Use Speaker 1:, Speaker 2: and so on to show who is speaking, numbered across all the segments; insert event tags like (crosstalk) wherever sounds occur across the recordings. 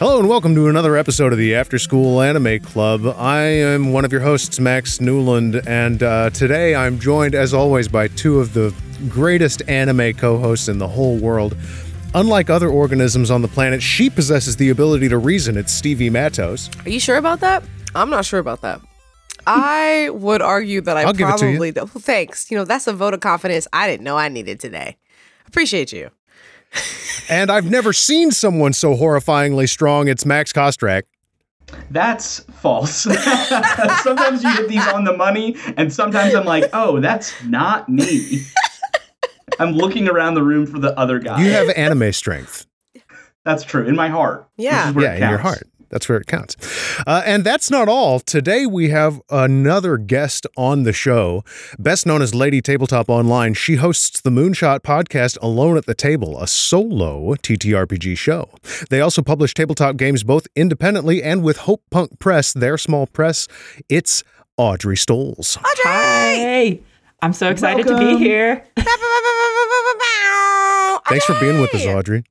Speaker 1: and welcome to another episode of the After School Anime Club. I am one of your hosts, Max Newland, and uh, today I'm joined, as always, by two of the greatest anime co hosts in the whole world. Unlike other organisms on the planet, she possesses the ability to reason. It's Stevie Matos.
Speaker 2: Are you sure about that? I'm not sure about that. I would argue that I
Speaker 1: I'll give it to you.
Speaker 2: probably don't. Thanks. You know, that's a vote of confidence I didn't know I needed today. Appreciate you.
Speaker 1: And I've never seen someone so horrifyingly strong. It's Max Kostrak.
Speaker 3: That's false. (laughs) sometimes you get these on the money, and sometimes I'm like, oh, that's not me. I'm looking around the room for the other guy.
Speaker 1: You have anime strength.
Speaker 3: that's true. In my heart.
Speaker 2: Yeah.
Speaker 3: This is where
Speaker 1: yeah,
Speaker 3: it
Speaker 1: in your
Speaker 3: counts.
Speaker 1: heart. That's where it counts. Uh, and that's not all. Today we have another guest on the show, best known as Lady Tabletop Online. She hosts the Moonshot podcast Alone at the Table, a solo TTRPG show. They also publish tabletop games both independently and with Hope Punk Press, their small press. It's Audrey Stoles.
Speaker 2: Audrey!
Speaker 4: Hi. I'm so excited to
Speaker 3: Welcome.
Speaker 4: be here.
Speaker 1: Thanks for being with us, Audrey.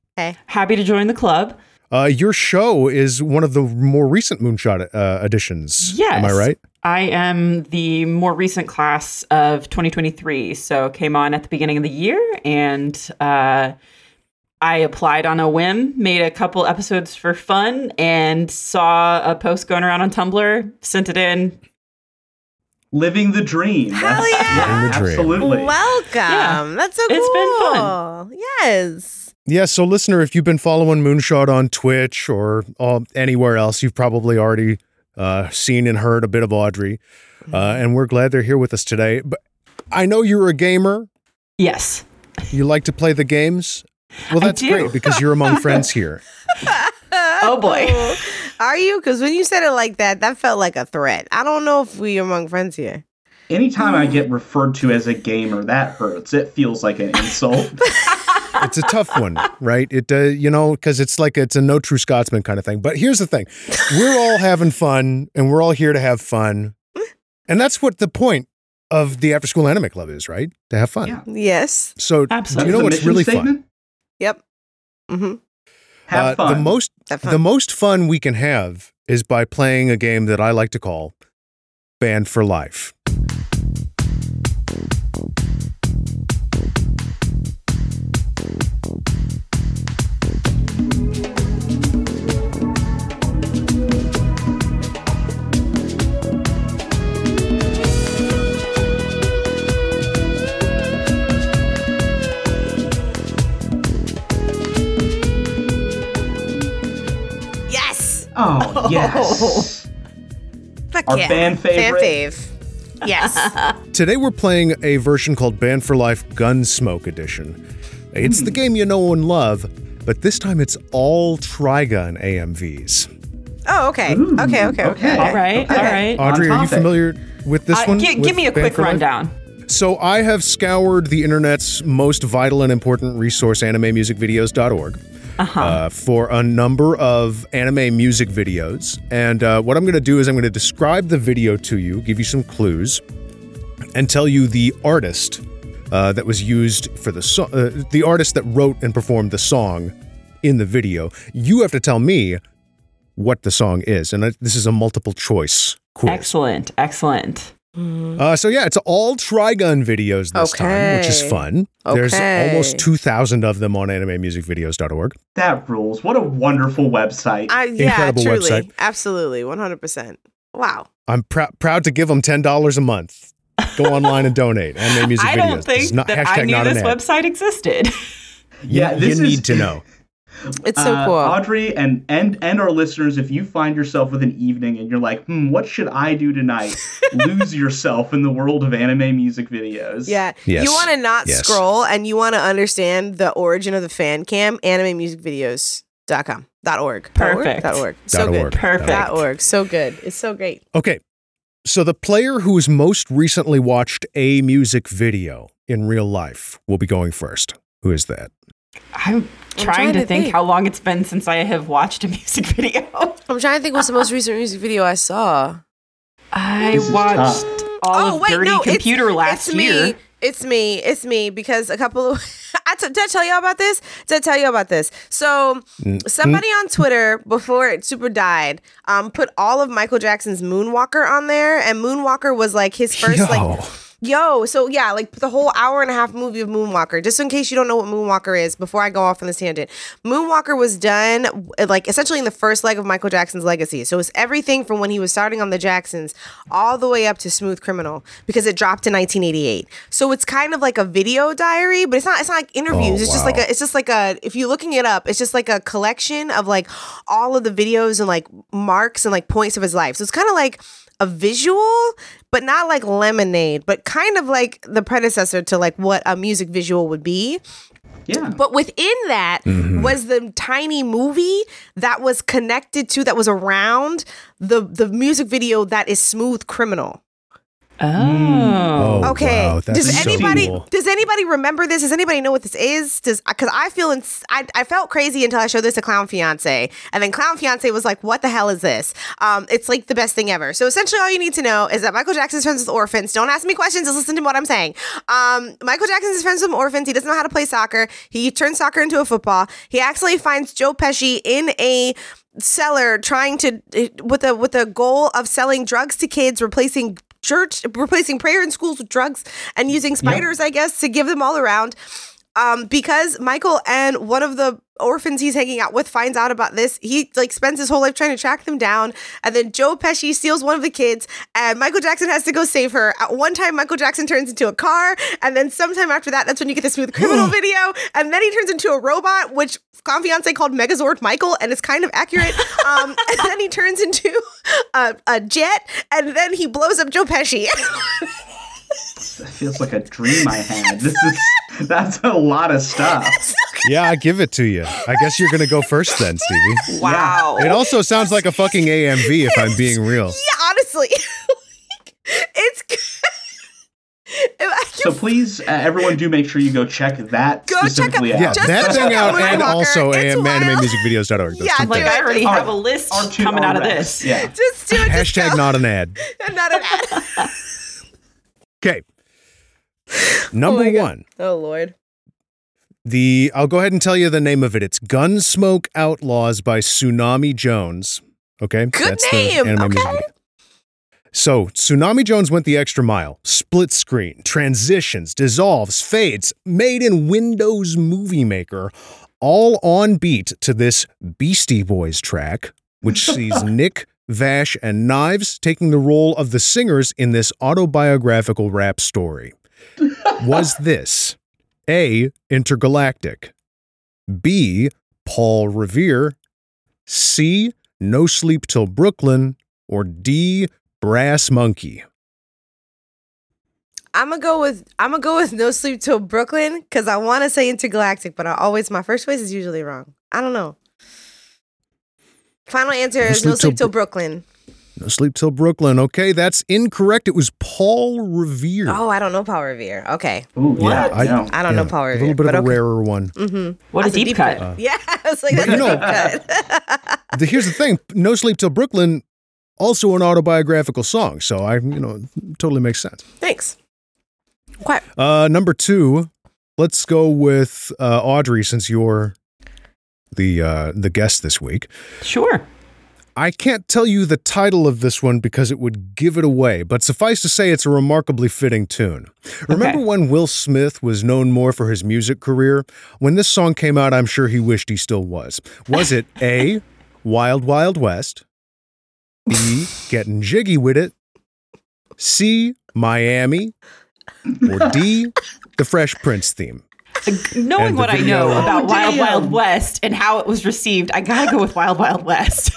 Speaker 4: Happy to join the club.
Speaker 1: Uh, your show is one of the more recent Moonshot uh, editions. Am
Speaker 4: Yes.
Speaker 1: I right?
Speaker 4: I am the more recent class of 2023, so came on at the beginning of the year and uh, I applied on a whim, made a couple episodes for fun, and saw a post going around on Tumblr, sent it in.
Speaker 3: Living the dream.
Speaker 2: Hell yeah.
Speaker 1: Living the dream.
Speaker 3: Absolutely.
Speaker 2: Welcome.
Speaker 4: Yeah.
Speaker 2: That's so cool.
Speaker 4: It's been fun.
Speaker 2: Yes.
Speaker 1: Yeah, so listener, if you've been following Moonshot on Twitch or uh, anywhere else, you've probably already uh, seen and heard a bit of Audrey,
Speaker 4: Mm-hmm.
Speaker 1: uh, and we're glad they're here with us today. But I know you're a gamer;
Speaker 4: Yes.
Speaker 1: you like to play the games. Well,
Speaker 4: I
Speaker 1: that's
Speaker 4: do.
Speaker 1: great because you're among friends
Speaker 4: (laughs)
Speaker 1: here.
Speaker 4: (laughs) Oh, boy.
Speaker 2: Cool. (laughs) Are you? Because when you said it like that, that felt like a threat. I don't know if we among friends here.
Speaker 3: Anytime
Speaker 2: mm.
Speaker 3: I get referred to as a gamer, that hurts. It feels like an insult.
Speaker 1: It's a tough one, right? It, uh, you know, because it's like it's a no true Scotsman kind of thing. But here's the thing: we're
Speaker 4: (laughs)
Speaker 1: all having fun, and we're all here to have fun, and that's what the point of the After School Anime Club is, right? To have fun.
Speaker 3: Yeah.
Speaker 2: Yes.
Speaker 1: So, do
Speaker 4: Absolutely.
Speaker 1: you know
Speaker 3: the
Speaker 1: what's
Speaker 3: mission
Speaker 1: really fun?
Speaker 3: statement?
Speaker 2: Yep. Mm-hmm.
Speaker 3: Have
Speaker 1: Uh,
Speaker 3: fun.
Speaker 1: The most the most fun we can have is by playing a game that I like to call Banned for Life.
Speaker 2: yes.
Speaker 3: oh,
Speaker 2: (laughs)
Speaker 3: yes.
Speaker 2: Fuck
Speaker 3: Our
Speaker 2: yeah.
Speaker 3: fan favorite.
Speaker 2: Fan fave. Yes.
Speaker 3: (laughs)
Speaker 1: Today we're playing a version called Banned for Life Gunsmoke Edition. It's
Speaker 3: Hmm.
Speaker 1: the game you know and love, but this time it's all Trigun AMVs.
Speaker 2: oh, okay.
Speaker 3: Ooh,
Speaker 2: okay. Okay. Okay.
Speaker 3: okay.
Speaker 4: All right. All right.
Speaker 3: On
Speaker 1: Audrey, are you
Speaker 3: topic.
Speaker 1: familiar with this
Speaker 4: Uh,
Speaker 1: one?
Speaker 4: gi-
Speaker 1: with
Speaker 4: give me a
Speaker 1: Banned
Speaker 4: quick
Speaker 1: for Life?
Speaker 4: rundown.
Speaker 1: So I have scoured the internet's most vital and important resource, animemusicvideos.org, uh, for a number of anime music videos. And uh, what I'm going to do is I'm going to describe the video to you, give you some clues, and tell you the artist uh, that was used for the so- uh, the artist that wrote and performed the song in the video. You have to tell me what the song is, and I, this is a multiple choice quiz.
Speaker 4: Excellent. Excellent.
Speaker 1: Uh, so yeah, it's all Trigun videos this time, which is
Speaker 2: Okay.
Speaker 1: fun. There's
Speaker 2: Okay.
Speaker 1: almost 2,000 of them on animemusicvideos.org.
Speaker 3: That rules. What a wonderful website.
Speaker 2: I, yeah,
Speaker 1: Incredible
Speaker 2: truly.
Speaker 1: website.
Speaker 2: Absolutely. 100%. Wow.
Speaker 1: I'm prou- proud to give them $10 a month. Go online and
Speaker 4: (laughs)
Speaker 1: donate. Anime music videos.
Speaker 4: I don't
Speaker 1: This is
Speaker 4: think that I
Speaker 1: hashtag
Speaker 4: knew
Speaker 1: not an
Speaker 4: this
Speaker 1: ad.
Speaker 4: website existed.
Speaker 1: You-
Speaker 3: Yeah,
Speaker 1: you
Speaker 3: this is-
Speaker 1: need to
Speaker 4: (laughs)
Speaker 1: know.
Speaker 2: It's so
Speaker 3: Uh,
Speaker 2: cool.
Speaker 3: Audrey and, and and our listeners, if you find yourself with an evening and you're like, hmm, what should I
Speaker 2: (laughs)
Speaker 3: do tonight? Lose yourself in the world of anime music videos.
Speaker 2: yeah.
Speaker 1: Yes.
Speaker 2: You want to not
Speaker 1: Yes.
Speaker 2: scroll and you want to understand the origin of the fan cam, animemusicvideos.com. Dot org.
Speaker 4: Perfect.
Speaker 2: Dot org. So
Speaker 1: Dot
Speaker 2: good.
Speaker 1: org.
Speaker 4: Perfect.
Speaker 2: Dot org. So good. It's so great.
Speaker 1: Okay. So the player who's most recently watched a music video in real life will be going first. Who is that?
Speaker 4: I'm trying,
Speaker 2: trying
Speaker 4: to,
Speaker 2: to
Speaker 4: think,
Speaker 2: think.
Speaker 4: how long it's been since I have watched a (laughs) music video.
Speaker 2: I'm trying to think what's the most recent music video I saw.
Speaker 4: I
Speaker 3: This is
Speaker 4: watched Oh,
Speaker 2: Oh,
Speaker 4: all of Dirty Computer last
Speaker 2: it's me.
Speaker 4: year.
Speaker 2: It's me. It's me because a couple of (laughs) I I t- did I tell y'all about this? Did I tell you about this? So
Speaker 4: Mm,
Speaker 2: somebody on Twitter before it super died, um, put all of Michael Jackson's Moonwalker on there, and Moonwalker was like
Speaker 4: (laughs)
Speaker 2: his first like
Speaker 1: Yo.
Speaker 2: yo. So yeah, like the whole hour and a half movie of Moonwalker. Just in case you don't know what Moonwalker is, before I go off on this tangent, Moonwalker was done uh, like essentially in the first leg of Michael Jackson's legacy. So it's everything from when he was starting on the Jacksons all the way up to Smooth Criminal because it dropped in 1988. So it's kind of like a video diary, but it's not. It's not like interviews.
Speaker 1: Oh,
Speaker 2: it's just
Speaker 1: wow.
Speaker 2: like a. It's just like a. If you're looking it up, it's just like a collection of like all of the videos and like marks and like points of his life. So it's kind of like a visual, but not like lemonade, but kind of like the predecessor to like what a music visual would be.
Speaker 3: Yeah.
Speaker 2: But within that was the tiny movie that was connected to that was around the the music video that is Smooth Criminal.
Speaker 3: Mm.
Speaker 4: Oh.
Speaker 1: Oh,
Speaker 2: Okay.
Speaker 1: wow, that's
Speaker 2: does
Speaker 1: so
Speaker 2: anybody
Speaker 1: cool.
Speaker 2: does anybody remember this? Does anybody know what this is? Does because I feel ins- I, I felt crazy until I showed this to Clown Fiance, and then Clown Fiance was like, "What the hell is this?" Um, it's like the best thing ever. So essentially, all you need to know is that Michael Jackson's friends with orphans. Don't ask me questions. Just listen to what I'm saying. Um, Michael Jackson's friends with orphans. He doesn't know how to play soccer. He turns soccer into a football. He actually finds Joe Pesci in a seller trying to uh, with a with a goal of selling drugs to kids replacing church replacing prayer in schools with drugs and using spiders i guess to give them all around um because michael and one of the orphans he's hanging out with finds out about this he like spends his whole life trying to track them down and then joe pesci steals one of the kids and michael jackson has to go save her at one time michael jackson turns into a car and then sometime after that that's when you get the smooth criminal video and then he turns into a robot which confiance called megazord michael and it's kind of accurate um and then he turns into (laughs) a, a jet and then he blows up joe pesci (laughs)
Speaker 3: That feels like a dream I had. This is (laughs) that's a lot
Speaker 2: (laughs)
Speaker 3: of stuff.
Speaker 1: Yeah, I give it to you. I guess you're gonna go first then, Stevie.
Speaker 4: (laughs) Wow.
Speaker 1: It also sounds like a fucking AMV if I'm being real.
Speaker 2: Yeah, honestly. (laughs) it's (laughs) if I can
Speaker 3: So please, uh, everyone, do make sure you go check that
Speaker 2: Go check
Speaker 3: specifically
Speaker 2: out-
Speaker 1: Yeah,
Speaker 3: out.
Speaker 2: Just
Speaker 1: that
Speaker 2: look
Speaker 1: thing
Speaker 2: up
Speaker 1: out and
Speaker 2: Moonwalker.
Speaker 1: also
Speaker 2: It's
Speaker 1: am
Speaker 2: wild.
Speaker 1: animanimusicmusic.videos.org. Those
Speaker 2: Yeah,
Speaker 1: two
Speaker 2: do
Speaker 4: Like
Speaker 1: things.
Speaker 4: I
Speaker 2: it.
Speaker 4: already
Speaker 3: Our-
Speaker 4: have a list
Speaker 3: R2
Speaker 4: coming out of
Speaker 3: Rex.
Speaker 4: this.
Speaker 3: Yeah.
Speaker 2: just do it. just
Speaker 1: Hashtag
Speaker 2: go.
Speaker 1: not an ad.
Speaker 2: (laughs) Not an ad.
Speaker 1: Okay. Number
Speaker 2: my
Speaker 1: one.
Speaker 2: God. Oh Lord.
Speaker 1: The I'll go ahead and tell you the name of it. It's Gunsmoke Outlaws by Tsunami Jones. Okay.
Speaker 2: Good name, okay.
Speaker 1: So Tsunami Jones went the extra mile. Split screen, transitions, dissolves, fades, made in Windows Movie Maker, all on beat to this Beastie Boys track,
Speaker 2: (laughs)
Speaker 1: which sees Nick, Vash, and Knives taking the role of the singers in this autobiographical rap
Speaker 2: (laughs)
Speaker 1: story. Was this A. Intergalactic. B. Paul Revere. C. No Sleep Till Brooklyn. Or D. Brass Monkey.
Speaker 2: I'm gonna go with I'm gonna go with No Sleep Till Brooklyn because I want to say Intergalactic, but I always my first choice is usually wrong. I don't know. Final answer
Speaker 1: No
Speaker 2: is No
Speaker 1: Sleep Till
Speaker 2: Sleep Till
Speaker 1: Bro-
Speaker 2: Brooklyn.
Speaker 1: No Sleep Till Brooklyn. Okay, that's incorrect. It was Paul Revere.
Speaker 2: Oh, I don't know Paul Revere. Okay,
Speaker 3: Ooh, yeah,
Speaker 1: What? I-
Speaker 2: (laughs)
Speaker 3: no.
Speaker 2: I don't know Paul
Speaker 1: A
Speaker 2: Revere.
Speaker 1: little bit
Speaker 2: but
Speaker 1: of a
Speaker 2: okay.
Speaker 1: rarer one.
Speaker 2: (laughs)
Speaker 4: What a
Speaker 2: That's
Speaker 4: deep, cut.
Speaker 3: Uh,
Speaker 2: (laughs) yeah, I was like,
Speaker 1: But
Speaker 2: that's
Speaker 1: you
Speaker 2: a
Speaker 1: know-
Speaker 2: deep cut.
Speaker 1: The- Here's the thing No Sleep Till Brooklyn, also an autobiographical song. So I, you know, totally makes sense.
Speaker 2: (laughs) Thanks. Quiet.
Speaker 1: Uh, number two, let's go with uh, Audrey since you're the uh, the guest this week.
Speaker 4: Sure.
Speaker 1: I can't tell you the title of this one because it would give it away, but suffice to say, it's a remarkably fitting tune. Remember
Speaker 4: Okay.
Speaker 1: when Will Smith was known more for his music career? When this song came out, I'm sure he wished he still was. Was it A, Wild Wild West, B, Getting Jiggy With It, C, Miami, or D, The Fresh Prince theme?
Speaker 4: Uh, Knowing
Speaker 1: And the
Speaker 4: what I
Speaker 1: video-
Speaker 4: know about
Speaker 3: Oh,
Speaker 4: Wild
Speaker 3: damn.
Speaker 4: Wild West and how it was received, I gotta go with Wild Wild West.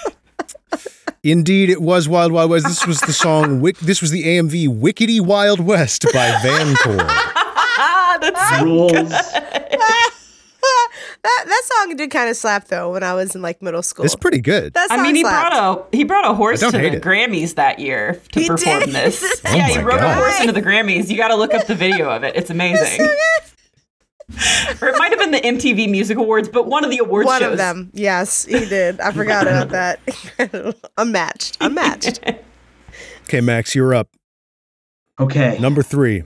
Speaker 1: Indeed, it was Wild Wild West. This was the song, Wick, this was the AMV Wickety Wild West by Vancore.
Speaker 4: (laughs)
Speaker 2: Oh
Speaker 4: That's
Speaker 3: Rules.
Speaker 2: Uh, that that song did kind of slap though when I was in like middle school.
Speaker 1: It's pretty good.
Speaker 2: that song
Speaker 4: I mean, he
Speaker 2: slapped.
Speaker 4: brought a he brought a horse
Speaker 1: I
Speaker 4: to
Speaker 1: don't hate
Speaker 4: the
Speaker 1: it.
Speaker 4: Grammys that year to
Speaker 2: He
Speaker 4: perform
Speaker 2: did. (laughs)
Speaker 4: this.
Speaker 1: Oh
Speaker 4: yeah,
Speaker 1: my
Speaker 4: he rode a
Speaker 1: God.
Speaker 4: horse into the Grammys. You got to look up the video of it. It's amazing. or it might have been the MTV Music Awards, but one of the awards
Speaker 2: one
Speaker 4: shows.
Speaker 2: of them. Yes, he did. I forgot about that. (laughs) Unmatched. Unmatched.
Speaker 1: Okay, Max, you're up.
Speaker 3: Okay.
Speaker 1: Number three.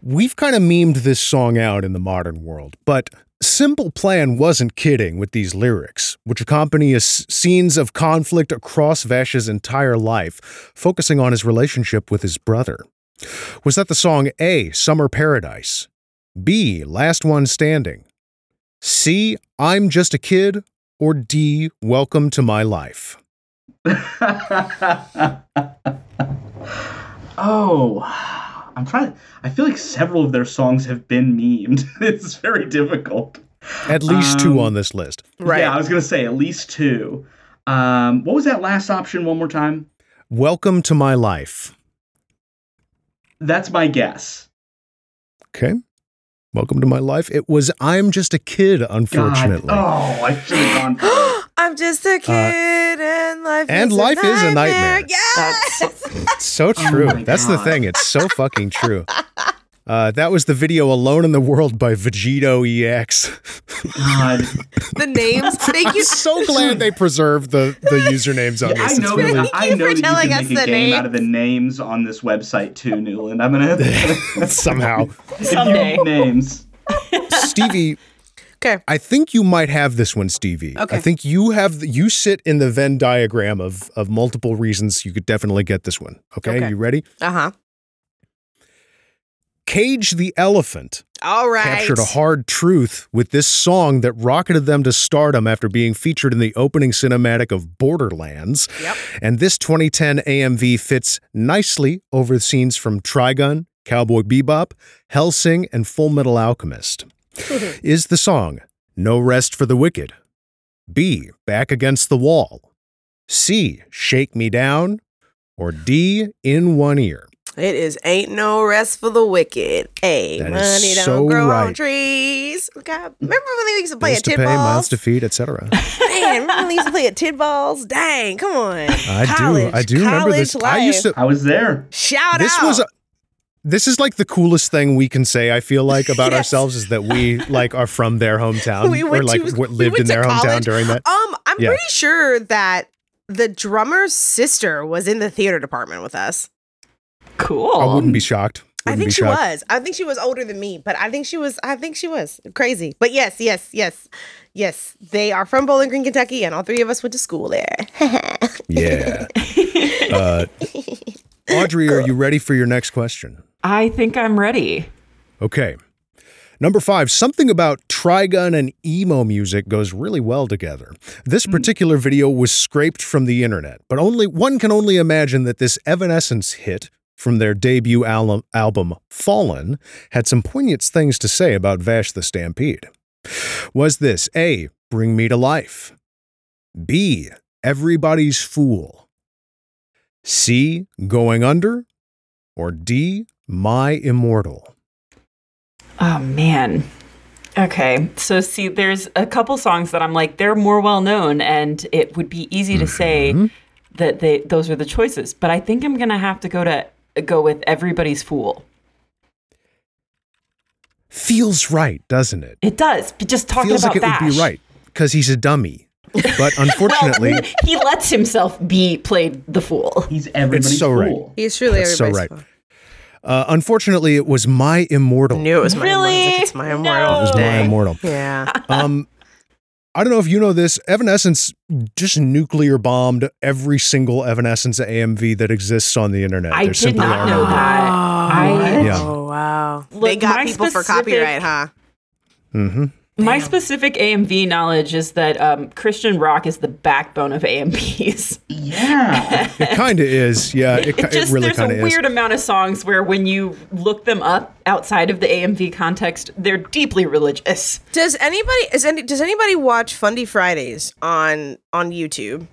Speaker 1: We've kind of memed this song out in the modern world, but Simple Plan wasn't kidding with these lyrics, which accompany s- scenes of conflict across Vash's entire life, focusing on his relationship with his brother. Was that the song A, Summer Paradise, B, Last One Standing, C, I'm Just a Kid, or D, Welcome to My Life?
Speaker 3: (laughs) oh, I'm trying. I feel like several of their songs have been memed. (laughs) it's very difficult.
Speaker 1: At least two
Speaker 3: Um,
Speaker 1: on this list.
Speaker 2: Right.
Speaker 3: Yeah, I was gonna say at least two. Um, what was that last option? One more time.
Speaker 1: Welcome to My Life.
Speaker 3: That's my guess.
Speaker 1: Okay. Welcome to My Life. It was I'm Just a Kid,
Speaker 3: God.
Speaker 1: unfortunately.
Speaker 3: Oh, I should have gone for it.
Speaker 2: (laughs) (gasps) I'm just a kid and life
Speaker 1: Uh, and
Speaker 2: is
Speaker 1: life
Speaker 2: a
Speaker 1: is a
Speaker 2: nightmare.
Speaker 1: nightmare.
Speaker 2: Yes.
Speaker 1: It's so
Speaker 3: Oh
Speaker 1: true.
Speaker 3: my
Speaker 1: That's the
Speaker 3: God.
Speaker 1: thing. It's
Speaker 3: (laughs)
Speaker 1: so fucking true. Uh, that was the video Alone in the World by E Vegito (laughs) EX.
Speaker 3: God.
Speaker 2: (laughs) the names. Thank (laughs) you.
Speaker 1: so glad they preserved the, the
Speaker 3: (laughs)
Speaker 1: usernames on
Speaker 3: Yeah, I
Speaker 1: this.
Speaker 3: know.
Speaker 1: It's
Speaker 3: That,
Speaker 1: really-
Speaker 3: I
Speaker 2: you
Speaker 3: know
Speaker 2: for
Speaker 3: that you
Speaker 2: telling
Speaker 3: can
Speaker 2: us
Speaker 3: make
Speaker 2: the
Speaker 3: a game out of the names on this website too, Newland. I'm
Speaker 1: (laughs)
Speaker 3: gonna
Speaker 1: somehow.
Speaker 3: (laughs) if you
Speaker 4: Someday.
Speaker 3: need names.
Speaker 1: Stevie,
Speaker 2: Okay.
Speaker 1: I think you might have this one, Stevie.
Speaker 2: Okay.
Speaker 1: I think you have you sit in the Venn diagram of of multiple reasons you could definitely get this one. okay.
Speaker 2: Okay.
Speaker 1: you ready?
Speaker 2: Uh huh.
Speaker 1: Cage the Elephant
Speaker 2: All right.
Speaker 1: captured a hard truth with this song that rocketed them to stardom after being featured in the opening cinematic of Borderlands.
Speaker 2: Yep.
Speaker 1: And this 2010 AMV fits nicely over the scenes from Trigun, Cowboy Bebop, Helsing, and Full Metal Alchemist. Is the song No Rest for the Wicked? B. Back Against the Wall? C. Shake Me Down? Or D. In One Ear?
Speaker 2: (laughs) It is ain't no rest for the wicked. Hey,
Speaker 1: That is
Speaker 2: money don't
Speaker 1: so
Speaker 2: grow on
Speaker 1: right.
Speaker 2: trees. God, remember when they used to play
Speaker 1: Bills
Speaker 2: at
Speaker 1: to
Speaker 2: tit
Speaker 1: pay,
Speaker 2: balls?
Speaker 1: mouths to feed,
Speaker 2: (laughs)
Speaker 1: etc.
Speaker 2: Man, remember when they used to play at tit balls? Dang, come on.
Speaker 1: I
Speaker 2: College,
Speaker 1: do. I do remember this.
Speaker 2: college
Speaker 1: I used to.
Speaker 3: I was there.
Speaker 2: Shout
Speaker 1: This
Speaker 2: out.
Speaker 1: was. A, this is like the coolest thing we can say. I feel
Speaker 2: (laughs)
Speaker 1: like about
Speaker 2: Yes.
Speaker 1: ourselves is that we like are from their hometown
Speaker 2: We
Speaker 1: or
Speaker 2: went
Speaker 1: like
Speaker 2: to-
Speaker 1: w-
Speaker 2: we
Speaker 1: lived
Speaker 2: went
Speaker 1: in
Speaker 2: to
Speaker 1: their hometown
Speaker 2: college.
Speaker 1: during that.
Speaker 2: Um,
Speaker 1: Uh,
Speaker 2: I'm
Speaker 1: Yeah.
Speaker 2: pretty sure that the drummer's sister was in the theater department with us.
Speaker 4: Cool.
Speaker 1: I wouldn't be shocked.
Speaker 2: Oh. I
Speaker 1: Wouldn't
Speaker 2: think
Speaker 1: be
Speaker 2: she
Speaker 1: shocked.
Speaker 2: was. I think she was older than me, but I think she was. I think she was crazy. But yes, yes, yes, yes. They are from Bowling Green, Kentucky, and all three of us went to school there.
Speaker 1: Yeah. uh, Audrey, are you ready for your next question?
Speaker 4: I think I'm ready.
Speaker 1: Okay. Number five, something about Trigun and emo music goes really well together. This particular video was scraped from the internet, but only one can only imagine that this Evanescence hit from their debut al- album Fallen had some poignant things to say about Vash the Stampede. Was this A, Bring Me to Life? B, Everybody's Fool? C, Going Under? Or D, My Immortal?
Speaker 4: Oh man. Okay. So see there's a couple songs that I'm like they're more well known and it would be easy to
Speaker 1: Mm-hmm.
Speaker 4: say that they those are the choices, but I think I'm going to have to go to go with Everybody's Fool.
Speaker 1: feels right, doesn't it?
Speaker 4: It does. But just talking
Speaker 1: feels
Speaker 4: about
Speaker 1: like it
Speaker 4: Bash.
Speaker 1: would be right because he's a
Speaker 4: (laughs)
Speaker 1: dummy. But unfortunately,
Speaker 4: He lets himself be played the fool.
Speaker 3: He's everybody's
Speaker 1: so right.
Speaker 3: fool.
Speaker 2: (laughs) He's truly
Speaker 1: That's so
Speaker 2: everybody's
Speaker 1: right. uh, unfortunately, it was my immortal.
Speaker 2: knew it was my
Speaker 4: Really?
Speaker 2: immortal. It's my immortal
Speaker 1: It was my
Speaker 2: today.
Speaker 1: immortal.
Speaker 2: Yeah.
Speaker 4: uh.
Speaker 1: Um, I don't know if you know this. Evanescence just nuclear bombed every single Evanescence AMV that exists on the internet.
Speaker 4: I
Speaker 1: There
Speaker 4: did
Speaker 1: simply
Speaker 4: not
Speaker 1: are
Speaker 4: know
Speaker 1: no-
Speaker 4: that. I-
Speaker 1: Yeah.
Speaker 2: Oh wow. they
Speaker 4: Look,
Speaker 2: got
Speaker 4: my
Speaker 2: people for
Speaker 4: specific-
Speaker 2: copyright, huh?
Speaker 4: (laughs)
Speaker 1: Mhm.
Speaker 4: My specific AMV knowledge is that um, Christian rock is the backbone of (laughs) AMVs.
Speaker 3: Yeah.
Speaker 1: It kind of is. Yeah, it, ki-
Speaker 4: It just
Speaker 1: it really
Speaker 4: there's
Speaker 1: kind of
Speaker 4: a
Speaker 1: is.
Speaker 4: weird amount of songs where when you look them up outside of the AMV context, they're deeply religious.
Speaker 2: Does anybody is any does anybody watch Fundy Fridays on on YouTube?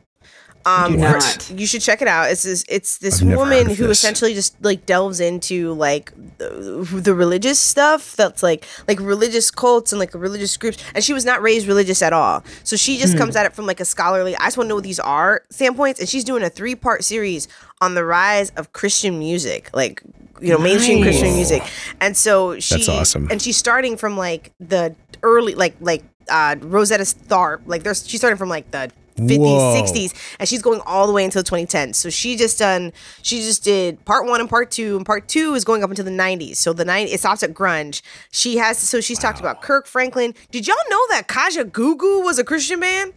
Speaker 2: Um,
Speaker 4: do
Speaker 2: for-
Speaker 4: not.
Speaker 2: you should check it out. It's this, it's this
Speaker 1: I've never
Speaker 2: woman
Speaker 1: heard of
Speaker 2: who
Speaker 1: this.
Speaker 2: essentially just like delves into like the, the religious stuff that's like like religious cults and like religious groups, and she was not raised religious at all. So she
Speaker 1: Hmm.
Speaker 2: just comes at it from like a scholarly. I just want to know what these are standpoints, and she's doing a three part series on the rise of Christian music, like you know mainstream Christian
Speaker 4: Nice.
Speaker 2: music. And so she
Speaker 1: That's awesome.
Speaker 2: and she's starting from like the early like like uh Rosetta Tharp like there's she's starting from like the 50s,
Speaker 1: Whoa.
Speaker 2: 60s, and she's going all the way until 2010s. So she just done, she just did part one and part two, and part two is going up until the 90s. So the 90s, it stops at grunge. She has, so she's talked about Kirk Franklin. Did y'all know that Kaja Gugu was a Christian band?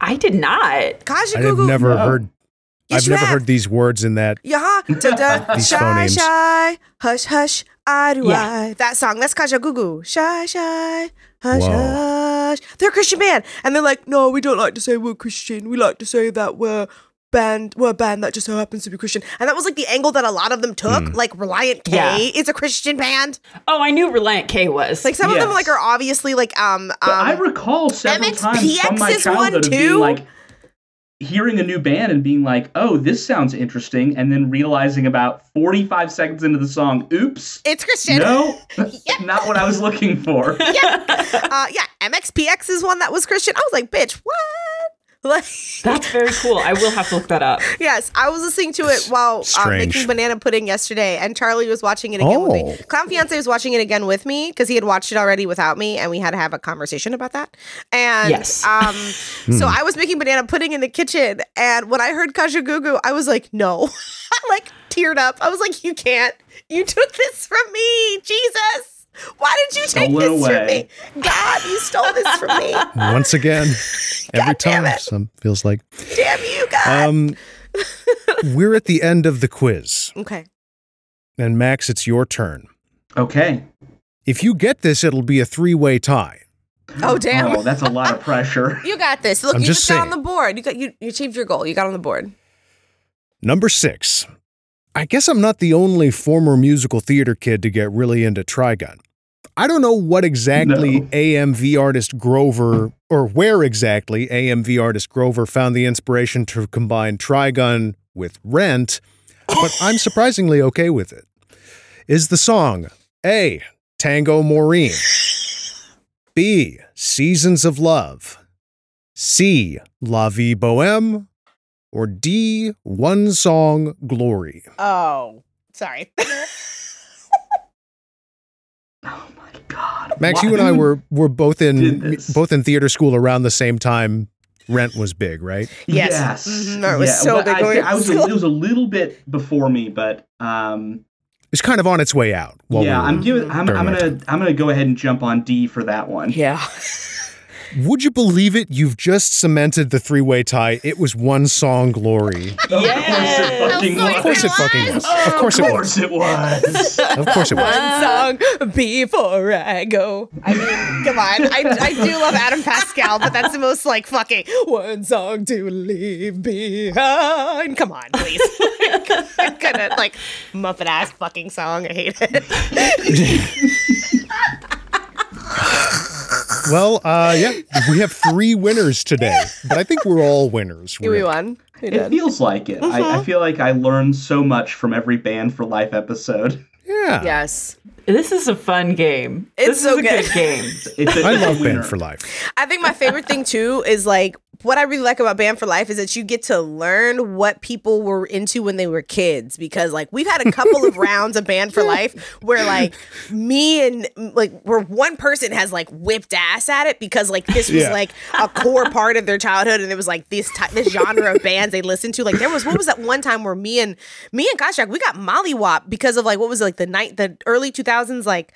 Speaker 4: I did not.
Speaker 2: Kaja
Speaker 1: I've
Speaker 2: Gugu.
Speaker 1: never
Speaker 3: No.
Speaker 1: heard.
Speaker 2: Yes,
Speaker 1: I've
Speaker 2: you
Speaker 1: never
Speaker 2: have.
Speaker 1: heard these words in
Speaker 4: (laughs)
Speaker 1: that.
Speaker 2: Yeah, da-da,
Speaker 1: These
Speaker 2: shy,
Speaker 1: phonemes.
Speaker 2: shy, hush, hush, I do
Speaker 4: Yeah.
Speaker 2: I. That song, that's Kaja Gugu. Shy, shy, hush,
Speaker 1: Whoa.
Speaker 2: hush. They're a Christian band, and they're like, no, we don't like to say we're Christian. We like to say that we're band, we're a band that just so happens to be Christian. And that was like the angle that a lot of them took. Like Reliant K
Speaker 4: Yeah.
Speaker 2: is a Christian band.
Speaker 4: Oh, I knew Reliant K was.
Speaker 2: Like some of them
Speaker 3: Yes.
Speaker 2: like are obviously like um um.
Speaker 3: But I recall several times from my
Speaker 2: MXPX is one
Speaker 3: childhood of
Speaker 2: too?
Speaker 3: being like hearing a new band and being like, "Oh, this sounds interesting," and then realizing about 45 seconds into the song, "Oops,
Speaker 2: it's Christian. (laughs)
Speaker 3: no, (laughs) not what I was looking for."
Speaker 2: Uh, yeah, MXPX is one that was Christian. I was like, bitch, what? (laughs) Like, (laughs)
Speaker 4: That's very cool. I will have to look that up.
Speaker 2: Yes, I was listening to it while uh,
Speaker 1: Strange.
Speaker 2: making banana pudding yesterday, and Charlie was watching it again with me.
Speaker 1: Oh.
Speaker 2: Clown Fiance was watching it again with me because he had watched it already without me, and we had to have a conversation about that. And
Speaker 4: Yes.
Speaker 2: um, so I was making banana pudding in the kitchen, and when I heard Kajagoogoo, I was like, no. (laughs) I like teared up. I was like, you can't. You took this from me, Jesus. Why did you take
Speaker 3: Stolen
Speaker 2: this from
Speaker 3: away.
Speaker 2: me? God, you stole this from me.
Speaker 1: Once again, every
Speaker 2: God damn
Speaker 1: time,
Speaker 2: it.
Speaker 1: some feels like.
Speaker 2: Damn you, God.
Speaker 1: Um, we're at the end of the quiz,
Speaker 2: okay.
Speaker 1: and Max, it's your turn.
Speaker 3: Okay.
Speaker 1: If you get this, it'll be a three-way tie.
Speaker 2: Oh, damn.
Speaker 3: Oh, that's a lot
Speaker 2: (laughs)
Speaker 3: of pressure.
Speaker 2: You got this. Look,
Speaker 1: I'm
Speaker 2: you
Speaker 1: just
Speaker 2: just, got on
Speaker 1: saying.
Speaker 2: the board. You got you, you achieved your goal. You got on the board.
Speaker 1: Number six. I guess I'm not the only former musical theater kid to get really into Trigun. I don't know what exactly
Speaker 3: No.
Speaker 1: AMV artist Grover, or where exactly AMV artist Grover found the inspiration to combine Trigun with Rent, but I'm surprisingly okay with it. Is the song A. Tango Maureen, B. Seasons of Love, C. La Vie Boheme, or D, one song glory.
Speaker 2: Oh, sorry. (laughs)
Speaker 3: Oh my god.
Speaker 1: Max,
Speaker 3: Why-
Speaker 1: you and I
Speaker 3: who
Speaker 1: were were both
Speaker 3: did
Speaker 1: in
Speaker 3: this?
Speaker 1: both in theater school around the same time. Rent was big, right?
Speaker 2: Yes.
Speaker 3: Yes.
Speaker 2: Mhm, that was so
Speaker 3: but
Speaker 2: big
Speaker 3: I,
Speaker 2: going
Speaker 3: think I
Speaker 2: to
Speaker 3: was. A,
Speaker 2: school.
Speaker 3: it was a little bit before me, but um,
Speaker 1: It's kind of on its way out. while we
Speaker 3: yeah,
Speaker 1: were-
Speaker 3: I'm giving. I'm,
Speaker 1: Very
Speaker 3: I'm
Speaker 1: much.
Speaker 3: gonna. I'm gonna go ahead and jump on D for that one.
Speaker 2: yeah.
Speaker 1: Would you believe it? You've just cemented the three way tie. It was one song glory.
Speaker 3: Of course it fucking
Speaker 4: Yes.
Speaker 1: Of course it
Speaker 3: was.
Speaker 1: fucking was. Of course it
Speaker 3: Of
Speaker 1: was.
Speaker 3: course it
Speaker 2: (laughs)
Speaker 3: was.
Speaker 1: Of course it was.
Speaker 2: One song before I go. I mean, come on. I, I do love Adam Pascal, but that's the most like fucking one song to leave behind. Come on, please. (laughs) I'm gonna like muffin ass fucking song. I hate it.
Speaker 1: Well, uh, yeah, we have three winners today, but I think we're all winners.
Speaker 2: We
Speaker 1: really.
Speaker 2: won. We
Speaker 3: It
Speaker 2: did.
Speaker 3: feels like it. I, I
Speaker 2: Mm-hmm.
Speaker 3: feel like I learned so much from every Band for Life episode.
Speaker 1: Yeah.
Speaker 2: Yes.
Speaker 4: This is a fun game.
Speaker 2: It's
Speaker 4: this
Speaker 2: so
Speaker 4: is a
Speaker 2: good.
Speaker 4: good game.
Speaker 3: It's a,
Speaker 1: I
Speaker 3: it's a
Speaker 1: love
Speaker 3: winner.
Speaker 1: Band for Life.
Speaker 2: I think my favorite thing too is like what I really like about Band for Life is that you get to learn what people were into when they were kids because like we've had a couple of rounds of Band for Life where like me and like where one person has like whipped ass at it because like this was
Speaker 1: Yeah.
Speaker 2: like a core part of their childhood and it was like this type this genre of bands they listened to like there was what was that one time where me and me and Koshak we got mollywop because of like what was it, like the night the early 2000s like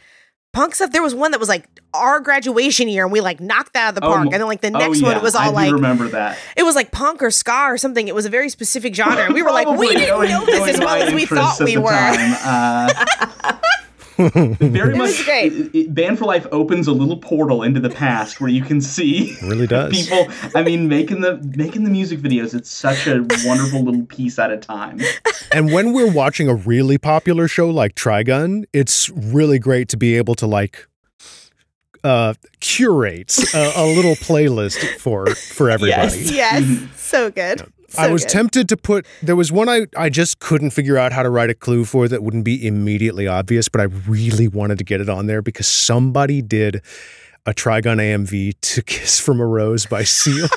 Speaker 2: punk stuff. There was one that was like our graduation year, and we like knocked that out of the
Speaker 3: Oh,
Speaker 2: park. and then like the
Speaker 3: oh,
Speaker 2: next
Speaker 3: yeah,
Speaker 2: one was
Speaker 3: I
Speaker 2: all
Speaker 3: do
Speaker 2: like
Speaker 3: remember that.
Speaker 2: it was like punk or ska or something. It was a very specific genre, and we were like, (laughs) we
Speaker 3: Probably
Speaker 2: didn't
Speaker 3: knowing-
Speaker 2: know this
Speaker 3: knowing
Speaker 2: as well
Speaker 3: my
Speaker 2: as we
Speaker 3: interests
Speaker 2: thought
Speaker 3: at
Speaker 2: we
Speaker 3: the
Speaker 2: were.
Speaker 3: time, uh,
Speaker 1: (laughs)
Speaker 3: very much.
Speaker 2: was great.
Speaker 3: it- it- Band for Life opens a little portal into the past where you can see (laughs)
Speaker 1: It really does.
Speaker 3: people. I mean, making the making the music videos. It's such a wonderful little piece at
Speaker 2: (laughs)
Speaker 3: a time.
Speaker 1: and when we're watching a really popular show like Trigun, it's really great to be able to like uh curate a, a
Speaker 2: (laughs)
Speaker 1: little playlist for for everybody.
Speaker 2: (laughs)
Speaker 3: (laughs)
Speaker 2: Yes, so good. So
Speaker 1: I was
Speaker 2: good.
Speaker 1: tempted to put there was one I I just couldn't figure out how to write a clue for that wouldn't be immediately obvious, but I really wanted to get it on there because somebody did a Trigon AMV to (laughs) Kiss from a Rose by Seal,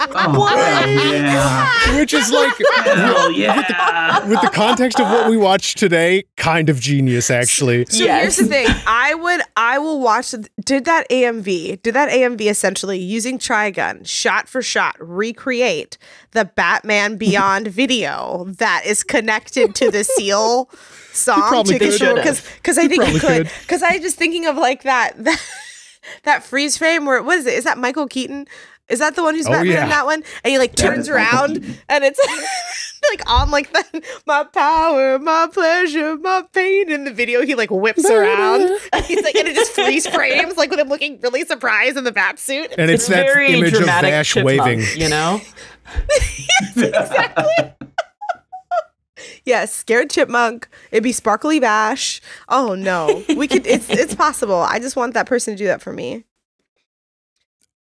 Speaker 3: Oh, hell yeah.
Speaker 1: which is
Speaker 2: (laughs)
Speaker 1: like
Speaker 3: Hell yeah.
Speaker 1: with the context of what we watched today, kind of genius actually.
Speaker 2: So here's the thing. I would I will watch did that AMV, did that AMV essentially using Trigun, shot for shot, recreate the
Speaker 1: (laughs)
Speaker 2: Batman Beyond video that is connected to the
Speaker 1: (laughs)
Speaker 2: seal song
Speaker 1: probably
Speaker 2: to
Speaker 1: could.
Speaker 2: control because because I think
Speaker 1: probably
Speaker 2: it could.
Speaker 1: could.
Speaker 2: Because I was just thinking of like that (laughs) that, that freeze frame where what is it? Is that Michael Keaton? Is that the one who's
Speaker 1: Oh,
Speaker 2: Batman
Speaker 1: yeah.
Speaker 2: in that one? And he like
Speaker 3: That
Speaker 2: turns
Speaker 3: is Michael
Speaker 2: around
Speaker 3: Keaton.
Speaker 2: and it's (laughs) like on like the my power, my pleasure, my pain. In the video, he like whips around. (laughs) And he's like, and it just freeze frames like with him looking really surprised in the bat suit.
Speaker 1: And it's,
Speaker 4: It's
Speaker 1: that
Speaker 4: very
Speaker 1: image of
Speaker 4: dramatic
Speaker 1: Vash
Speaker 4: chipmunk,
Speaker 1: waving.
Speaker 4: You know,
Speaker 3: (laughs)
Speaker 2: Yes, scared chipmunk. It'd be sparkly bash. Oh no, we could. It's (laughs) it's possible. I just want that person to do that for me.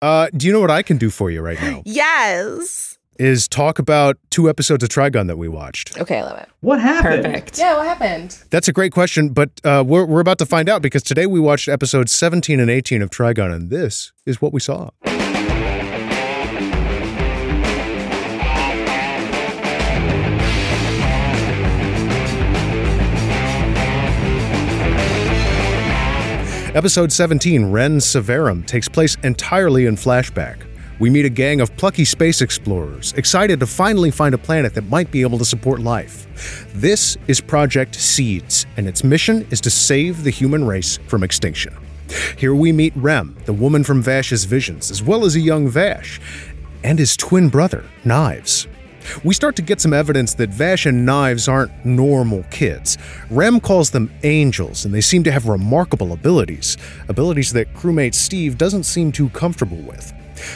Speaker 1: Uh, do you know what I can do for you right
Speaker 4: (gasps)
Speaker 1: now?
Speaker 2: Yes.
Speaker 1: Is talk about two episodes of Trigon that we watched.
Speaker 2: Okay, I love it.
Speaker 3: What happened?
Speaker 4: (laughs) perfect.
Speaker 5: Yeah, what happened?
Speaker 1: That's a great question, but uh, we're, we're about to find out because today we watched episodes 17 and 18 of Trigon, and this is what we saw. Episode 17, Ren Severum, takes place entirely in flashback. We meet a gang of plucky space explorers, excited to finally find a planet that might be able to support life. This is Project Seeds, and its mission is to save the human race from extinction. Here we meet Rem, the woman from Vash's visions, as well as a young Vash, and his twin brother, Knives. We start to get some evidence that Vash and Knives aren't normal kids. Rem calls them angels, and they seem to have remarkable abilities, abilities that crewmate Steve doesn't seem too comfortable with.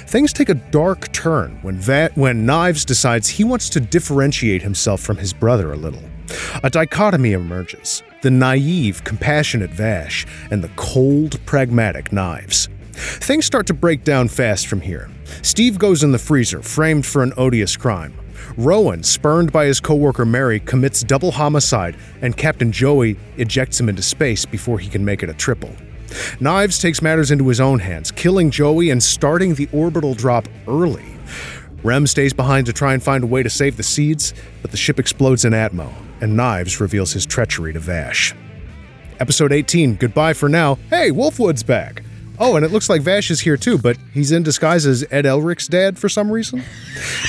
Speaker 1: Things take a dark turn when, Va- when Knives decides he wants to differentiate himself from his brother a little. A dichotomy emerges the naive, compassionate Vash, and the cold, pragmatic Knives. Things start to break down fast from here. Steve goes in the freezer, framed for an odious crime. Rowan, spurned by his coworker Mary, commits double homicide, and Captain Joey ejects him into space before he can make it a triple. Knives takes matters into his own hands, killing Joey and starting the orbital drop early. Rem stays behind to try and find a way to save the seeds, but the ship explodes in Atmo, and Knives reveals his treachery to Vash. Episode 18, goodbye for now. Hey, Wolfwood's back. Oh, and it looks like Vash is here too, but he's in disguise as Ed Elric's dad for some reason.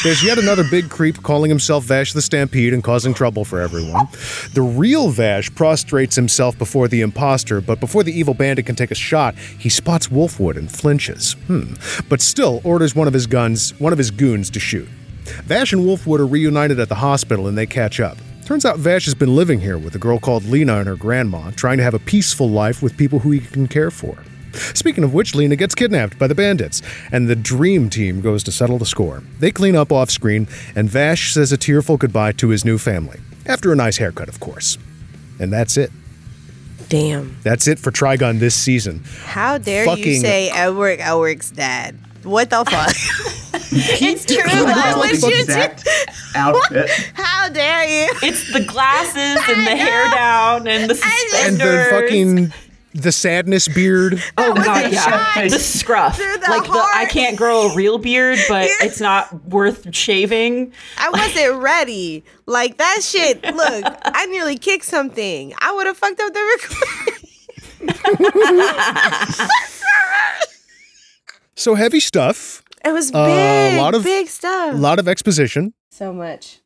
Speaker 1: There's yet another big creep calling himself Vash the Stampede and causing trouble for everyone. The real Vash prostrates himself before the imposter, but before the evil bandit can take a shot, he spots Wolfwood and flinches. Hmm. But still orders one of his guns, one of his goons to shoot. Vash and Wolfwood are reunited at the hospital and they catch up. Turns out Vash has been living here with a girl called Lena and her grandma, trying to have a peaceful life with people who he can care for. Speaking of which, Lena gets kidnapped by the bandits, and the Dream Team goes to settle the score. They clean up off screen, and Vash says a tearful goodbye to his new family. After a nice haircut, of course. And that's it.
Speaker 2: Damn.
Speaker 1: That's it for Trigon this season.
Speaker 2: How dare
Speaker 1: Fucking-
Speaker 2: you say Edward Elric's dad? What (laughs) the fuck?
Speaker 4: It's true.
Speaker 2: Why would
Speaker 3: Like,
Speaker 2: Oh, you do-
Speaker 3: exact
Speaker 2: (laughs)
Speaker 3: outfit.
Speaker 2: How dare you?
Speaker 4: It's the glasses and the hair down and the suspenders.
Speaker 1: And the fucking the sadness beard.
Speaker 4: oh
Speaker 2: a
Speaker 4: god, yeah,
Speaker 3: shot
Speaker 4: the scruff.
Speaker 2: through the
Speaker 4: like the I
Speaker 2: heart.
Speaker 4: can't grow a real beard, but
Speaker 2: Yeah.
Speaker 4: it's not worth shaving.
Speaker 2: I wasn't ready. Like that shit. Look, I nearly kicked something. I would have fucked up the recording.
Speaker 1: So heavy stuff,
Speaker 2: (laughs) It was big,
Speaker 1: Uh, a lot of-
Speaker 2: big
Speaker 1: a
Speaker 2: stuff.
Speaker 1: lot of exposition.
Speaker 5: So much.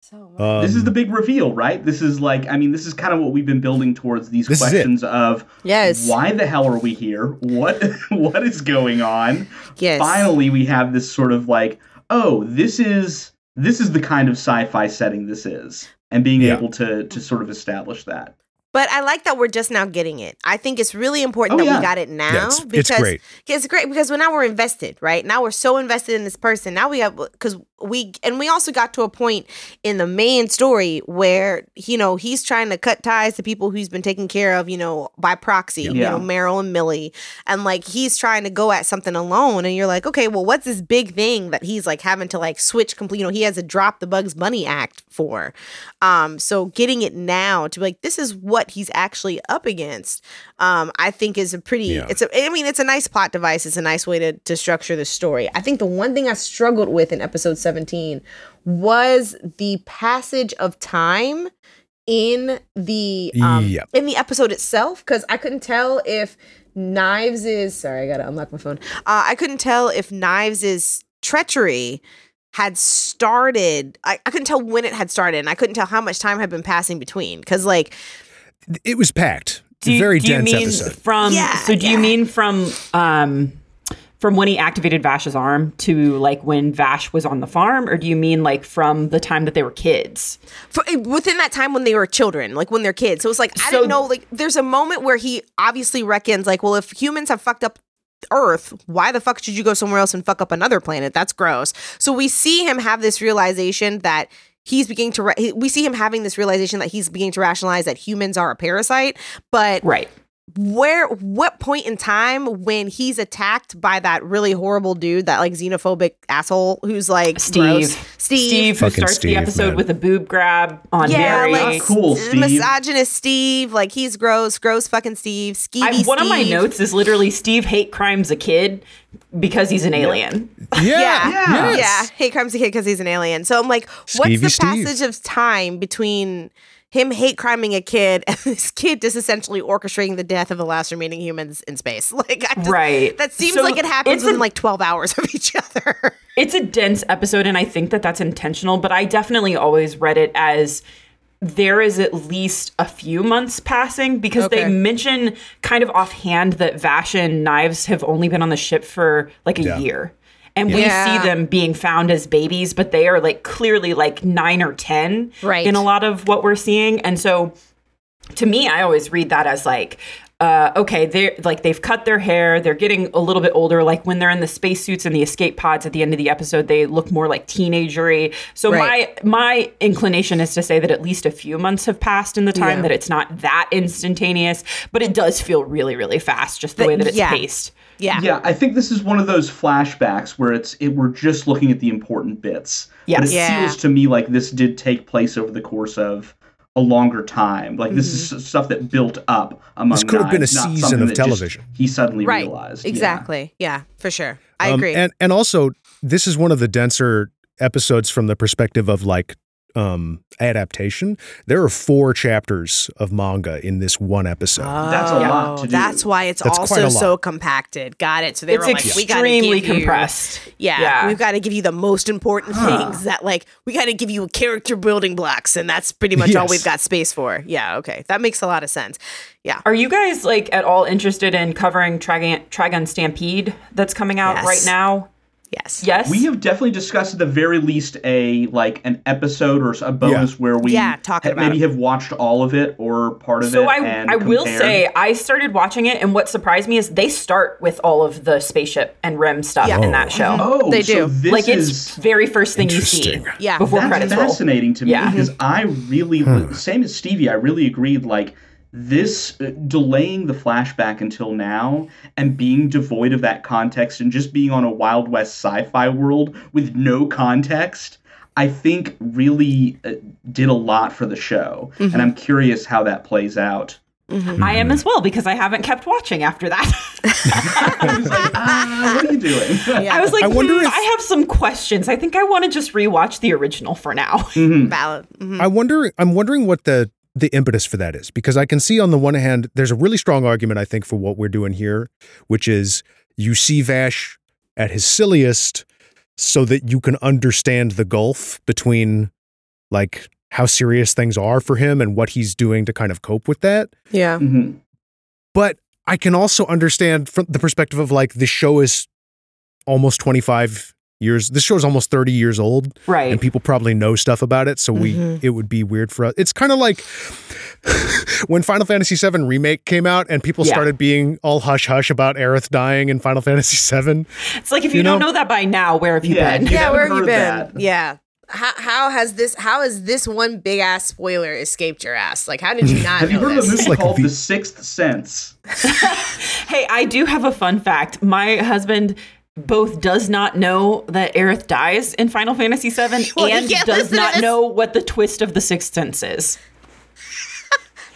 Speaker 5: So much.
Speaker 1: Um,
Speaker 3: this is the big reveal, right? This is like, I mean, this is kind of what we've been building towards these
Speaker 1: This is it.
Speaker 3: questions of
Speaker 2: yes.
Speaker 3: why the hell are we here? What (laughs) what is going on?
Speaker 2: Yes.
Speaker 3: Finally, we have this sort of like, oh, this is this is the kind of sci-fi setting this is, and being
Speaker 1: Yeah.
Speaker 3: able to to sort of establish that.
Speaker 2: But I like that we're just now getting it. I think it's really important
Speaker 3: Oh,
Speaker 2: that
Speaker 3: yeah.
Speaker 2: we got it now
Speaker 1: Yeah, it's- it's
Speaker 2: because
Speaker 1: great.
Speaker 2: it's great because well, now we're invested, right? Now we're so invested in this person. Now we have because we and we also got to a point in the main story where you know he's trying to cut ties to people who's been taken care of, you know, by proxy, you
Speaker 3: Yeah.
Speaker 2: know, Meryl and Millie, and like he's trying to go at something alone, and you're like, okay, well, what's this big thing that he's like having to like switch complete? You know, he has to drop the Bugs Bunny Act for. Um, so getting it now to be like, this is what what he's actually up against, um, I think is a pretty.
Speaker 1: Yeah.
Speaker 2: It's a. I mean, it's a nice plot device. It's a nice way to to structure the story. I think the one thing I struggled with in episode seventeen was the passage of time in the um,
Speaker 1: Yep.
Speaker 2: in the episode itself because I couldn't tell if Knives is sorry I gotta unlock my phone. Uh, I couldn't tell if Knives is treachery had started. I, I couldn't tell when it had started, and I couldn't tell how much time had been passing between because like
Speaker 1: It was packed.
Speaker 4: Do you,
Speaker 1: Very
Speaker 4: do you
Speaker 1: dense
Speaker 4: mean (laughs)
Speaker 1: episode.
Speaker 4: from?
Speaker 2: Yeah,
Speaker 4: so do
Speaker 2: yeah.
Speaker 4: you mean from? Um, from when he activated Vash's arm to like when Vash was on the farm, or do you mean like from the time that they were kids?
Speaker 2: for, eh, within that time when they were children, like when they're kids. So it's like I
Speaker 4: So-
Speaker 2: don't know. Like there's a moment where he obviously reckons like, well, if humans have fucked up Earth, why the fuck should you go somewhere else and fuck up another planet? That's gross. So we see him have this realization that he's beginning to. Ra- he- we see him having this realization that he's beginning to rationalize that humans are a parasite, but
Speaker 4: Right.
Speaker 2: where what point in time when he's attacked by that really horrible dude that like xenophobic asshole who's like
Speaker 4: Steve.
Speaker 2: gross? steve
Speaker 4: Steve, who
Speaker 1: Fucking
Speaker 4: starts
Speaker 1: Steve,
Speaker 4: the episode
Speaker 1: man.
Speaker 4: with a boob grab on
Speaker 2: yeah,
Speaker 4: Mary.
Speaker 2: like
Speaker 3: Not cool,
Speaker 2: s-
Speaker 3: Steve.
Speaker 2: misogynist Steve. Like he's gross, gross fucking Steve. Skeevy
Speaker 4: I, one of my
Speaker 2: Steve.
Speaker 4: notes is literally Steve hate crimes a kid because he's an alien.
Speaker 1: yeah.
Speaker 2: Yeah, yeah,
Speaker 1: yes.
Speaker 2: Hate crimes a kid because he's an alien. So I'm like, what's
Speaker 1: Skeevy
Speaker 2: the
Speaker 1: Steve.
Speaker 2: passage of time between him hate criming a kid and (laughs) this kid just essentially orchestrating the death of the last remaining humans in space? (laughs) Like, I just,
Speaker 4: Right.
Speaker 2: That seems
Speaker 4: So
Speaker 2: like it happens
Speaker 4: it's a-
Speaker 2: within like 12 hours of each other. (laughs)
Speaker 4: It's a dense episode, and I think that that's intentional, but I definitely always read it as there is at least a few months passing because they
Speaker 2: Okay.
Speaker 4: mention kind of offhand that Vash and Knives have only been on the ship for like a year. And we
Speaker 2: Yeah.
Speaker 4: see them being found as babies, but they are like clearly like nine or 10
Speaker 2: Right.
Speaker 4: in a lot of what we're seeing. And so to me, I always read that as like, uh, okay, they're like they've cut their hair, they're getting a little bit older. Like when they're in the spacesuits and the escape pods at the end of the episode, they look more like teenagery. So
Speaker 2: Right.
Speaker 4: my my inclination is to say that at least a few months have passed in the time
Speaker 2: Yeah.
Speaker 4: that it's not that instantaneous, but it does feel really, really fast, just the way that it's
Speaker 2: yeah.
Speaker 4: paced.
Speaker 2: Yeah.
Speaker 3: Yeah, I think this is one of those flashbacks where it's it, we're just looking at the important bits. But
Speaker 4: Yes.
Speaker 3: it
Speaker 2: Yeah.
Speaker 3: feels to me like this did take place over the course of a longer time. Like this
Speaker 2: Mm-hmm.
Speaker 3: is s- stuff that built up among.
Speaker 1: This could have been
Speaker 3: knives,
Speaker 1: a
Speaker 3: not
Speaker 1: season
Speaker 3: something
Speaker 1: of
Speaker 3: that just
Speaker 1: television.
Speaker 3: he suddenly
Speaker 2: Right.
Speaker 3: realized. Yeah.
Speaker 2: Exactly. Yeah. for sure. I
Speaker 1: Um,
Speaker 2: agree.
Speaker 1: And and also, this is one of the denser episodes from the perspective of like um adaptation. There are four chapters of manga in this one episode.
Speaker 4: Ah.
Speaker 3: That's a lot to
Speaker 2: Oh,
Speaker 3: do.
Speaker 2: That's why it's
Speaker 1: That's quite
Speaker 2: also
Speaker 1: a lot.
Speaker 2: so compacted. Got it. So they
Speaker 4: It's
Speaker 2: were like, we gotta give
Speaker 4: extremely
Speaker 2: you-
Speaker 4: compressed.
Speaker 2: Yeah,
Speaker 4: Yeah.
Speaker 2: we've got to give you the most important
Speaker 3: Huh.
Speaker 2: things that like we got to give you character building blocks, and that's pretty much all
Speaker 1: Yes.
Speaker 2: we've got space for. Yeah, okay, that makes a lot of sense. Yeah,
Speaker 4: Are you guys like at all interested in covering Trigon, Trigon Stampede that's coming out
Speaker 2: Yes.
Speaker 4: right now?
Speaker 2: yes,
Speaker 4: Yes.
Speaker 3: We have definitely discussed at the very least a like an episode or a bonus where we
Speaker 2: Yeah, talking
Speaker 3: ha-
Speaker 2: about
Speaker 3: maybe
Speaker 2: it.
Speaker 3: have watched all of it or part of it.
Speaker 4: So I
Speaker 3: and
Speaker 4: I will
Speaker 3: compared.
Speaker 4: say I started watching it, and what surprised me is they start with all of the spaceship and REM stuff
Speaker 2: Yeah.
Speaker 4: in that show.
Speaker 3: Oh,
Speaker 2: They
Speaker 3: so
Speaker 2: do.
Speaker 3: this
Speaker 4: like it's
Speaker 3: is
Speaker 4: very first thing you see
Speaker 1: Interesting.
Speaker 2: Yeah.
Speaker 4: before
Speaker 3: that's
Speaker 4: credits roll.
Speaker 3: fascinating to me
Speaker 4: Yeah.
Speaker 3: because I really same as Stevie. I really agreed. Like this uh, delaying the flashback until now and being devoid of that context and just being on a Wild West sci-fi world with no context. I think really uh, did a lot for the show,
Speaker 4: Mm-hmm.
Speaker 3: and I'm curious how that plays
Speaker 4: (laughs)
Speaker 3: out.
Speaker 4: I am as well because I haven't kept watching after that. (laughs)
Speaker 3: I was like, ah, what are you doing? (laughs)
Speaker 4: I was like,
Speaker 1: I
Speaker 4: I,
Speaker 1: wonder if-
Speaker 4: I have some questions. I think I want to just rewatch the original for now.
Speaker 3: Hmm.
Speaker 2: valid. Mhm.
Speaker 1: I wonder. I'm wondering what the the impetus for that is because I can see on the one hand, there's a really strong argument I think for what we're doing here, which is you see Vash at his silliest, so that you can understand the gulf between like how serious things are for him and what he's doing to kind of cope with that.
Speaker 2: Yeah,
Speaker 3: Mhm.
Speaker 1: But I can also understand from the perspective of like the show is almost 25 years. This show is almost 30 years old
Speaker 4: right. Mm-hmm.
Speaker 1: and people probably know stuff about it so we
Speaker 2: Mhm.
Speaker 1: it would be weird for us it's kind of like (laughs) when final fantasy VII remake came out and people
Speaker 4: Yeah.
Speaker 1: started being all hush hush about Aerith dying in final (laughs) fantasy VII.
Speaker 4: it's like if you,
Speaker 1: you
Speaker 4: don't
Speaker 1: know-
Speaker 4: know that by now, where have you
Speaker 3: Yeah.
Speaker 4: been?
Speaker 3: You
Speaker 2: yeah.
Speaker 3: haven't
Speaker 2: Where have you
Speaker 3: heard
Speaker 2: been?
Speaker 3: that.
Speaker 2: Yeah. How, how has this how has this one big ass spoiler escaped your ass? Like, how did you not
Speaker 3: (laughs) Have you
Speaker 2: know
Speaker 3: heard of a
Speaker 2: this?
Speaker 3: movie
Speaker 1: like
Speaker 3: called
Speaker 1: the-
Speaker 3: The Sixth Sense?
Speaker 4: Hey, I do have a fun fact. My husband both does not know that Aerith dies in Final Fantasy VII
Speaker 2: Well, he
Speaker 4: and
Speaker 2: can't
Speaker 4: does
Speaker 2: listen to
Speaker 4: not
Speaker 2: this.
Speaker 4: know what the twist of the Sixth Sense is.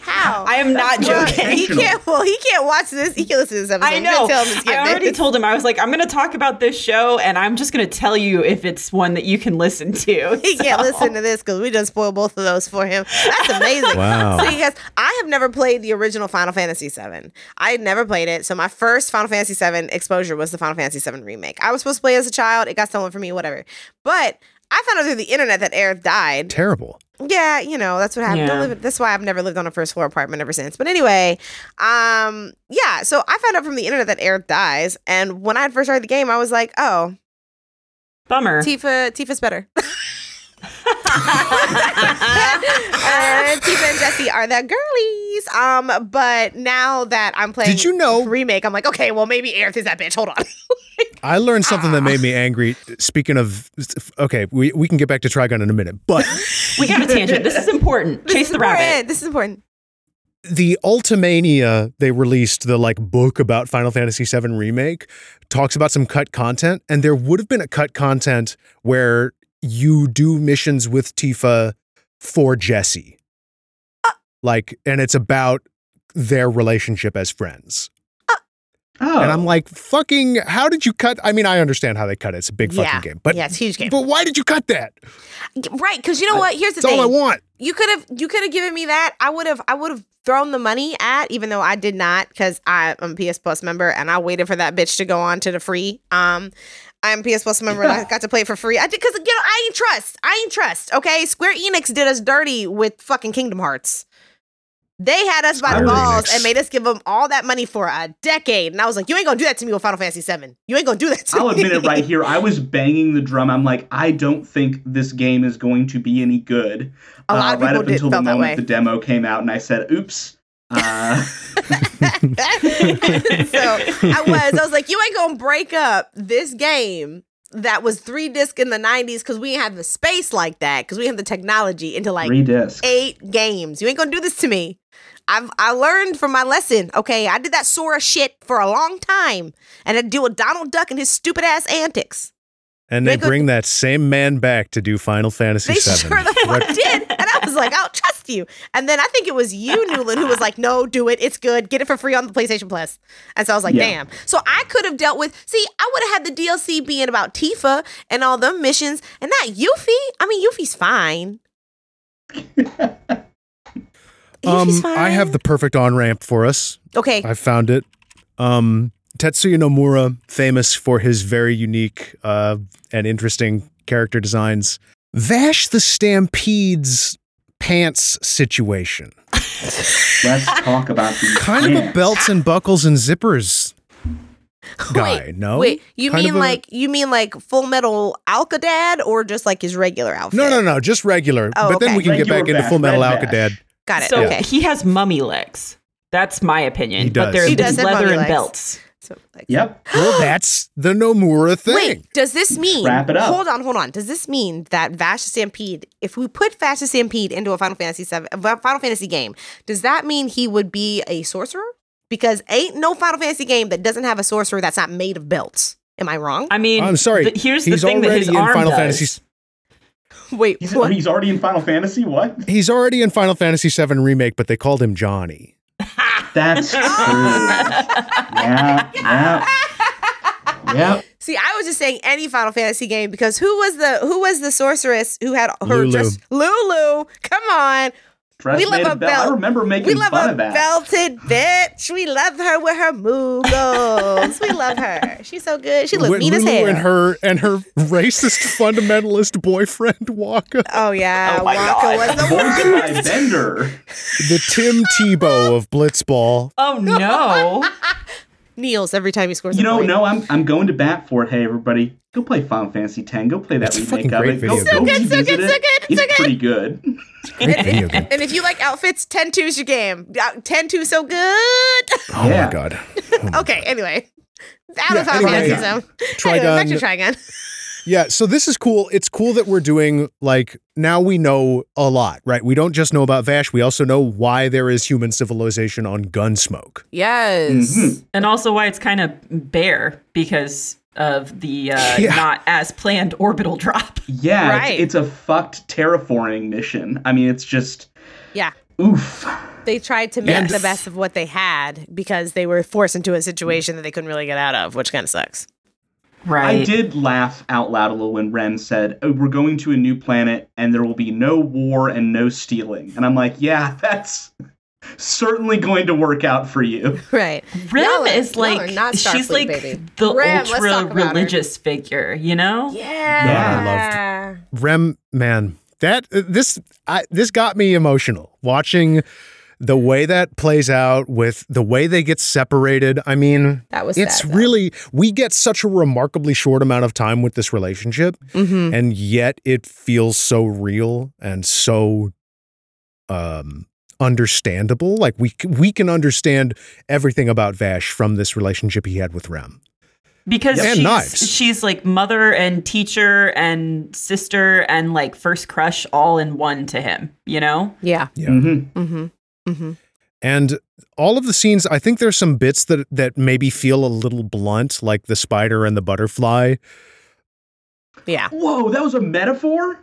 Speaker 2: How? No.
Speaker 4: I am not
Speaker 2: Well, (laughs)
Speaker 4: joking.
Speaker 2: he can't. Well, he can't watch this. He can't listen to this episode.
Speaker 4: I
Speaker 2: You gotta
Speaker 4: know.
Speaker 2: Tell him to skip
Speaker 4: I
Speaker 2: (laughs)
Speaker 4: already
Speaker 2: this.
Speaker 4: told him I was like, I'm going to talk about this show, and I'm just going to tell you if it's one that you can listen to.
Speaker 2: (laughs) He can't
Speaker 4: So-
Speaker 2: listen to this because we done spoiled both of those for him. That's amazing.
Speaker 1: Wow.
Speaker 2: So you guys, I have never played the original Final Fantasy VII. I had never played it. So my first Final Fantasy VII exposure was the Final Fantasy VII remake. I was supposed to play as a child. It got stolen from me. Whatever. But I found out through the internet that Aerith died.
Speaker 1: Terrible.
Speaker 2: Yeah, you know that's what happened. Don't
Speaker 4: Yeah.
Speaker 2: live- that's why I've never lived on a first floor apartment ever since. But anyway, um, yeah. So I found out from the internet that Aerith dies, and when I had first started the game, I was like, oh,
Speaker 4: Bummer.
Speaker 2: Tifa, Tifa's better. (laughs) uh, Tifa and Jesse are the girlies. Um, but now that I'm playing,
Speaker 1: Did you know-
Speaker 2: remake? I'm like, okay, well maybe Aerith is that bitch. Hold on.
Speaker 1: I learned something that
Speaker 4: Ah.
Speaker 1: made me angry. Speaking of, okay, we, we can get back to Trigon in a minute,
Speaker 4: (laughs)
Speaker 1: but
Speaker 4: we got a tangent. This
Speaker 2: (laughs)
Speaker 4: is important.
Speaker 2: This
Speaker 4: Chase
Speaker 2: is
Speaker 4: the rabbit.
Speaker 2: important. This is important.
Speaker 1: the Ultimania they released the like book about Final Fantasy VII remake talks about some cut content, and there would have been a cut content where you do missions with Tifa for Jesse,
Speaker 2: Uh.
Speaker 1: like, and it's about their relationship as friends.
Speaker 3: Oh,
Speaker 1: And I'm like, fucking, how did you cut? I mean, I understand how they cut it. It's a big fucking
Speaker 2: Yeah.
Speaker 1: game, but
Speaker 2: yeah, it's a huge game.
Speaker 1: but why did you cut that?
Speaker 2: Right? Because you know what? Here's the
Speaker 1: That's
Speaker 2: thing.
Speaker 1: all I want.
Speaker 2: you could have you could have given me that i would have i would have thrown the money at even though i did not because i'm a ps plus member and i waited for that bitch to go on to the free um i'm a ps plus member
Speaker 3: (laughs)
Speaker 2: and i got to play it for free i did because you know i ain't trust i ain't trust okay square enix did us dirty with fucking kingdom hearts they had us by
Speaker 1: Square
Speaker 2: the balls
Speaker 1: Enix.
Speaker 2: and made us give them all that money for a decade and i was like you ain't gonna do that to me with final fantasy 7 you ain't gonna do that to
Speaker 3: (laughs) I'll
Speaker 2: me
Speaker 3: admit it right here. I was banging the drum. I'm like, I don't think this game is going to be any good.
Speaker 2: A
Speaker 3: Uh,
Speaker 2: lot of
Speaker 3: right
Speaker 2: people
Speaker 3: up
Speaker 2: did-
Speaker 3: until the
Speaker 2: felt that
Speaker 3: moment
Speaker 2: way.
Speaker 3: the demo came out, and I said, "Oops."
Speaker 2: (laughs)
Speaker 3: Uh,
Speaker 2: so I was. I was like, you ain't gonna break up this game that was three disc in the '90s because we didn't have the space like that because we didn't have the technology into (laughs) like eh,
Speaker 3: three discs.
Speaker 2: eight games. You ain't gonna do this to me. I've I learned from my lesson. Okay, I did that Sora shit for a long time, and I deal with Donald Duck and his stupid ass antics.
Speaker 1: And they
Speaker 2: They could-
Speaker 1: bring that same man back to do Final Fantasy
Speaker 2: They
Speaker 1: VII.
Speaker 2: sure the
Speaker 1: What-
Speaker 2: fuck did, and I was like, I'll trust you. And then I think it was you, Newland, who was like, No, do it. It's good. Get it for free on the PlayStation Plus. And so I was like,
Speaker 3: Yeah.
Speaker 2: Damn. So I could have dealt with. See, I would have had the DLC being about Tifa and all them missions, and not Yuffie. I mean,
Speaker 1: (laughs)
Speaker 2: Yuffie's fine.
Speaker 1: Um,
Speaker 2: Yuffie's fine.
Speaker 1: I have the perfect on ramp for us.
Speaker 2: okay.
Speaker 1: I found it. Um, Tetsuya Nomura, famous for his very unique uh, and interesting character designs, Vash the Stampede's pants situation.
Speaker 2: (laughs)
Speaker 3: Let's talk about these.
Speaker 1: Kind of a
Speaker 3: (laughs) pants.
Speaker 1: belts and buckles and zippers guy,
Speaker 2: wait,
Speaker 1: no?
Speaker 2: Wait, you
Speaker 1: Kind of
Speaker 2: mean
Speaker 1: a-
Speaker 2: like you mean like Full Metal Alcadad or just like his regular outfit?
Speaker 1: No, no, no, just regular.
Speaker 2: Oh,
Speaker 1: but then
Speaker 2: okay.
Speaker 1: we can
Speaker 3: Regular
Speaker 1: get back into
Speaker 3: Vash,
Speaker 1: Full Metal
Speaker 3: Red Vash.
Speaker 1: Alcadad.
Speaker 2: Got it.
Speaker 4: So
Speaker 2: okay.
Speaker 4: he has mummy legs. That's my opinion.
Speaker 1: He
Speaker 4: But
Speaker 1: does.
Speaker 4: they're
Speaker 1: He
Speaker 2: does have
Speaker 4: leather
Speaker 2: mummy
Speaker 4: and
Speaker 2: legs.
Speaker 4: belts.
Speaker 2: So, like-
Speaker 3: Yep.
Speaker 1: Well, that's the Nomura thing.
Speaker 2: Wait, does this mean?
Speaker 3: Wrap it up.
Speaker 2: Hold on, hold on. Does this mean that Vash the Stampede, if we put Vash the Stampede into a Final Fantasy seven, a Final Fantasy game, does that mean he would be a sorcerer? Because ain't no Final Fantasy game that doesn't have a sorcerer that's not made of belts. Am I wrong?
Speaker 4: I mean,
Speaker 1: I'm sorry.
Speaker 4: th- here's
Speaker 1: he's
Speaker 4: the thing that
Speaker 1: already
Speaker 4: his
Speaker 1: in
Speaker 4: arm
Speaker 1: Final
Speaker 4: does.
Speaker 1: Fantasy.
Speaker 2: (laughs) Wait,
Speaker 3: He's,
Speaker 2: what?
Speaker 3: he's already in Final Fantasy. What?
Speaker 1: He's already in Final Fantasy VII remake, but they called him Johnny.
Speaker 2: (laughs)
Speaker 3: That's true. yeah. Yeah. Yep.
Speaker 2: See, I was just saying any Final Fantasy game because who was the who was the sorceress who had her
Speaker 1: Lulu.
Speaker 2: dress? Lulu. Come on,
Speaker 3: Dress
Speaker 2: We love
Speaker 3: made
Speaker 2: a
Speaker 3: of belt. I
Speaker 2: belt.
Speaker 3: remember making
Speaker 2: we love
Speaker 3: fun
Speaker 2: a
Speaker 3: of that.
Speaker 2: belted
Speaker 3: (laughs)
Speaker 2: bitch. We love her with her moogles. we love her. She's so good. She looked
Speaker 1: When
Speaker 2: mean as
Speaker 1: Lulu
Speaker 2: hell.
Speaker 1: and her and her (laughs) racist fundamentalist boyfriend Waka,
Speaker 2: Oh yeah,
Speaker 4: Oh my
Speaker 2: Waka
Speaker 4: God.
Speaker 2: was the worst.
Speaker 3: Voiced by
Speaker 2: (laughs)
Speaker 3: Bender.
Speaker 1: the Tim Tebow of Blitzball.
Speaker 4: Oh no!
Speaker 2: Kneels every time he scores.
Speaker 3: You
Speaker 2: a
Speaker 3: know,
Speaker 2: point.
Speaker 3: no, I'm I'm going to bat for it. Hey, everybody, go play Final Fantasy X. Go play that
Speaker 1: It's a
Speaker 3: remake
Speaker 1: fucking
Speaker 3: of
Speaker 1: great
Speaker 3: it. Go,
Speaker 1: video
Speaker 3: go
Speaker 1: game.
Speaker 2: So good, so
Speaker 3: revisit
Speaker 2: good, so
Speaker 3: it.
Speaker 2: good,
Speaker 3: It's
Speaker 2: so good.
Speaker 3: pretty good.
Speaker 1: Great video game.
Speaker 2: And if you like outfits, 10 2's your game. 10 2 so good.
Speaker 1: Oh
Speaker 3: Yeah.
Speaker 1: my god.
Speaker 2: okay, anyway. Out
Speaker 1: Yeah,
Speaker 2: of Final
Speaker 1: anyway,
Speaker 2: Fantasy Zone. Anyway, back to Trigun.
Speaker 1: Yeah, so this is cool. It's cool that we're doing like now we know a lot, right? We don't just know about Vash, we also know why there is human civilization on Gunsmoke.
Speaker 2: Yes.
Speaker 1: Mm-hmm.
Speaker 3: Mhm.
Speaker 4: (laughs) and also why it's kind of bare because of the uh,
Speaker 1: Yeah.
Speaker 4: not as planned orbital drop.
Speaker 3: Yeah, it's-
Speaker 2: Right.
Speaker 3: it's a fucked terraforming mission. I mean, it's just
Speaker 2: Yeah.
Speaker 3: oof.
Speaker 2: they tried to make
Speaker 1: And-
Speaker 2: the best of what they had because they were forced into a situation that they couldn't really get out of, which kind of sucks.
Speaker 4: (laughs) Right.
Speaker 3: I did laugh out loud a little when Ren said, oh, "We're going to a new planet, and there will be no war and no stealing." And I'm like, "Yeah, (laughs) that's certainly going to work out for you."
Speaker 2: Right.
Speaker 4: Rem
Speaker 5: Y'all are-
Speaker 4: is
Speaker 5: y'all are
Speaker 4: like
Speaker 5: not Starfleet,
Speaker 4: she's like
Speaker 5: baby.
Speaker 4: the
Speaker 5: Rem, let's
Speaker 4: ultra
Speaker 5: talk about her.
Speaker 4: religious figure, you know?
Speaker 2: Yeah.
Speaker 1: Rem man, that uh, this I, this got me emotional watching the way that plays out with the way they get separated. I mean,
Speaker 5: That was
Speaker 1: it's
Speaker 5: sad, though.
Speaker 1: really we get such a remarkably short amount of time with this relationship
Speaker 2: Mm-hmm.
Speaker 1: and yet it feels so real and so um understandable. Like we c- we can understand everything about Vash from this relationship he had with Rem.
Speaker 4: Because
Speaker 1: Yep. And
Speaker 4: she's,
Speaker 1: knives.
Speaker 4: she's like mother and teacher and sister and like first crush all in one to him, you know?
Speaker 2: Yeah.
Speaker 1: Yeah.
Speaker 3: hmm
Speaker 2: Mm-hmm. Mm-hmm.
Speaker 1: And all of the scenes, I think there's some bits that that maybe feel a little blunt, like the spider and the butterfly.
Speaker 2: Yeah.
Speaker 3: Whoa, that was a metaphor.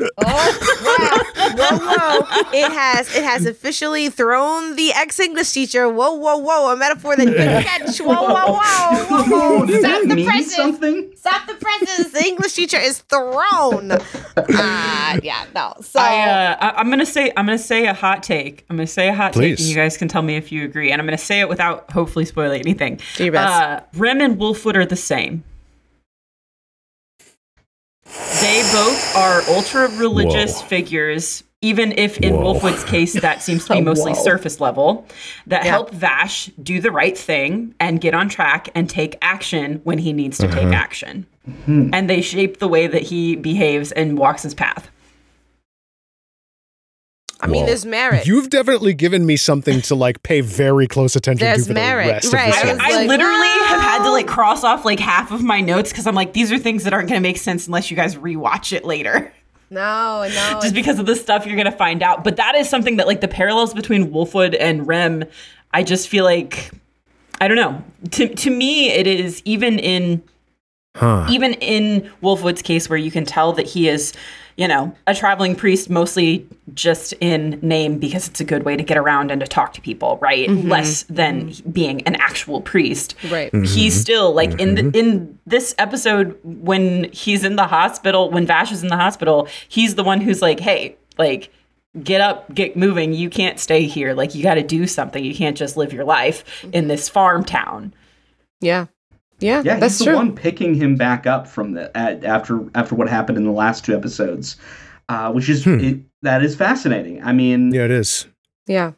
Speaker 5: Oh, wow.
Speaker 2: whoa, whoa! (laughs) It has it has officially thrown the ex English teacher. Whoa, whoa, whoa! A metaphor that you can catch. Whoa, whoa, whoa! whoa.
Speaker 3: (laughs) Did
Speaker 2: Stop
Speaker 3: that
Speaker 2: the
Speaker 3: mean
Speaker 2: presses!
Speaker 3: something?
Speaker 2: Stop the presses! The English teacher is
Speaker 3: (laughs)
Speaker 2: thrown. Uh, yeah, no. So
Speaker 4: I, uh, I, I'm gonna say I'm gonna say a hot take. I'm gonna say a hot take,
Speaker 1: Please.
Speaker 4: and you guys can tell me if you agree. And I'm gonna say it without hopefully spoiling anything.
Speaker 2: Do your best.
Speaker 4: Uh, Rem and Wolfwood are the same. They both are ultra religious
Speaker 1: Whoa.
Speaker 4: figures. Even if in
Speaker 1: Whoa.
Speaker 4: Wolfwood's case that
Speaker 2: (laughs)
Speaker 4: seems to be mostly surface level, that
Speaker 2: Yeah.
Speaker 4: help Vash do the right thing and get on track and take action when he needs to
Speaker 1: Uh-huh.
Speaker 4: take action. And they shape the way that he behaves and walks his path.
Speaker 2: I mean,
Speaker 1: Whoa.
Speaker 2: there's merit.
Speaker 1: You've definitely given me something to like pay very close attention
Speaker 2: There's
Speaker 1: to for
Speaker 2: merit,
Speaker 1: the rest
Speaker 2: right.
Speaker 1: of the
Speaker 4: I,
Speaker 1: show.
Speaker 4: I
Speaker 5: like,
Speaker 4: literally have had to like cross off like half of my notes because I'm like, these are things that aren't going to make sense unless you guys rewatch it later, (laughs)
Speaker 5: no, no.
Speaker 4: just because of the stuff you're going to find out. But that is something that like the parallels between Wolfwood and Rem, I just feel like, I don't know. To to me, it is even in
Speaker 1: Huh.
Speaker 4: even in Wolfwood's case, where you can tell that he is, you know, a traveling priest mostly just in name because it's a good way to get around and to talk to people, right? Less than being an actual priest.
Speaker 5: Right.
Speaker 4: He's still like in the, in this episode when he's in the hospital, when Vash is in the hospital, he's the one who's like, "Hey, like get up, get moving. You can't stay here. Like you got to do something. You can't just live your life in this farm town."
Speaker 2: yeah, yeah,
Speaker 3: Yeah,
Speaker 2: that's
Speaker 3: he's
Speaker 2: true.
Speaker 3: the one picking him back up from the at, after after what happened in the last two episodes, uh, which is it, that is fascinating. I mean,
Speaker 1: Hmm. Yeah, it is.
Speaker 2: Yeah,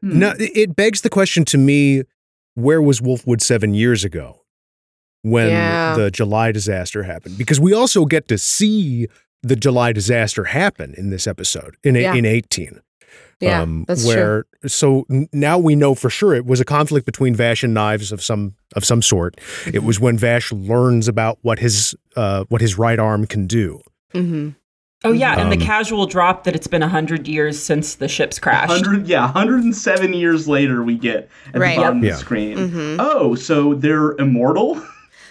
Speaker 2: Mm-hmm.
Speaker 3: hmm.
Speaker 1: No, it- it begs the question to me: Where was Wolfwood seven years ago, when
Speaker 2: Yeah.
Speaker 1: the July disaster happened? Because we also get to see the July disaster happen in this episode in
Speaker 2: Yeah.
Speaker 1: in eighteen.
Speaker 2: yeah, that's true.
Speaker 1: um, where so n- now we know for sure it was a conflict between Vash and Knives of some of some sort.
Speaker 2: Mm-hmm.
Speaker 1: It was when Vash learns about what his uh, what his right arm can do.
Speaker 2: Mm-hmm.
Speaker 4: Oh yeah,
Speaker 1: Um,
Speaker 4: and the casual drop that it's been hundred years since the ship's crashed.
Speaker 3: Hundred, yeah, 107 years later, we get at
Speaker 2: Right.
Speaker 3: the
Speaker 1: Yep.
Speaker 3: bottom of
Speaker 1: Yeah.
Speaker 3: the screen.
Speaker 2: Mhm.
Speaker 3: Oh, so they're immortal? (laughs)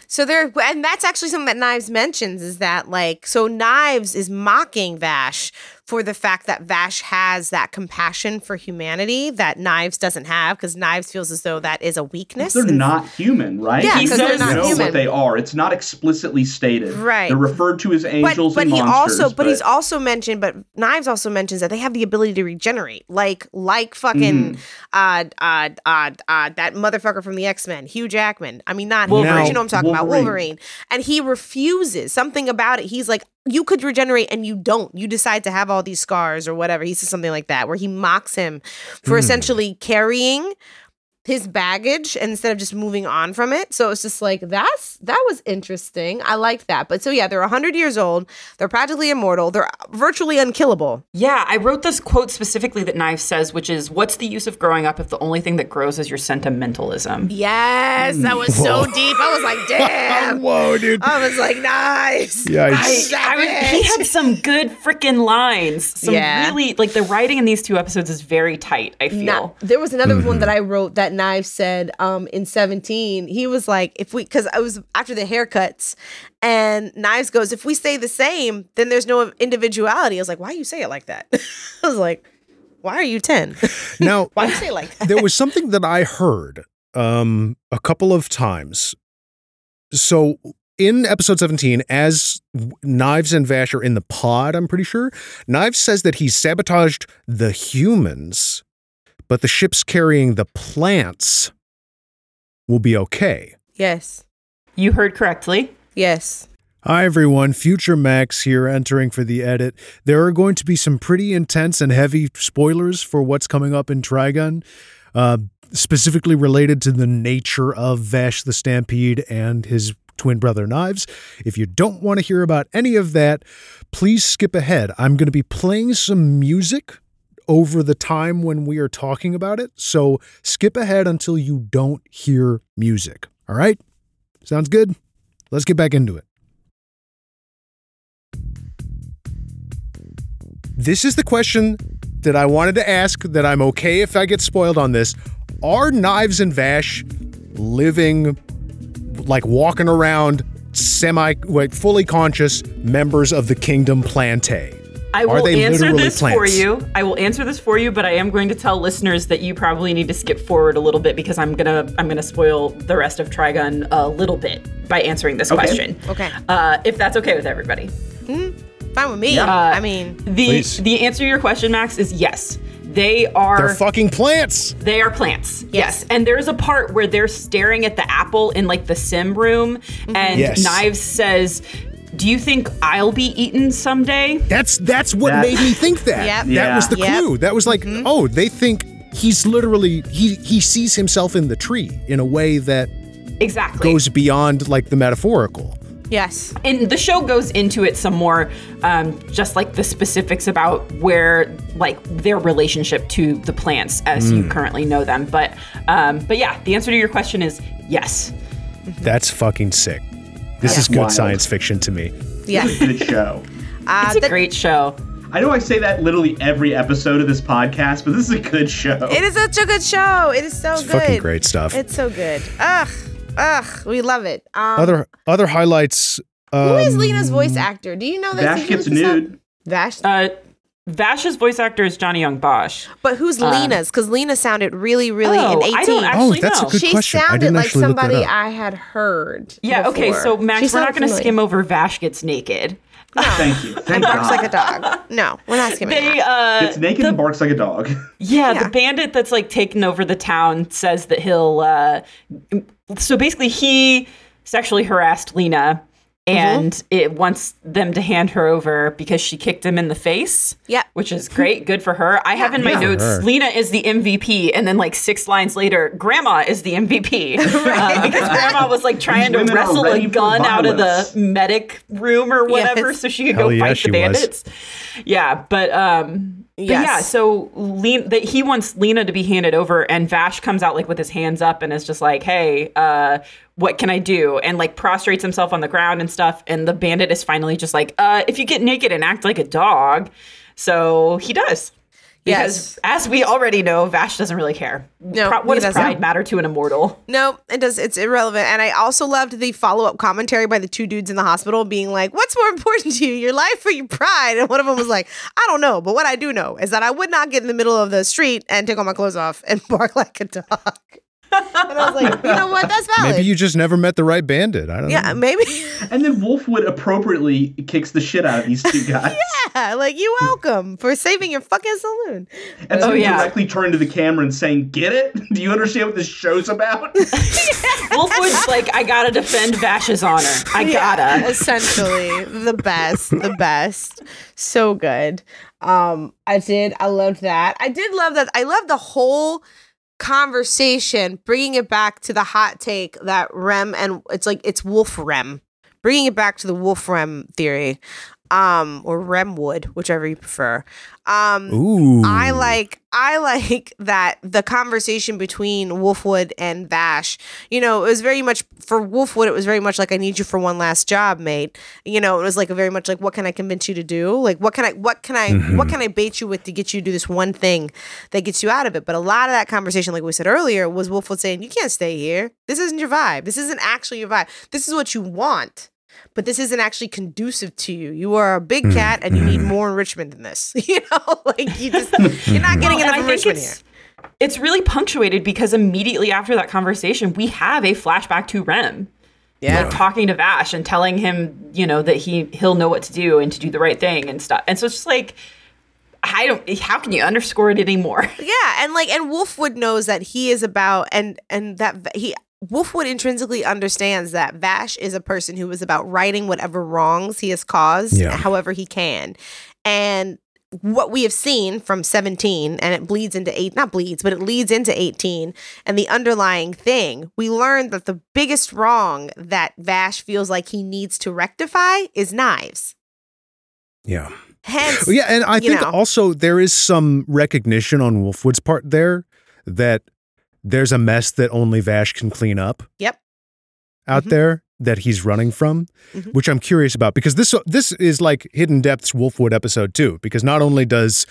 Speaker 2: So there, and that's actually something that Knives mentions is that like, so Knives is mocking Vash for the fact that Vash has that compassion for humanity that Knives doesn't have because Knives feels as though that is a weakness.
Speaker 3: They're
Speaker 2: And-
Speaker 3: not human, right?
Speaker 2: Yeah,
Speaker 4: He 'cause they're says- not
Speaker 3: know
Speaker 2: human.
Speaker 3: what they are. It's not explicitly stated.
Speaker 2: Right.
Speaker 3: They're referred to as
Speaker 2: But,
Speaker 3: angels
Speaker 2: but
Speaker 3: and
Speaker 2: he
Speaker 3: monsters.
Speaker 2: also, but, he's also mentioned, but Knives also mentions that they have the ability to regenerate, like like fucking
Speaker 3: Mm-hmm.
Speaker 2: uh, uh, uh, uh, that motherfucker from the X Men, Hugh Jackman. I mean, not him, but
Speaker 1: Wolverine.
Speaker 2: you know what I'm talking about,
Speaker 3: Wolverine.
Speaker 2: Wolverine. And he refuses something about it. He's like, you could regenerate, and you don't. You decide to have all these scars or whatever. He says something like that, where he mocks him
Speaker 3: Hmm.
Speaker 2: for essentially carrying his baggage instead of just moving on from it. So it's just like that's that was interesting. I like that. But so yeah, they're 100 years old. They're practically immortal. They're virtually unkillable.
Speaker 4: Yeah, I wrote this quote specifically that Knives says, which is, "What's the use of growing up if the only thing that grows is your sentimentalism?"
Speaker 2: Yes, that was so deep. I was like, damn.
Speaker 1: Whoa, dude!
Speaker 2: I was like, nice.
Speaker 1: Yikes.
Speaker 4: I was, he had some good freaking lines. Some
Speaker 2: Yeah.
Speaker 4: really like the writing in these two episodes is very tight. I feel.
Speaker 2: Nah, there was another one
Speaker 1: Mm-hmm.
Speaker 2: that I wrote that Knives said um, in 17. He was like, if we, because I was after the haircuts, and Knives goes, if we stay the same, then there's no individuality. (laughs) I was like, why you say it like that? I was like, why are you 10?
Speaker 1: Now,
Speaker 2: Why you say it like that?
Speaker 1: there was something that I heard um, a couple of times. So in episode 17, as Knives and Vash are in the pod, I'm pretty sure, Knives says that he sabotaged the humans, but the ships carrying the plants will be okay.
Speaker 2: Yes.
Speaker 4: You heard correctly.
Speaker 2: Yes.
Speaker 1: Hi, everyone. Future Max here, entering for the edit. There are going to be some pretty intense and heavy spoilers for what's coming up in Trigun, uh, specifically related to the nature of Vash the Stampede and his twin brother Knives. If you don't want to hear about any of that, please skip ahead. I'm going to be playing some music over the time when we are talking about it, so skip ahead until you don't hear music. All right? Sounds good? Let's get back into it. This is the question that I wanted to ask that I'm okay if I get spoiled on this. Are Knives and Vash living, like walking around, semi, like fully conscious members of the Kingdom Plantae?
Speaker 4: I
Speaker 1: Are
Speaker 4: will
Speaker 1: they
Speaker 4: answer
Speaker 1: literally
Speaker 4: this for
Speaker 1: plants?
Speaker 4: you. I will answer this for you, but I am going to tell listeners that you probably need to skip forward a little bit because I'm gonna I'm gonna spoil the rest of Trigun a little bit by answering this question.
Speaker 2: Okay.
Speaker 4: Uh, if that's okay with everybody.
Speaker 2: Fine with me. I mean,
Speaker 4: The
Speaker 1: Please.
Speaker 4: the answer to your question, Max, is yes. They are
Speaker 1: They're fucking plants.
Speaker 4: They are plants. Yes. And there's a part where they're staring at the apple in like the sim room
Speaker 2: Mm-hmm.
Speaker 4: and
Speaker 1: Yes.
Speaker 4: Knives says, "Do you think I'll be eaten someday?"
Speaker 1: That's that's what
Speaker 3: That-
Speaker 1: made me think that.
Speaker 2: Yep.
Speaker 1: That
Speaker 3: Yeah.
Speaker 1: was the
Speaker 2: Yep. Mm-hmm.
Speaker 1: clue. That was like, oh, they think he's literally he he sees himself in the tree in a way that
Speaker 4: Exactly.
Speaker 1: goes beyond like the metaphorical.
Speaker 2: yes.
Speaker 4: and the show goes into it some more um, just like the specifics about where like their relationship to the plants as
Speaker 1: Mm.
Speaker 4: you currently know them but um, but yeah the answer to your question is yes
Speaker 1: That's fucking sick. This is
Speaker 3: That's
Speaker 1: good
Speaker 3: wild.
Speaker 1: science fiction to me.
Speaker 2: Yes.
Speaker 3: Good show.
Speaker 2: Uh,
Speaker 4: it's a
Speaker 2: the-
Speaker 4: great show
Speaker 3: I know I say that literally every episode of this podcast, but this is a good show.
Speaker 2: It is such a good show. It is so
Speaker 1: It's
Speaker 2: good.
Speaker 1: fucking great stuff.
Speaker 2: It's so good. Ugh. Ugh. We love it. Um,
Speaker 1: other other highlights.
Speaker 2: who is
Speaker 1: um,
Speaker 2: Lena's voice actor? Do you know that?
Speaker 3: Vash
Speaker 2: Did you
Speaker 3: gets
Speaker 2: look this up?
Speaker 3: nude.
Speaker 2: Vash.
Speaker 4: uh, vash's voice actor is johnny young bosch
Speaker 2: But who's Lena's? Because Lena sounded really, really
Speaker 4: uh, Oh,
Speaker 2: in
Speaker 4: I
Speaker 2: 18.
Speaker 4: don't actually-
Speaker 1: Oh, that's a
Speaker 4: know.
Speaker 1: good
Speaker 2: she
Speaker 1: question. I
Speaker 2: sounded
Speaker 1: didn't
Speaker 2: like
Speaker 1: actually look
Speaker 2: somebody
Speaker 1: that up.
Speaker 2: I had heard.
Speaker 4: yeah okay
Speaker 2: before.
Speaker 4: so
Speaker 2: She
Speaker 4: max we're not
Speaker 2: sounded
Speaker 4: going to
Speaker 2: familiar.
Speaker 4: skim over vash gets naked
Speaker 3: Thank you.
Speaker 2: (laughs)
Speaker 3: Thank
Speaker 2: And barks
Speaker 3: God.
Speaker 2: like a
Speaker 4: (laughs)
Speaker 2: dog. No, we're not skimming.
Speaker 4: they
Speaker 2: that.
Speaker 4: uh,
Speaker 3: It's naked and barks like a dog. (laughs)
Speaker 4: Yeah,
Speaker 2: Yeah.
Speaker 4: the bandit that's like taken over the town says that he'll. Uh, so basically, he sexually harassed Lena,
Speaker 2: Mm-hmm.
Speaker 4: and it wants them to hand her over because she kicked him in the face.
Speaker 2: Yep.
Speaker 4: which is great, good for her. I have in my
Speaker 1: Yeah. Good for
Speaker 4: notes
Speaker 1: her.
Speaker 4: Lena is the MVP, and then like six lines later, Grandma is
Speaker 2: (laughs)
Speaker 4: the MVP uh, because Grandma was like trying to
Speaker 3: women are
Speaker 4: wrestle
Speaker 3: ready
Speaker 4: a
Speaker 3: for
Speaker 4: gun out of the
Speaker 3: violence.
Speaker 4: medic room or whatever,
Speaker 2: Yes.
Speaker 4: so she could
Speaker 1: Hell
Speaker 4: go
Speaker 1: yeah,
Speaker 4: fight
Speaker 1: she
Speaker 4: the
Speaker 1: was.
Speaker 4: bandits. Yeah, but um, but
Speaker 2: Yes.
Speaker 4: yeah. So Lena, that he wants Lena to be handed over, and Vash comes out like with his hands up and is just like, "Hey, uh, what can I do?" And like prostrates himself on the ground and stuff. And the bandit is finally just like, uh, "If you get naked and act like a dog," so he does. Because
Speaker 2: Yes.
Speaker 4: as we already know, Vash doesn't really care.
Speaker 2: No, he
Speaker 4: what does
Speaker 2: doesn't.
Speaker 4: pride matter to
Speaker 2: (laughs)
Speaker 4: an immortal?
Speaker 2: no, it does. It's irrelevant. And I also loved the follow up commentary by the two dudes in the hospital being like, "What's more important to you, your life or your pride?" And one of them was like, "I don't know, but what I do know is that I would not get in the middle of the street and take all my clothes off and (laughs) bark like a dog." and I was like, "You know what? That's valid."
Speaker 1: Maybe you just never met the right bandit. I don't
Speaker 2: yeah,
Speaker 1: know.
Speaker 2: maybe.
Speaker 3: and then Wolfwood appropriately kicks the shit out of these
Speaker 2: (laughs)
Speaker 3: two guys.
Speaker 2: Yeah, like you welcome for saving your fucking saloon.
Speaker 3: And then
Speaker 4: Oh, yeah.
Speaker 3: directly turn to the camera and saying, Get it? (laughs) Do you understand what this show's (laughs) about?
Speaker 4: Wolfwood's like, I gotta defend Vash's honor. I gotta.
Speaker 2: essentially the best the best so good um i did i loved that i did love that i loved the whole conversation bringing it back to the hot take that rem and it's like it's wolf rem bringing it back to the wolf rem theory um or rem wood whichever you prefer um
Speaker 1: Ooh.
Speaker 2: I like I like (laughs) that the conversation between Wolfwood and Vash, you know, it was very much for Wolfwood, it was very much like I need you for one last job, mate. You know, it was like a very much like what can I convince you to do? Like what can I what can I what can I bait you with to get you to do this one thing that gets you out of it? But a lot of that conversation, like we said earlier, was Wolfwood saying, You can't stay here. This isn't your vibe. This isn't actually your vibe. This is what you want. but this isn't actually conducive to you. You are a big cat and you need more enrichment than this. (laughs) You know, like you just you're not getting
Speaker 4: Well, and
Speaker 2: enough enrichment here.
Speaker 4: it's, it's really punctuated because immediately after that conversation, we have a flashback to Rem.
Speaker 2: Yeah.
Speaker 4: Like, talking to Vash and telling him, you know, that he he'll know what to do and to do the right thing and stuff. And so it's just like I don't how can you underscore it anymore? (laughs)
Speaker 2: Yeah, and like and Wolfwood knows that he is about and and that v- he Wolfwood intrinsically understands that Vash is a person who is about righting whatever wrongs he has caused,
Speaker 1: Yeah.
Speaker 2: however he can. And what we have seen from 17 and it bleeds into 8 not bleeds but it leads into 18 and the underlying thing we learned that the biggest wrong that Vash feels like he needs to rectify is knives
Speaker 1: Yeah.
Speaker 2: hence
Speaker 1: Well, Oh, yeah, and I
Speaker 2: you
Speaker 1: think
Speaker 2: know.
Speaker 1: also there is some recognition on Wolfwood's part there that there's a mess that only Vash can clean up.
Speaker 2: Yep.
Speaker 1: Out
Speaker 2: Mhm.
Speaker 1: there that he's running from,
Speaker 2: Mhm.
Speaker 1: which I'm curious about because this this is like Hidden Depths Wolfwood episode too. Because not only does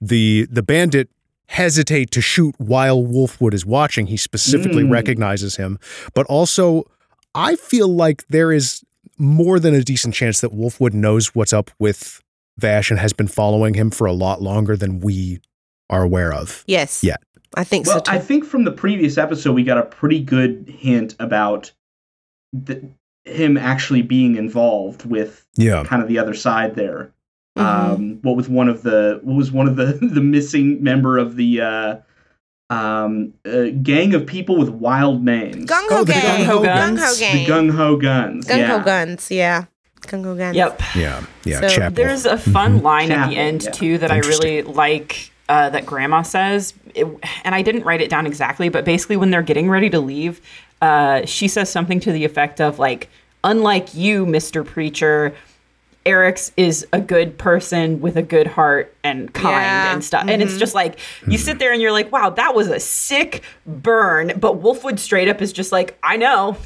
Speaker 1: the the bandit hesitate to shoot while Wolfwood is watching, he specifically
Speaker 3: Mm.
Speaker 1: recognizes him, but also I feel like there is more than a decent chance that Wolfwood knows what's up with Vash and has been following him for a lot longer than we are aware of.
Speaker 2: yes
Speaker 1: Yeah.
Speaker 2: i think so
Speaker 3: Well,
Speaker 2: too
Speaker 3: I think from the previous episode, we got a pretty good hint about th- him actually being involved with
Speaker 1: Yeah.
Speaker 3: kind of the other side there.
Speaker 2: Mhm.
Speaker 3: Um, what was one of the what was one of the (laughs) the missing member of the uh, um, uh, gang of people with wild names?
Speaker 2: Gung
Speaker 1: Oh,
Speaker 2: Ho
Speaker 1: the
Speaker 2: Gang.
Speaker 4: Gung Ho
Speaker 2: Gung
Speaker 4: Guns.
Speaker 2: Ho
Speaker 3: the
Speaker 2: Gang.
Speaker 3: Gung Ho Guns.
Speaker 2: Gung Ho
Speaker 3: yeah.
Speaker 2: Guns. Yeah. Gung Ho Guns.
Speaker 4: Yep.
Speaker 1: Yeah. Yeah.
Speaker 2: So
Speaker 1: Chapel.
Speaker 4: There's a fun line at the
Speaker 3: Chapel,
Speaker 4: end
Speaker 3: yeah.
Speaker 4: too that I really like uh, that Grandma says, It- and I didn't write it down exactly, but basically when they're getting ready to leave, uh, she says something to the effect of like, "Unlike you, Mister Preacher." Eric's is a good person with a good heart and kind
Speaker 2: Yeah.
Speaker 4: and stuff. And
Speaker 3: Mm-hmm.
Speaker 4: it's just like you sit there and you're like, wow, that was a sick burn. But Wolfwood straight up is just like, I know.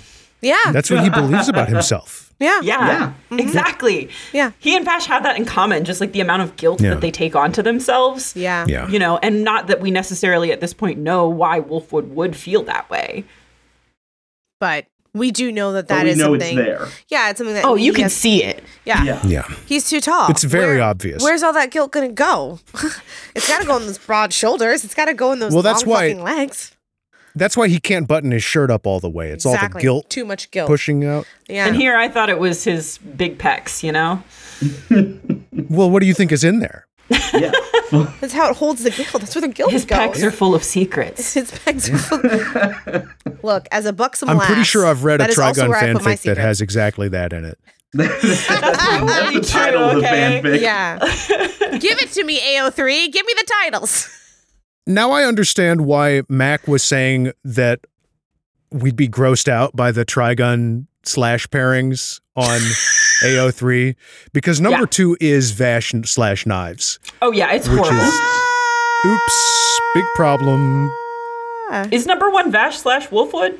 Speaker 2: Yeah.
Speaker 1: That's what he believes about himself.
Speaker 2: yeah.
Speaker 4: Yeah. Mm-hmm.
Speaker 3: Yeah.
Speaker 4: Exactly.
Speaker 2: Yeah.
Speaker 4: He and Vash have that in common, just like the amount of guilt
Speaker 1: Yeah.
Speaker 4: that they take onto themselves.
Speaker 2: Yeah.
Speaker 1: Yeah.
Speaker 4: You know, and not that we necessarily at this point know why Wolfwood would feel that way.
Speaker 2: But we do know that
Speaker 3: But
Speaker 2: that
Speaker 3: we
Speaker 2: is
Speaker 3: know it's
Speaker 2: something.
Speaker 3: there.
Speaker 2: Yeah, it's something that.
Speaker 4: Oh, you
Speaker 2: he
Speaker 4: can
Speaker 2: has-
Speaker 4: see it.
Speaker 2: Yeah.
Speaker 3: Yeah.
Speaker 1: Yeah.
Speaker 2: He's too tall.
Speaker 1: It's very obvious.
Speaker 2: Where's all that guilt gonna go? (laughs) it's gotta go on those broad shoulders. It's gotta go in those
Speaker 1: Well, that's
Speaker 2: long
Speaker 1: why-
Speaker 2: fucking legs.
Speaker 1: That's why he can't button his shirt up all the way. It's all the
Speaker 2: exactly.
Speaker 1: guilt
Speaker 2: Too much guilt.
Speaker 1: pushing out.
Speaker 2: Yeah.
Speaker 4: And here I thought it was his big pecs, you know?
Speaker 1: Well, what do you think is in there?
Speaker 3: Yeah.
Speaker 2: that's how it holds the guilt. That's where the guilt
Speaker 4: His
Speaker 2: goes.
Speaker 4: pecs are full of
Speaker 2: (laughs)
Speaker 4: secrets.
Speaker 2: His pecs are full- Look, as a buxom
Speaker 1: I'm
Speaker 2: lass,
Speaker 1: pretty sure I've read a
Speaker 2: that is also
Speaker 1: Trigon
Speaker 2: where I put my
Speaker 1: fanfic that
Speaker 2: secret. (laughs)
Speaker 1: has exactly that in it.
Speaker 3: That's the
Speaker 4: True,
Speaker 3: title of the
Speaker 4: okay.
Speaker 3: fanfic.
Speaker 4: (laughs)
Speaker 2: Yeah. Give it to me, AO3. Give me the titles.
Speaker 1: Now I understand why Mac was saying that we'd be grossed out by the Trigun slash pairings
Speaker 2: (laughs)
Speaker 1: on AO3 because number
Speaker 4: Yeah.
Speaker 1: two is Vash n- slash Knives.
Speaker 4: Oh, yeah, it's
Speaker 1: Which
Speaker 4: horrible.
Speaker 1: is- Oops, big problem.
Speaker 4: Is number one Vash slash Wolfwood?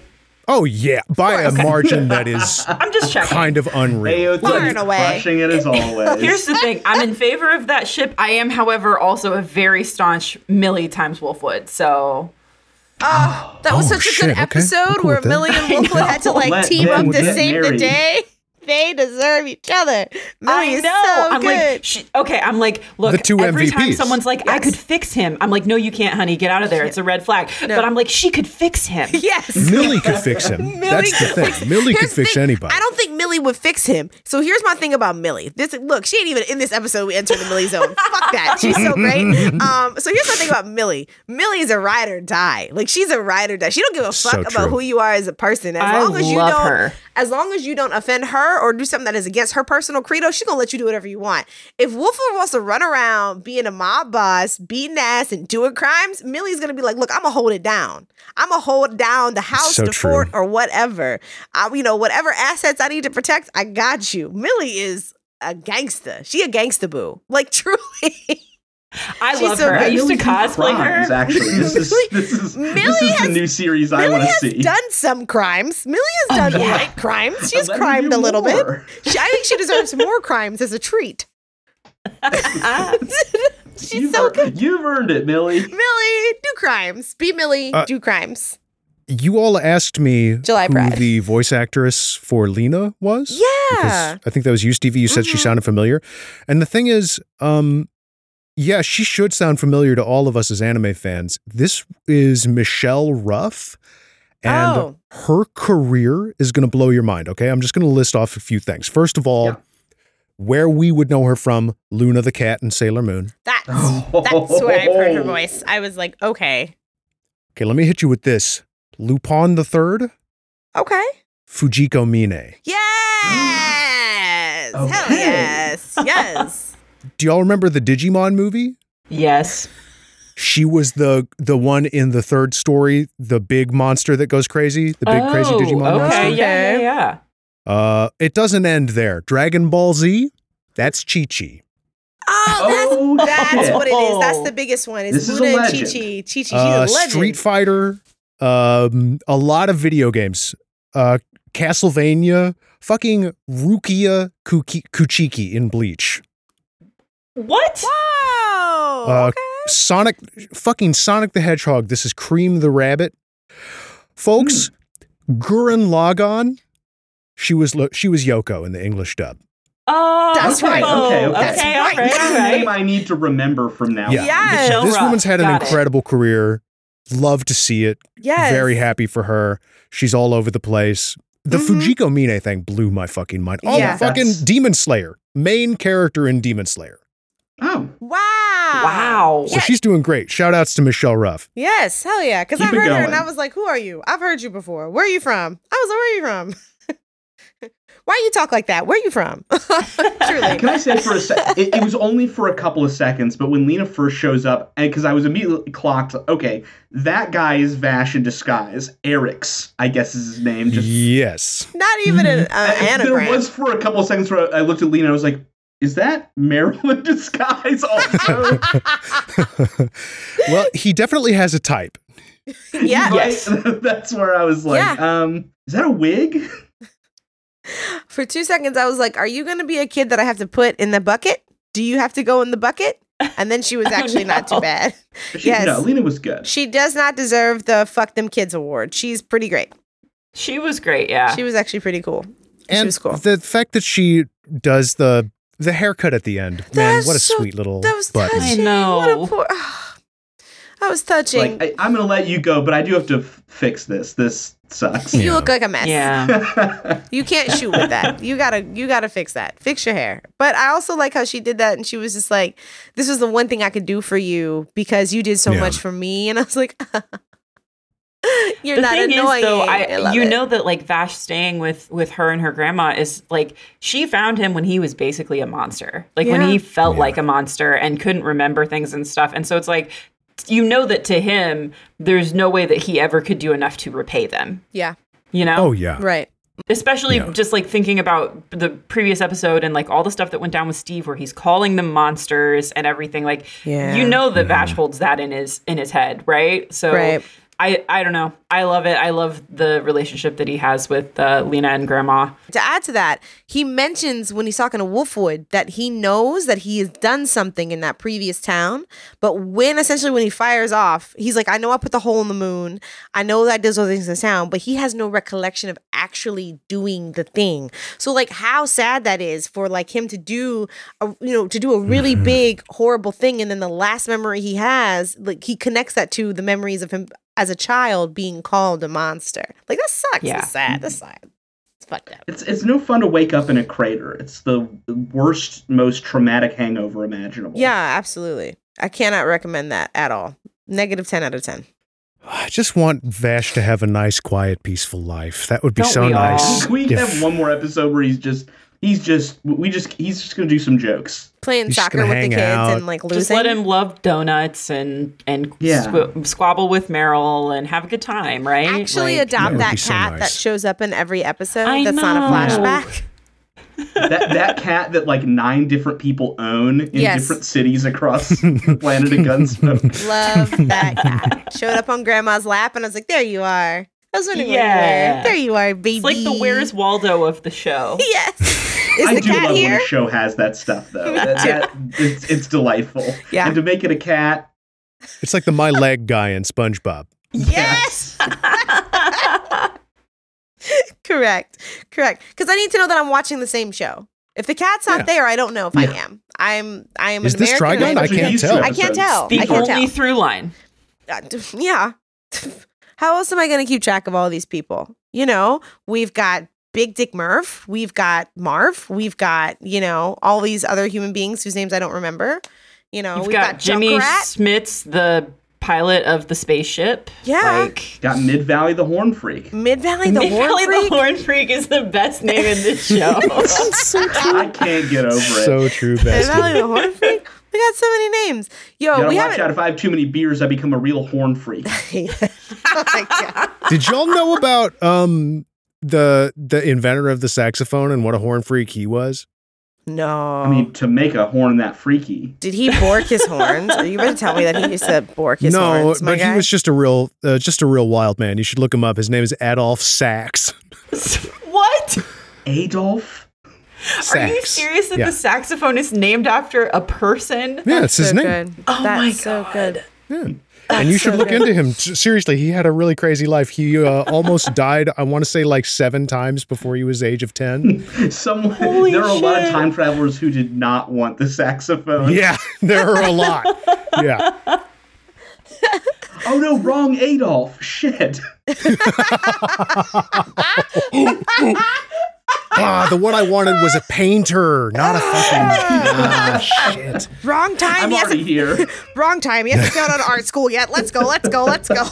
Speaker 1: Oh yeah, by a
Speaker 2: course.
Speaker 1: margin that
Speaker 2: (laughs)
Speaker 1: is
Speaker 4: I'm just checking.
Speaker 1: kind of unreal.
Speaker 3: AO3
Speaker 2: Far and away.
Speaker 3: crushing it as always.
Speaker 4: Here's the thing. I'm in favor of that ship. I am, however, also a very staunch Millie times Wolfwood. So
Speaker 2: That was
Speaker 1: Oh,
Speaker 2: such a
Speaker 1: shit,
Speaker 2: good
Speaker 1: okay.
Speaker 2: episode
Speaker 1: I'm cool
Speaker 2: where
Speaker 1: with that.
Speaker 2: Millie
Speaker 4: (laughs)
Speaker 2: and Wolfwood had to like
Speaker 3: Let
Speaker 2: team
Speaker 3: them
Speaker 2: up to
Speaker 3: get
Speaker 2: save the
Speaker 3: married.
Speaker 2: day. They deserve each other. Millie
Speaker 4: I
Speaker 2: is
Speaker 4: know.
Speaker 2: so
Speaker 4: I'm
Speaker 2: good.
Speaker 4: like, sh okay. I'm like, look.
Speaker 1: The two
Speaker 4: every time
Speaker 1: MVPs.
Speaker 4: someone's like, I could fix him. I'm like, no, you can't, honey. Get out of there. It's a red flag. But I'm like, she could fix
Speaker 2: (laughs)
Speaker 4: him.
Speaker 2: yes.
Speaker 1: (laughs) Millie could fix him. That's the
Speaker 2: could
Speaker 1: thing.
Speaker 2: fix-
Speaker 1: Millie could
Speaker 2: Here's the
Speaker 1: fix
Speaker 2: thing.
Speaker 1: anybody.
Speaker 2: I don't think Millie would fix him. So here's my thing about Millie. This look, she ain't even in this episode. We enter the Millie
Speaker 1: (laughs)
Speaker 2: zone. Fuck that. She's so great. Um, so here's my thing about Millie. Millie is a ride or die. Like she's a ride or die. She don't give a
Speaker 1: So
Speaker 2: fuck about
Speaker 1: true.
Speaker 2: who you are as a person. As
Speaker 4: I
Speaker 2: long as you
Speaker 4: love
Speaker 2: don't,
Speaker 4: her.
Speaker 2: as long as you don't offend her or do something that is against her personal credo, she's gonna let you do whatever you want. If Wolford wants to run around being a mob boss, beating ass, and doing crimes, Millie's gonna be like, "Look, I'm gonna hold it down. I'm gonna hold down the house,
Speaker 1: So
Speaker 2: the
Speaker 1: true.
Speaker 2: fort, or whatever. I, you know, whatever assets I need to protect, I got you." Millie is a gangster. She a gangster boo, like (laughs) truly.
Speaker 4: I
Speaker 2: She's
Speaker 4: love
Speaker 2: so
Speaker 4: her. I
Speaker 2: good.
Speaker 4: used to
Speaker 3: Millie's in
Speaker 4: cosplay
Speaker 3: crimes,
Speaker 4: her.
Speaker 3: Actually,
Speaker 2: (laughs)
Speaker 3: this is
Speaker 2: Millie-
Speaker 3: this is,
Speaker 2: Millie
Speaker 3: this is
Speaker 2: has-
Speaker 3: the new series I
Speaker 2: Millie
Speaker 3: want to
Speaker 2: has
Speaker 3: see.
Speaker 2: done some crimes. Millie has done
Speaker 4: yeah.
Speaker 2: light crimes. She's
Speaker 3: Let her do
Speaker 2: crimed a little
Speaker 3: more.
Speaker 2: bit. She, I think she deserves more crimes as a treat. Ah. (laughs) She's
Speaker 3: you've,
Speaker 2: so
Speaker 3: ear- you've earned it, Millie.
Speaker 2: Millie, do crimes. Be Millie,
Speaker 1: Uh,
Speaker 2: do crimes.
Speaker 1: you all asked me
Speaker 2: July
Speaker 1: who
Speaker 2: Pride.
Speaker 1: the voice actress for Lena was.
Speaker 2: Yeah, (gasps) Yeah.
Speaker 1: I think that was you, Stevie. You said she
Speaker 2: Mhm.
Speaker 1: sounded familiar. And the thing is, um, yeah, she should sound familiar to all of us as anime fans. This is Michelle Ruff, and
Speaker 2: Oh.
Speaker 1: her career is going to blow your mind. Okay. I'm just going to list off a few things. First of all,
Speaker 3: Yeah.
Speaker 1: where we would know her from Luna the Cat and Sailor Moon.
Speaker 2: That's that's where I've heard her voice. I was like, okay.
Speaker 1: Okay. Let me hit you with this Lupin the Third,
Speaker 2: Okay.
Speaker 1: Fujiko Mine.
Speaker 2: Yes. Hell
Speaker 3: Okay.
Speaker 2: yes. Yes.
Speaker 1: Do y'all remember the Digimon movie?
Speaker 4: Yes.
Speaker 1: she was the the one in the third story, the big monster that goes crazy, the big crazy
Speaker 4: Oh,
Speaker 1: Digimon
Speaker 4: okay.
Speaker 1: monster.
Speaker 4: Yeah, yeah, yeah.
Speaker 1: Uh, it doesn't end there. Dragon Ball Z, that's Chi Chi.
Speaker 2: (laughs) oh,
Speaker 3: Oh,
Speaker 2: that's that's
Speaker 3: shit.
Speaker 2: what it is. That's the biggest one. It's
Speaker 3: This is a
Speaker 2: Luna and Chi
Speaker 3: legend.
Speaker 2: Chi. Chi Chi. She's
Speaker 1: Uh,
Speaker 2: a legend.
Speaker 1: Street Fighter, um, a lot of video games, uh, Castlevania, fucking Rukia Kuki- Kuchiki in Bleach,
Speaker 4: What?
Speaker 2: Whoa.
Speaker 1: Uh,
Speaker 2: okay.
Speaker 1: Sonic, fucking Sonic the Hedgehog. This is Cream the Rabbit, folks.
Speaker 4: Hmm.
Speaker 1: Gurren Lagann, she was Lo- she was Yoko in the English dub.
Speaker 4: Oh,
Speaker 2: That's right.
Speaker 3: Okay, okay.
Speaker 4: okay,
Speaker 3: That's
Speaker 4: all
Speaker 2: right.
Speaker 4: right, all
Speaker 3: The name
Speaker 4: right.
Speaker 3: I need to remember from now.
Speaker 1: Yeah.
Speaker 2: Yes.
Speaker 4: Michelle
Speaker 1: this
Speaker 4: Ruff.
Speaker 1: woman's had an
Speaker 4: Got it.
Speaker 1: incredible career. Love to see it.
Speaker 2: Yes.
Speaker 1: Very happy for her. She's all over the place. The
Speaker 4: Mm-hmm.
Speaker 2: Mhm.
Speaker 1: Fujiko Mine thing blew my fucking mind. Oh,
Speaker 2: Yeah.
Speaker 1: fucking
Speaker 3: That's-
Speaker 1: Demon Slayer, main character in Demon Slayer.
Speaker 3: Oh,
Speaker 2: Wow.
Speaker 4: Wow.
Speaker 1: So she's doing great. Shout outs to Michelle Ruff.
Speaker 2: Yes, hell yeah. Because I
Speaker 3: Keep it
Speaker 2: heard her and
Speaker 3: going.
Speaker 2: I was like, who are you? I've heard you before. Where are you from? I was like, where are you from? (laughs) Why you talk like that? Where are you from? (laughs)
Speaker 3: (laughs)
Speaker 2: Truly.
Speaker 3: can I say for
Speaker 2: (laughs)
Speaker 3: a sec? It, it was only for a couple of seconds, but when Lena first shows up, because I was immediately clocked, okay, that guy is Vash in disguise. Eric's, I guess is his name. Just
Speaker 1: Yes. (laughs)
Speaker 2: Not even an uh,
Speaker 3: And
Speaker 2: anagram.
Speaker 3: (laughs) There was for a couple of seconds where I looked at Lena and I was like, is that Meryl
Speaker 2: (laughs)
Speaker 3: in disguise also?
Speaker 1: well, he definitely has a type.
Speaker 2: (laughs) yeah.
Speaker 3: Right?
Speaker 4: Yes.
Speaker 3: (laughs) That's where I was like, um, is that a wig?
Speaker 2: For two seconds, I was like, are you going to be a kid that I have to put in the bucket? Do you have to go in the bucket? And then she
Speaker 3: (laughs)
Speaker 2: was actually not too
Speaker 4: no.
Speaker 2: bad.
Speaker 3: But she-
Speaker 2: Yes.
Speaker 3: No, Lena was good.
Speaker 2: She does not deserve the Fuck Them Kids award. She's pretty great.
Speaker 4: She was great. Yeah.
Speaker 2: She was actually pretty cool.
Speaker 1: And
Speaker 2: was cool.
Speaker 1: the fact that she does the the haircut at the end, man,
Speaker 2: That's
Speaker 1: what a
Speaker 2: so-
Speaker 1: sweet little
Speaker 2: That was
Speaker 1: button.
Speaker 4: I
Speaker 2: touching. What
Speaker 4: know.
Speaker 2: a poor. (sighs) I was touching.
Speaker 3: Like, I, I'm going to let you go, but I do have to f- fix this. This sucks.
Speaker 2: you
Speaker 1: Yeah.
Speaker 2: look like a mess.
Speaker 4: yeah.
Speaker 3: (laughs) I
Speaker 2: You can't shoot with that. You gotta you gotta fix that. Fix your hair. But I also like how she did that and she was just like, This was the one thing I could do for you because you did so
Speaker 1: Yeah.
Speaker 2: much for me. And I was like, (laughs) You're
Speaker 4: the
Speaker 2: not
Speaker 4: thing
Speaker 2: annoying.
Speaker 4: is, though, I,
Speaker 2: love
Speaker 4: you
Speaker 2: it.
Speaker 4: know that like Vash staying with with her and her grandma is like she found him when he was basically a monster, like
Speaker 2: Yeah.
Speaker 4: when he felt
Speaker 1: Yeah.
Speaker 4: like a monster and couldn't remember things and stuff. And so it's like you know that to him, there's no way that he ever could do enough to repay them.
Speaker 2: Yeah.
Speaker 4: You know,
Speaker 1: Oh yeah.
Speaker 2: Right.
Speaker 4: especially
Speaker 1: Yeah.
Speaker 4: just like thinking about the previous episode and like all the stuff that went down with Steve where he's calling them monsters and everything like
Speaker 2: Yeah.
Speaker 4: you know that Vash holds that in his in his head right so
Speaker 2: Right.
Speaker 4: I I don't know I love it I love the relationship that he has with uh, Lena and Grandma
Speaker 2: To add to that, he mentions when he's talking to Wolfwood that he knows that he has done something in that previous town. But when essentially when he fires off, he's like, I know I put the hole in the moon. I know that I did those things in the town, but he has no recollection of actually doing the thing. So like how sad that is for like him to do a, you know, to do a really big, horrible thing. And then the last memory he has, like he connects that to the memories of him as a child being called a monster. Like that sucks.
Speaker 4: Yeah.
Speaker 2: That's sad. That's sad. It's fucked up.
Speaker 3: It's it's no fun to wake up in a crater. It's the worst, most traumatic hangover imaginable.
Speaker 2: Yeah, absolutely. I cannot recommend that at all. Negative 10 out of 10.
Speaker 1: I just want Vash to have a nice, quiet, peaceful life. That would be
Speaker 4: Don't
Speaker 1: so
Speaker 4: we all?
Speaker 1: nice.
Speaker 3: Can we
Speaker 1: if
Speaker 3: have one more episode where he's just he's just we just he's just gonna do some jokes.
Speaker 2: Playing
Speaker 1: You're just
Speaker 2: soccer
Speaker 1: gonna
Speaker 2: with the
Speaker 1: hang
Speaker 2: kids
Speaker 1: out.
Speaker 2: and like losing.
Speaker 4: just let him love donuts and and
Speaker 3: Yeah.
Speaker 4: squ- squabble with Meryl and have a good time right
Speaker 2: Actually
Speaker 4: Like-
Speaker 1: That
Speaker 2: adopt
Speaker 1: would
Speaker 2: that
Speaker 1: be
Speaker 2: cat
Speaker 1: so nice.
Speaker 2: that shows up in every episode
Speaker 4: I
Speaker 2: that's not a
Speaker 4: know. (laughs)
Speaker 2: flashback.
Speaker 3: That that cat that like nine different people own in
Speaker 2: Yes.
Speaker 3: different cities across
Speaker 1: (laughs)
Speaker 3: the planet of Gunsmoke.
Speaker 2: Love that cat. Showed up on grandma's lap and I was like, there you are. I was wondering where you were.
Speaker 4: Yeah.
Speaker 2: There you are, baby.
Speaker 4: it's like the Where's Waldo of the show
Speaker 2: (laughs)
Speaker 4: (laughs)
Speaker 2: Yes. Is
Speaker 3: I
Speaker 2: the
Speaker 3: do
Speaker 2: cat
Speaker 3: love when
Speaker 2: here?
Speaker 3: a show has that stuff though. That, that- it's, it's delightful.
Speaker 2: Yeah.
Speaker 3: And to make it a cat.
Speaker 1: It's like the
Speaker 2: (laughs)
Speaker 1: my leg guy in SpongeBob.
Speaker 2: Yes. (laughs) correct, correct. Because I need to know that I'm watching the same show. If the cat's not
Speaker 1: Yeah.
Speaker 2: there, I don't know if I
Speaker 3: Yeah.
Speaker 2: am. I'm. I am.
Speaker 1: Is
Speaker 2: an
Speaker 1: this
Speaker 2: American
Speaker 1: Trigon?
Speaker 2: and
Speaker 1: I
Speaker 2: I'm-
Speaker 3: Those are
Speaker 1: can't
Speaker 3: used to
Speaker 1: tell.
Speaker 2: I can't
Speaker 3: episodes.
Speaker 2: tell.
Speaker 4: The
Speaker 2: I can't
Speaker 4: only
Speaker 2: tell.
Speaker 4: through line.
Speaker 2: Uh, (laughs) d- yeah. How else am I going to keep track of all these people? You know, we've got Big Dick Murph, we've got Marv, we've got you know all these other human beings whose names I don't remember. You know,
Speaker 4: You've
Speaker 2: we've
Speaker 4: Oh, got,
Speaker 2: got,
Speaker 4: Jimmy
Speaker 2: Junkrat.
Speaker 4: Smits, the pilot of the spaceship.
Speaker 2: Yeah.
Speaker 4: Like,
Speaker 3: Got Mid Valley the
Speaker 2: (laughs)
Speaker 3: Horn Freak.
Speaker 2: Mid Valley the
Speaker 4: Mid
Speaker 2: Horn
Speaker 4: Valley
Speaker 2: Freak.
Speaker 4: the Horn Freak is the best name in (laughs) this show.
Speaker 3: I can't get over it.
Speaker 1: So true,
Speaker 2: Mid Valley
Speaker 1: best.
Speaker 2: the Horn Freak. We got so many names. Yo,
Speaker 3: Gotta
Speaker 2: Oh, we
Speaker 3: watch
Speaker 2: haven't.
Speaker 3: out. If I have too many beers, I become a real horn freak.
Speaker 2: (laughs) Oh my God.
Speaker 1: Did y'all know about um the the inventor of the saxophone and what a horn freak he was?
Speaker 2: No.
Speaker 3: I mean, to make a horn that freaky.
Speaker 2: did he bork his horns? Are you going to tell me that he used to bork his
Speaker 1: no,
Speaker 2: horns? my
Speaker 1: but
Speaker 2: guy?
Speaker 1: he was just a real uh, just a real wild man. You should look him up. His name is Adolf Sax.
Speaker 4: what?
Speaker 3: Adolf? (laughs)
Speaker 4: Are you
Speaker 1: Sax.
Speaker 4: serious that
Speaker 1: Yeah.
Speaker 4: the saxophone is named after a person?
Speaker 1: Yeah, it's
Speaker 2: That's
Speaker 1: his
Speaker 2: so
Speaker 1: name.
Speaker 2: Good.
Speaker 4: Oh
Speaker 2: That's
Speaker 4: my
Speaker 2: so
Speaker 4: God.
Speaker 2: good.
Speaker 1: and you should
Speaker 2: so
Speaker 1: look
Speaker 2: good.
Speaker 1: into him. S- Seriously, he had a really crazy life. He uh, (laughs) almost died, I want to say, like seven times before he was age of 10.
Speaker 3: Someone,
Speaker 4: Holy
Speaker 3: there are a lot of
Speaker 4: shit.
Speaker 3: time travelers who did not want the saxophone.
Speaker 1: (laughs) yeah, (laughs) there are a lot. Yeah.
Speaker 3: Oh no, wrong Adolf. Shit.
Speaker 1: Ah, the one I wanted was a painter, not (laughs) a fucking. ah, shit.
Speaker 2: Wrong time.
Speaker 3: I'm
Speaker 2: he hasn't
Speaker 3: already
Speaker 2: (laughs)
Speaker 3: here.
Speaker 2: Wrong time. You haven't gone on art school yet. Let's go. Let's go. Let's (laughs) go.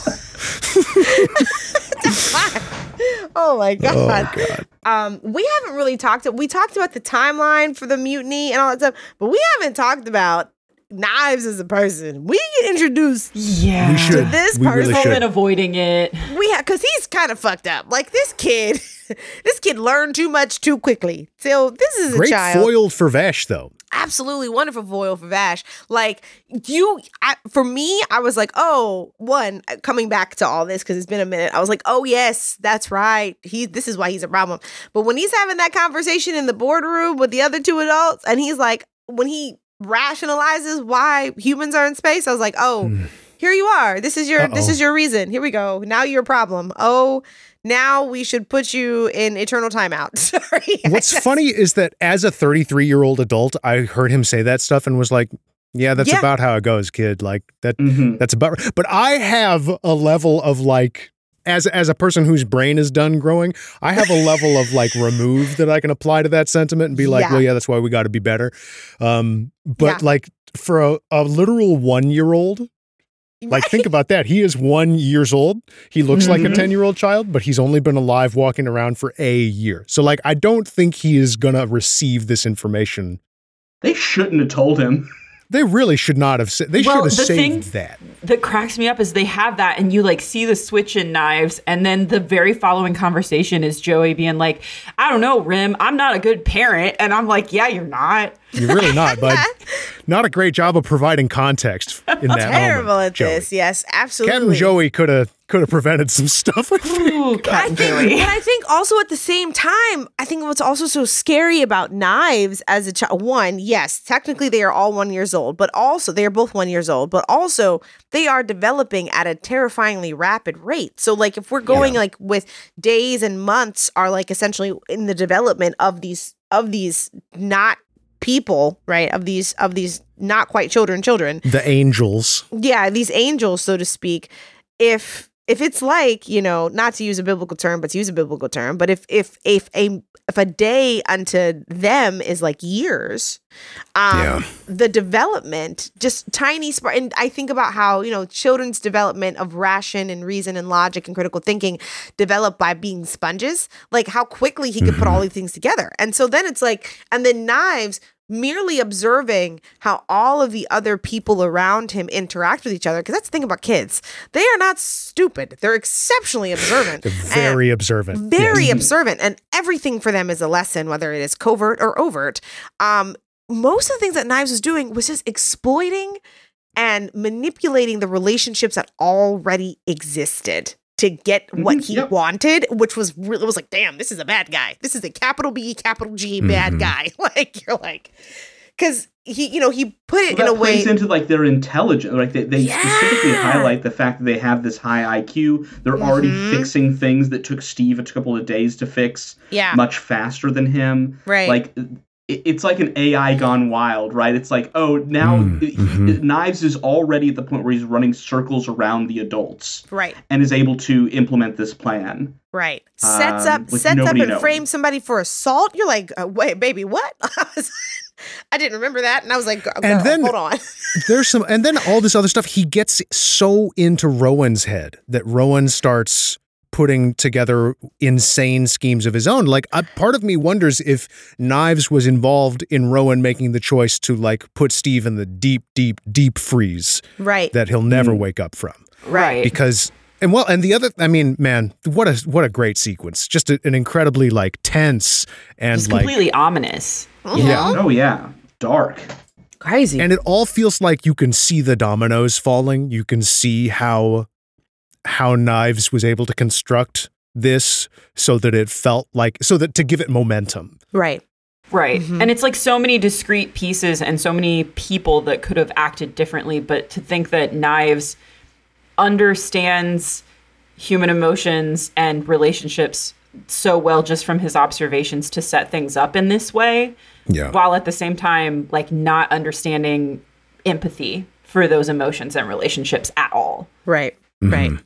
Speaker 2: oh my god. Um, we haven't really talked. We talked about the timeline for the mutiny and all that stuff, but we haven't talked about knives as a person. We get introduced.
Speaker 4: Yeah.
Speaker 1: We should.
Speaker 2: this
Speaker 1: we really
Speaker 2: person
Speaker 4: I've been
Speaker 1: should.
Speaker 4: avoiding it.
Speaker 2: We have because he's kind of fucked up. Like this kid, (laughs) this kid learned too much too quickly. So this is a
Speaker 1: Great
Speaker 2: child.
Speaker 1: foil for Vash,
Speaker 2: (laughs)
Speaker 1: though.
Speaker 2: absolutely wonderful foil for Vash. Like you, I, for me, I was like, oh, one coming back to all this because it's been a minute. I was like, oh yes, that's right. He, this is why he's a problem. But when he's having that conversation in the boardroom with the other two adults, and he's like, when he rationalizes why humans are in space, I was like, oh. Here you are. This is your this
Speaker 1: Hmm. Uh-oh.
Speaker 2: is your reason. Here we go. Now you're a problem. Oh, now we should put you in eternal timeout. (laughs) Sorry. I
Speaker 1: What's
Speaker 2: just-
Speaker 1: funny is that as a 33 year old adult, I heard him say that stuff and was like, yeah, that's
Speaker 2: Yeah.
Speaker 1: about how it goes, kid. Like, that
Speaker 3: hmm
Speaker 1: That's about right. But I have a level of like as as a person whose brain is done growing, I have a level of like remove that I can apply to that sentiment and be like,
Speaker 2: Yeah.
Speaker 1: well, yeah, that's why we got to be better. Um, but
Speaker 2: Yeah.
Speaker 1: like for a, a literal one year old, like think about that. He is one years old. He looks like a
Speaker 3: Mhm.
Speaker 1: ten year old child, but he's only been alive walking around for a year. So like, I don't think he is gonna receive this information.
Speaker 3: They shouldn't have told him.
Speaker 1: They really should not have. Sa- they
Speaker 4: Well,
Speaker 1: should
Speaker 4: the
Speaker 1: have saved
Speaker 4: thing-
Speaker 1: that.
Speaker 4: that cracks me up is they have that and you like see the switch in knives and then the very following conversation is joey being like i don't know rim i'm not a good parent and i'm like yeah you're not
Speaker 1: You're really not,
Speaker 2: (laughs)
Speaker 1: bud. Not a great job of providing context in that
Speaker 2: terrible
Speaker 1: moment,
Speaker 2: at this.
Speaker 1: Joey.
Speaker 2: Yes, absolutely.
Speaker 1: Captain
Speaker 2: (laughs)
Speaker 1: Joey could have could have prevented some stuff. I think.
Speaker 4: Ooh,
Speaker 2: I
Speaker 4: Captain
Speaker 2: think,
Speaker 4: Joey.
Speaker 2: but I think also at the same time, I think what's also so scary about knives as a child. One, yes, technically they are all one years old, but also they are both one years old, but also they are developing at a terrifyingly rapid rate. So, like if we're going like with days and months are like essentially in the development of these of these not people, right? Of these of these not quite children, children.
Speaker 1: The angels.
Speaker 2: yeah these angels so to speak if if it's like you know not to use a biblical term but to use a biblical term but if if if a if a day unto them is like years um
Speaker 1: Yeah.
Speaker 2: the development just tiny spark and i think about how you know children's development of ration and reason and logic and critical thinking developed by being sponges like how quickly he could put
Speaker 1: Mm-hmm.
Speaker 2: all these things together and so then it's like and then knives merely observing how all of the other people around him interact with each other because that's the thing about kids they are not stupid they're exceptionally
Speaker 1: (laughs)
Speaker 2: observant
Speaker 1: They're
Speaker 2: And-
Speaker 1: very observant.
Speaker 2: very
Speaker 1: Yes.
Speaker 2: observant and everything for them is a lesson whether it is covert or overt um most of the things that knives was doing was just exploiting and manipulating the relationships that already existed to get what
Speaker 3: Mhm,
Speaker 2: he
Speaker 3: yep.
Speaker 2: wanted which was really it was like damn
Speaker 3: Mm-hmm.
Speaker 2: this is a bad guy (laughs) this is a capital b capital g bad
Speaker 1: Mhm.
Speaker 2: guy like you're like because he you know he put it (laughs)
Speaker 3: Well,
Speaker 2: in a
Speaker 3: that plays
Speaker 2: way
Speaker 3: into like their intelligence. Like they, they specifically
Speaker 2: Yeah.
Speaker 3: highlight the fact that they have this high IQ. They're already
Speaker 2: Mm-hmm.
Speaker 3: fixing things that took Steve a couple of days to fix
Speaker 2: yeah
Speaker 3: much faster than him.
Speaker 2: Right.
Speaker 3: Like it- it's like an AI gone wild, right? It's like, oh, now
Speaker 6: Mm,
Speaker 3: he-
Speaker 1: mm-hmm.
Speaker 6: mhm.
Speaker 3: Knives is already at the point where he's running circles around the adults
Speaker 2: right
Speaker 3: and is able to implement this plan.
Speaker 2: right sets
Speaker 3: Um,
Speaker 2: up
Speaker 3: with
Speaker 2: sets up
Speaker 3: nobody
Speaker 2: and
Speaker 3: knowing.
Speaker 2: frames somebody for assault you're like uh, wait baby what (laughs) I didn't remember that and I was like girl,
Speaker 1: And then-
Speaker 2: hold on (laughs)
Speaker 1: There's some, and then all this other stuff. He gets so into Rowan's head that Rowan starts putting together insane schemes of his own. Like, I, part of me wonders if Knives was involved in Rowan making the choice to like put Steve in the deep, deep, deep freeze
Speaker 2: right
Speaker 1: that he'll never
Speaker 2: Mm.
Speaker 1: wake up from.
Speaker 4: Right.
Speaker 1: because and well and the other i mean man what a what a great sequence just a, an incredibly like tense and
Speaker 4: it's
Speaker 1: like
Speaker 4: completely ominous.
Speaker 2: Mm-hmm.
Speaker 1: yeah
Speaker 3: Oh yeah, dark.
Speaker 7: Crazy.
Speaker 1: and it all feels like you can see the dominoes falling you can see how how knives was able to construct this so that it felt like so that to give it momentum
Speaker 2: right
Speaker 4: Right.
Speaker 2: Mm-hmm.
Speaker 4: And it's like so many discrete pieces and so many people that could have acted differently, but to think that Knives understands human emotions and relationships so well just from his observations to set things up in this way,
Speaker 1: yeah
Speaker 4: while at the same time, like not understanding empathy for those emotions and relationships at all.
Speaker 2: right
Speaker 1: Mm-hmm.
Speaker 2: right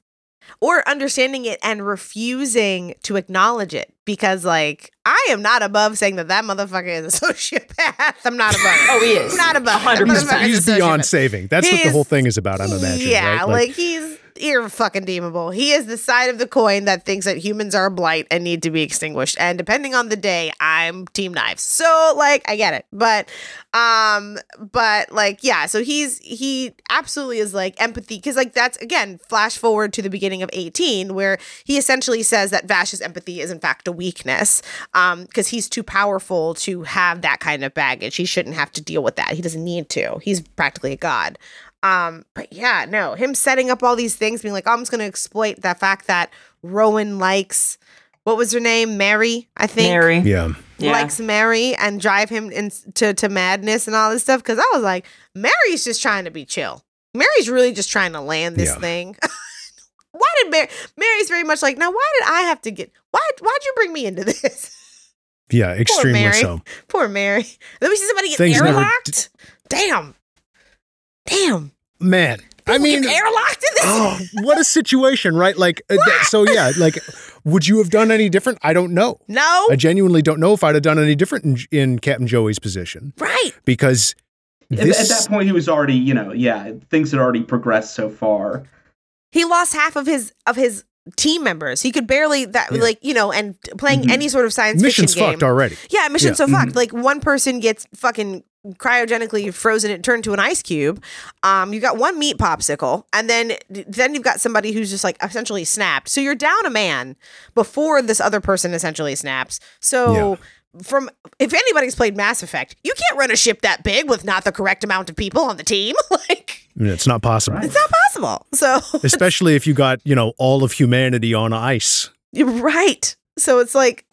Speaker 2: or understanding it and refusing to acknowledge it because like I am not above saying that that motherfucker is a (laughs) sociopath. I'm not above. it.
Speaker 4: Oh, he is.
Speaker 2: I'm not above. it. That
Speaker 4: 100%.
Speaker 2: motherfucker is
Speaker 1: he's
Speaker 2: a
Speaker 1: beyond
Speaker 2: sociopath.
Speaker 1: saving that's what the
Speaker 2: He's-
Speaker 1: whole thing is about i'm imagining
Speaker 2: Yeah,
Speaker 1: right?
Speaker 2: like, he's ear fucking deemable. He is the side of the coin that thinks that humans are a blight and need to be extinguished. And depending on the day, I'm team knives. So like I get it. But um but like yeah, so he's he absolutely is like empathy cuz like that's again flash forward to the beginning of 18 where he essentially says that Vash's empathy is in fact a weakness um cuz he's too powerful to have that kind of baggage. He shouldn't have to deal with that. He doesn't need to. He's practically a god. Um, but yeah, no, him setting up all these things, being like, "Oh, I'm just gonna exploit the fact that Rowan likes what was her name, Mary, I think,
Speaker 4: Mary.
Speaker 1: yeah
Speaker 4: Yeah.
Speaker 2: likes Mary, and drive him into to madness and all this stuff. Because I was like, Mary's just trying to be chill. Mary's really just trying to land this
Speaker 1: Yeah.
Speaker 2: thing. (laughs) why did Mary? Mary's very much like, now why did I have to get? Why why'd you bring me into (laughs) this?
Speaker 1: yeah extremely
Speaker 2: Mary.
Speaker 1: so
Speaker 2: Poor Mary. Then we see somebody get
Speaker 1: Things never
Speaker 2: airlocked. Damn. Damn.
Speaker 1: man i mean
Speaker 2: Get airlocked in this.
Speaker 1: oh, (gasps) what a situation, right? Like, uh, that- so yeah, like, would you have done any different? I don't know.
Speaker 2: No.
Speaker 1: I genuinely don't know if I'd have done any different in, in Captain Joey's position
Speaker 2: right.
Speaker 1: because
Speaker 3: At-
Speaker 1: this.
Speaker 3: at that point, he was already, you know, yeah, things had already progressed so far.
Speaker 2: he lost half of his of his team members. He could barely that
Speaker 1: Yeah. Mm-hmm.
Speaker 2: like you know, and playing
Speaker 3: Mhm.
Speaker 2: any sort of science
Speaker 1: mission's
Speaker 2: fiction game.
Speaker 1: fucked already.
Speaker 2: yeah, mission's
Speaker 1: Yeah. mm-hmm.
Speaker 2: so fucked. Like one person gets fucking cryogenically frozen and turned to an ice cube. Um, you got one meat popsicle, and then then you've got somebody who's just like essentially snapped. So you're down a man before this other person essentially snaps. So. From if anybody's played Mass Effect, you can't run a ship that big with not the correct amount of people on the team. (laughs) like
Speaker 1: I mean, it's not possible,
Speaker 3: Right. (laughs)
Speaker 2: it's not possible. So
Speaker 1: especially if you got you know all of humanity on ice.
Speaker 2: You're (laughs) right. So it's like,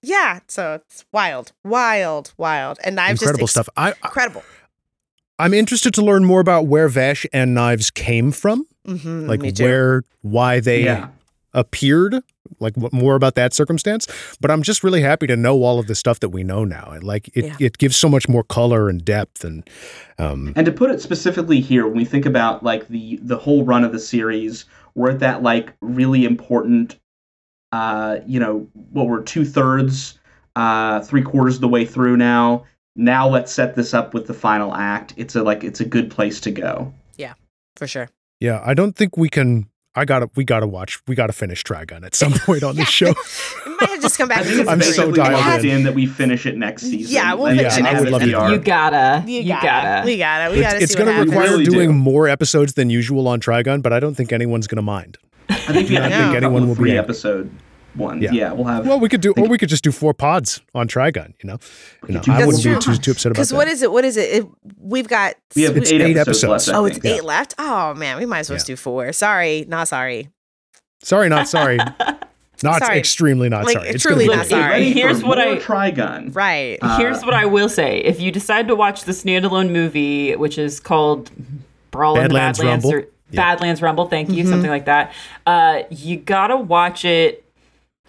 Speaker 2: yeah. So it's wild, wild, wild. And I've
Speaker 1: Incredible
Speaker 2: just ex-
Speaker 1: stuff. I, I
Speaker 2: Incredible.
Speaker 1: I'm interested to learn more about where Vash and Knives came from,
Speaker 2: Mm-hmm,
Speaker 3: Mm,
Speaker 1: like where why they
Speaker 3: Yeah.
Speaker 1: appeared like what more about that circumstance but i'm just really happy to know all of the stuff that we know now and like it,
Speaker 2: Yeah.
Speaker 1: it gives so much more color and depth and um
Speaker 3: And to put it specifically here, when we think about like the the whole run of the series, we're at that like really important, uh, you know, what we're two thirds, uh, three quarters of the way through now. Now let's set this up with the final act. It's a like it's a good place to go.
Speaker 2: for sure.
Speaker 1: yeah i don't think we can i gotta we gotta watch we gotta finish trigun at
Speaker 2: (laughs)
Speaker 1: some point on this show
Speaker 2: It might have just come back.
Speaker 3: (laughs) I think it's
Speaker 1: I'm
Speaker 2: season
Speaker 1: so
Speaker 3: basically
Speaker 2: three.
Speaker 1: dialed
Speaker 3: locked
Speaker 1: in.
Speaker 3: in. that we finish it next season.
Speaker 2: Yeah, we'll
Speaker 3: And-
Speaker 1: finish it
Speaker 3: and
Speaker 1: next
Speaker 3: have
Speaker 1: season. I would
Speaker 3: be
Speaker 1: love
Speaker 3: our-
Speaker 1: to-
Speaker 4: You gotta.
Speaker 2: You,
Speaker 4: You,
Speaker 2: gotta,
Speaker 4: gotta.
Speaker 2: We gotta. We
Speaker 1: It's-
Speaker 2: gotta.
Speaker 1: it's
Speaker 2: see what
Speaker 1: gonna
Speaker 2: happens.
Speaker 1: require
Speaker 3: Really do.
Speaker 1: doing more episodes than usual on trigun but i don't think anyone's gonna mind
Speaker 3: I think, yeah,
Speaker 2: Yeah.
Speaker 3: I think
Speaker 1: Anyone
Speaker 3: anyone
Speaker 1: will
Speaker 3: will
Speaker 1: be
Speaker 3: three
Speaker 1: angry.
Speaker 3: episode one.
Speaker 1: Yeah.
Speaker 3: Yeah. we'll have.
Speaker 1: well we could do or we could just do four pods on trigun you know, you know
Speaker 3: could do
Speaker 1: i
Speaker 2: four
Speaker 1: wouldn't be too,
Speaker 3: pods.
Speaker 1: too upset
Speaker 2: (laughs)
Speaker 1: about
Speaker 2: Because
Speaker 1: that
Speaker 2: what is it? What is it? it we've got.
Speaker 3: we have
Speaker 2: we-
Speaker 1: It's
Speaker 3: eight,
Speaker 1: eight episodes.
Speaker 3: episodes, left. I
Speaker 2: oh, it's
Speaker 3: think.
Speaker 1: Yeah.
Speaker 2: eight (laughs) left. Oh man, we might as well just do four. Sorry, not sorry.
Speaker 1: sorry not sorry Not
Speaker 2: Sorry.
Speaker 1: extremely not
Speaker 2: Like,
Speaker 1: sorry. It's
Speaker 2: truly
Speaker 1: gonna be
Speaker 2: not
Speaker 1: great.
Speaker 2: sorry.
Speaker 3: Ready
Speaker 4: Here's
Speaker 3: for
Speaker 4: what
Speaker 3: more
Speaker 4: I-
Speaker 3: Trigun.
Speaker 2: Right.
Speaker 3: Uh,
Speaker 1: Uh,
Speaker 4: Here's what I will say: if you decide to watch the standalone movie, which is called Brawl in the
Speaker 1: Badlands
Speaker 4: Badlands
Speaker 1: Rumble?
Speaker 4: or Badlands Rumble, thank you, something like that. Uh, you gotta watch it.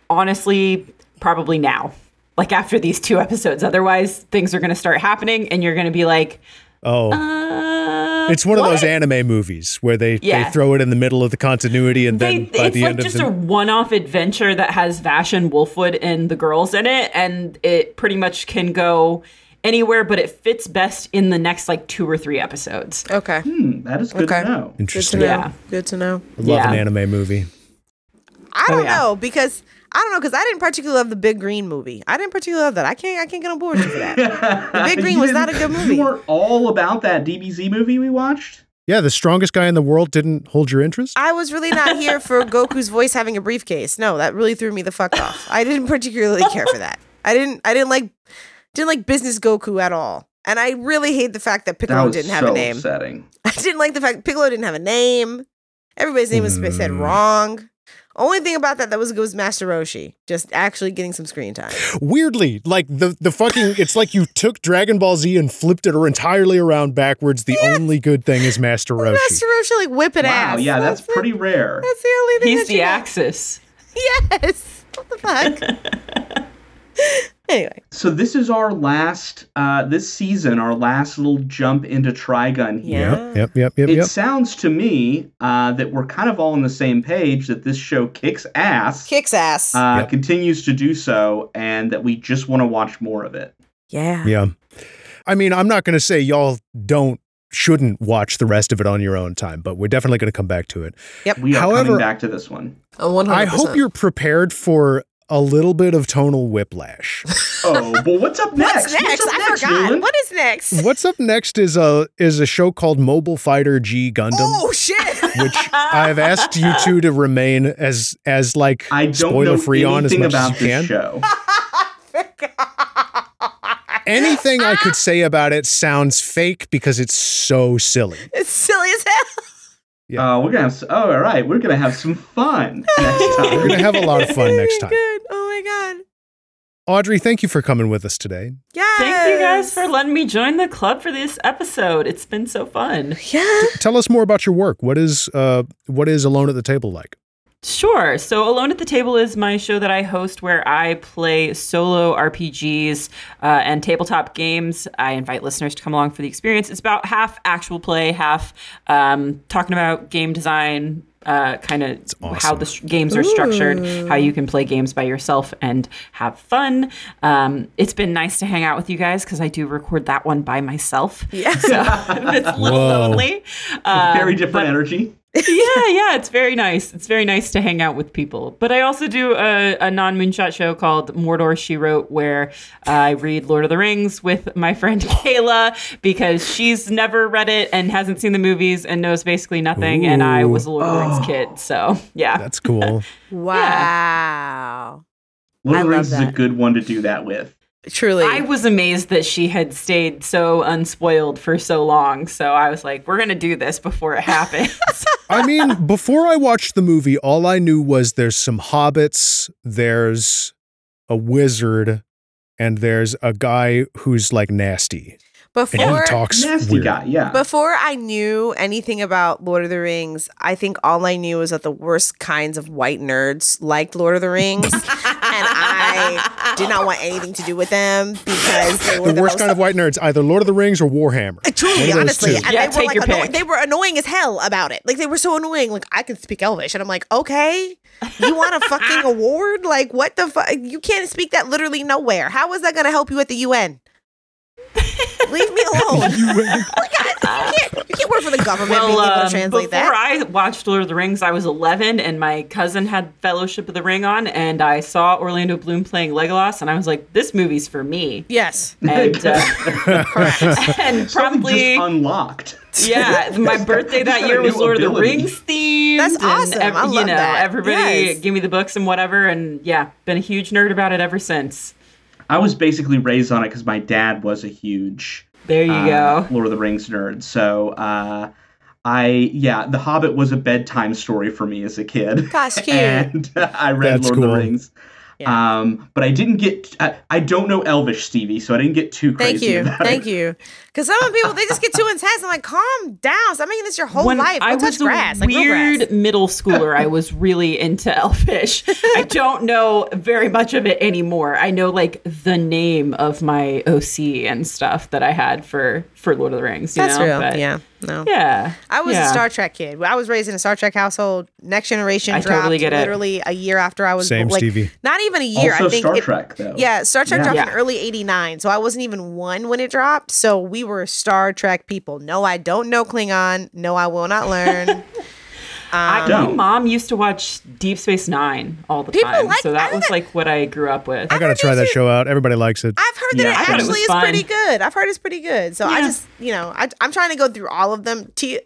Speaker 4: Honestly, probably now, like after these two episodes. Otherwise, things are gonna start happening, and you're gonna be like,
Speaker 1: Oh.
Speaker 4: uh,
Speaker 1: It's one
Speaker 4: what?
Speaker 1: of those anime movies where they,
Speaker 4: Yeah.
Speaker 1: they throw it in the middle of the continuity and
Speaker 4: They,
Speaker 1: then by
Speaker 4: it's
Speaker 1: the
Speaker 4: like
Speaker 1: end of
Speaker 4: just
Speaker 1: the
Speaker 4: a one-off adventure that has Vash and Wolfwood and the girls in it, and it pretty much can go anywhere, but it fits best in the next like two or three episodes.
Speaker 2: Okay.
Speaker 3: Hmm, that is good
Speaker 2: Okay.
Speaker 3: to know.
Speaker 2: Good to
Speaker 1: interesting.
Speaker 2: know.
Speaker 4: Yeah.
Speaker 2: Good to know.
Speaker 1: I love
Speaker 4: Yeah.
Speaker 1: an anime movie.
Speaker 2: I
Speaker 4: Oh,
Speaker 2: don't
Speaker 4: yeah.
Speaker 2: know because I don't know because I didn't particularly love the Big Green movie. I didn't particularly love that. I can't. I can't get on board with you for that.
Speaker 3: (laughs) the
Speaker 2: Big Green was not a good movie.
Speaker 3: You were all about that DBZ movie we watched.
Speaker 1: Yeah, the strongest guy in the world didn't hold your interest.
Speaker 2: I was really not here
Speaker 4: (laughs)
Speaker 2: for Goku's voice having a briefcase. No, that really threw me the fuck off. I didn't particularly care for that. I didn't. I didn't like. Didn't like business Goku at all. And I really hate the fact that
Speaker 3: That
Speaker 2: Piccolo
Speaker 3: was
Speaker 2: didn't
Speaker 3: so
Speaker 2: have a name.
Speaker 3: upsetting.
Speaker 2: (laughs) I didn't like the fact Piccolo didn't have a name. Everybody's name was said
Speaker 1: Mm.
Speaker 2: wrong. Only thing about that that was good was Master Roshi just actually getting some screen time.
Speaker 1: Weirdly, like the the fucking it's like you took Dragon Ball Z and flipped it entirely around backwards. The only good thing is Master Roshi.
Speaker 2: Master Roshi like whipping
Speaker 3: Wow,
Speaker 2: ass.
Speaker 3: yeah, that's
Speaker 2: the-
Speaker 3: pretty rare.
Speaker 2: That's the only thing.
Speaker 4: He's
Speaker 2: that you
Speaker 4: the
Speaker 2: got.
Speaker 4: Axis.
Speaker 2: (laughs) Yes. What the fuck?
Speaker 4: (laughs)
Speaker 2: anyway,
Speaker 3: So this is our last, uh, this season, our last little jump into Trigun here.
Speaker 1: Yep, yep, yep, yep,
Speaker 3: It
Speaker 1: yep.
Speaker 3: sounds to me uh, that we're kind of all on the same page that this show kicks ass,
Speaker 2: kicks ass.
Speaker 3: uh,
Speaker 1: Yep.
Speaker 3: continues to do so, and that we just want to watch more of it.
Speaker 2: yeah.
Speaker 1: Yeah. I mean, I'm not going to say y'all don't shouldn't watch the rest of it on your own time, but we're definitely going to come back to it.
Speaker 3: We are
Speaker 1: However-
Speaker 3: coming back to this one.
Speaker 1: I hope you're prepared for a little bit of tonal whiplash.
Speaker 3: Oh, well, what's up
Speaker 2: (laughs)
Speaker 3: next?
Speaker 2: What's next? I forgot.
Speaker 3: Newland?
Speaker 2: What is next?
Speaker 1: (laughs) What's up next is a is a show called Mobile Fighter G Gundam.
Speaker 2: Oh shit!
Speaker 1: (laughs)
Speaker 2: (laughs)
Speaker 3: (laughs)
Speaker 1: Which I've asked you two to remain as as like
Speaker 3: I don't
Speaker 1: spoiler
Speaker 3: know
Speaker 1: free on as
Speaker 3: anything
Speaker 1: much
Speaker 3: about
Speaker 1: as you can.
Speaker 3: this show.
Speaker 1: Anything I
Speaker 3: (laughs)
Speaker 1: could say about it sounds fake because it's so silly.
Speaker 2: it's silly as hell.
Speaker 1: Yeah.
Speaker 3: Uh, we're gonna have. s oh, all right. We're gonna have some
Speaker 4: (laughs)
Speaker 3: fun next
Speaker 1: We're
Speaker 3: time.
Speaker 1: gonna have a lot of
Speaker 2: (laughs)
Speaker 1: fun
Speaker 2: It's
Speaker 1: next time.
Speaker 2: gonna be Good. Oh my god.
Speaker 1: Audrey, thank you for coming with us today.
Speaker 2: Yes.
Speaker 4: Thank you guys for letting me join the club for this episode. It's been so fun.
Speaker 2: Yeah.
Speaker 1: Tell us more about your work. What is uh what is Alone at the Table like?
Speaker 4: Sure. So, Alone at the Table is my show that I host where I play solo RPGs uh, and tabletop games. I invite listeners to come along for the experience. It's about half actual play, half um, talking about game design, uh, kind of how the sh- games are structured, how you can play games by yourself and have fun. Um, it's been nice to hang out with you guys because I do record that one by myself. Yeah. So, (laughs) it's a little
Speaker 1: Whoa.
Speaker 4: lonely. Um,
Speaker 3: Very different energy.
Speaker 4: yeah, yeah, it's very nice. It's very nice to hang out with people. But I also do a, a non moonshot show called Mordor She Wrote, where I read Lord of the Rings with my friend (laughs) Kayla because she's never read it and hasn't seen the movies and knows basically nothing. And I was a Lord of the Rings kid, so
Speaker 3: Uh,
Speaker 4: yeah.
Speaker 1: That's cool.
Speaker 2: Wow.
Speaker 3: Lord of the
Speaker 2: love
Speaker 3: Rings is a
Speaker 2: that.
Speaker 3: good one to do that with.
Speaker 2: Truly.
Speaker 4: I was amazed that she had stayed so unspoiled for so long. So I was like, we're going to do this before it happens.
Speaker 1: I mean, before I watched the movie, all I knew was there's some hobbits, there's a wizard, and there's a guy who's like nasty and
Speaker 2: before
Speaker 1: he talks
Speaker 3: Nasty
Speaker 1: weird.
Speaker 3: guy, yeah.
Speaker 2: before I knew anything about Lord of the Rings, I think all I knew was that the worst kinds of white nerds liked Lord of the Rings, and I did not want anything to do with them because they were
Speaker 1: The
Speaker 2: the,
Speaker 1: worst
Speaker 2: most
Speaker 1: kind of white nerds, either Lord of the Rings or Warhammer.
Speaker 2: Uh, Truly,
Speaker 1: One of those
Speaker 2: honestly,
Speaker 1: two.
Speaker 2: and
Speaker 4: Yeah,
Speaker 2: they were
Speaker 4: take
Speaker 2: like
Speaker 4: your
Speaker 2: annoying.
Speaker 4: pick.
Speaker 2: They were annoying as hell about it. Like they were so annoying. Like I could speak Elvish, and I'm like, okay, you want
Speaker 4: (laughs)
Speaker 2: a fucking award? Like what the fuck? You can't speak that literally nowhere. How is that going to help you at the UN? Leave
Speaker 4: (laughs)
Speaker 2: me alone. (laughs) Like, I- you, can't, you can't work for the government. being
Speaker 4: Well,
Speaker 2: able to
Speaker 4: um, before
Speaker 2: translate that.
Speaker 4: I watched Lord of the Rings, I was 11, and my cousin had Fellowship of the Ring on, and I saw Orlando Bloom playing Legolas, and I was like, "This movie's
Speaker 2: (laughs)
Speaker 4: for me." (laughs)
Speaker 2: yes.
Speaker 4: And, uh,
Speaker 3: Something
Speaker 4: and probably,
Speaker 3: just unlocked.
Speaker 4: (laughs) yeah,
Speaker 3: (laughs)
Speaker 4: my birthday that year
Speaker 3: a
Speaker 4: was
Speaker 3: new
Speaker 4: Lord of the
Speaker 3: ability.
Speaker 4: Rings themed.
Speaker 2: That's
Speaker 4: and
Speaker 2: awesome. I
Speaker 4: you
Speaker 2: love
Speaker 4: know,
Speaker 2: that.
Speaker 4: everybody
Speaker 2: Yes.
Speaker 4: gave me the books and whatever, and yeah, been a huge nerd about it ever since.
Speaker 3: I was basically raised on it because my dad was a huge
Speaker 4: There you
Speaker 3: uh,
Speaker 4: go.
Speaker 3: Lord of the Rings nerd. So uh, I yeah, The Hobbit was a bedtime story for me as a kid. (laughs)
Speaker 2: Gosh, cute.
Speaker 3: and I
Speaker 1: That's
Speaker 3: read Lord of
Speaker 1: cool.
Speaker 3: the Rings. Um, but I didn't get. I, I don't know Elvish, Stevie, so I didn't get too crazy.
Speaker 2: Thank you.
Speaker 3: about
Speaker 2: Thank
Speaker 3: it.
Speaker 2: you. Because some of people, they just get too intense. I'm like, calm down. Stop making this your whole
Speaker 4: when
Speaker 2: Oh, life.
Speaker 4: I
Speaker 2: Don't
Speaker 4: was
Speaker 2: touch grass.
Speaker 4: a
Speaker 2: Like real
Speaker 4: weird
Speaker 2: grass.
Speaker 4: middle schooler, I was really into (laughs) Elfish.
Speaker 2: (laughs)
Speaker 4: I don't know very much of it anymore. I know like the name of my OC and stuff that I had for for Lord of the Rings. you
Speaker 2: That's
Speaker 4: know,
Speaker 2: real.
Speaker 4: but-
Speaker 2: yeah. No.
Speaker 4: yeah.
Speaker 2: I was
Speaker 4: yeah.
Speaker 2: a Star Trek kid. I was raised in a Star Trek household. Next Generation
Speaker 4: I
Speaker 2: dropped
Speaker 4: totally get it.
Speaker 2: literally a year after I was
Speaker 1: Same,
Speaker 2: born. Like,
Speaker 1: Stevie.
Speaker 2: Not even a year.
Speaker 3: Also
Speaker 2: I think
Speaker 3: Star
Speaker 2: it-
Speaker 3: Trek though.
Speaker 2: Yeah, Star Trek
Speaker 3: Yeah.
Speaker 2: dropped in
Speaker 4: Yeah.
Speaker 2: early '89, so I wasn't even one when it dropped. So we were Star Trek people. No, I don't know Klingon. No, I will not
Speaker 4: (laughs)
Speaker 2: learn.
Speaker 4: I,
Speaker 3: Don't.
Speaker 4: my mom used to watch Deep Space Nine all the
Speaker 2: People
Speaker 4: time,
Speaker 2: like-
Speaker 4: so that
Speaker 2: I
Speaker 4: was
Speaker 2: don't-
Speaker 4: like what I grew up with.
Speaker 1: I gotta try that show out. Everybody likes it.
Speaker 2: I've heard that
Speaker 3: Yeah, I
Speaker 2: it
Speaker 3: thought it
Speaker 2: actually
Speaker 4: was
Speaker 2: is
Speaker 4: fun.
Speaker 2: pretty good. I've heard it's pretty good. So I
Speaker 4: Yeah.
Speaker 2: just, you know, I, I'm trying to go through all of them. T-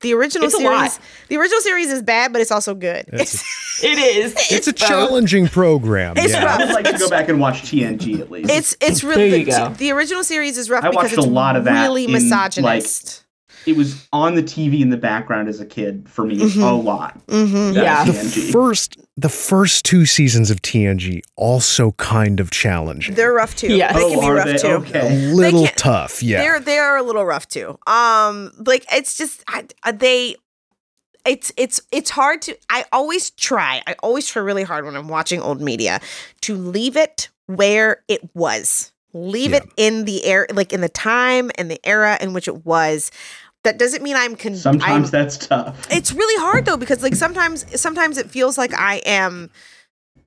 Speaker 2: the original
Speaker 4: It's a lot.
Speaker 2: series, the original series is bad, but it's also good. (laughs) It's,
Speaker 4: It is.
Speaker 1: It's a
Speaker 4: both.
Speaker 1: challenging program.
Speaker 2: It's
Speaker 1: yeah.
Speaker 2: rough.
Speaker 3: I would like to go back and watch TNG at least.
Speaker 2: it's it's
Speaker 4: There
Speaker 2: really
Speaker 4: you
Speaker 2: the,
Speaker 4: go.
Speaker 2: the original series is rough
Speaker 3: I
Speaker 2: because
Speaker 3: watched
Speaker 2: it's
Speaker 3: a lot of that
Speaker 2: really
Speaker 3: in, like-
Speaker 2: misogynist.
Speaker 3: it was on the TV in the background as a kid for me
Speaker 2: Mm-hmm.
Speaker 3: a lot.
Speaker 2: hmm
Speaker 3: That
Speaker 4: Yeah.
Speaker 1: The
Speaker 3: TNG.
Speaker 1: first, the first two seasons of TNG also kind of challenging.
Speaker 2: They're rough too.
Speaker 4: Yes.
Speaker 2: they
Speaker 3: oh,
Speaker 2: can be
Speaker 3: are
Speaker 2: rough
Speaker 3: they?
Speaker 2: too.
Speaker 1: a
Speaker 3: Okay.
Speaker 1: little
Speaker 2: can't-
Speaker 1: tough. Yeah,
Speaker 2: They're they are a little rough too. Um, like it's just I, I- they. It's it's it's hard to. I always try. I always try really hard when I'm watching old media to leave it where it was. Leave it in the air, like in the time and the era in which it was. That doesn't mean I'm con- I'm-
Speaker 3: Sometimes that's tough.
Speaker 2: it's really hard though because like sometimes sometimes it feels like I am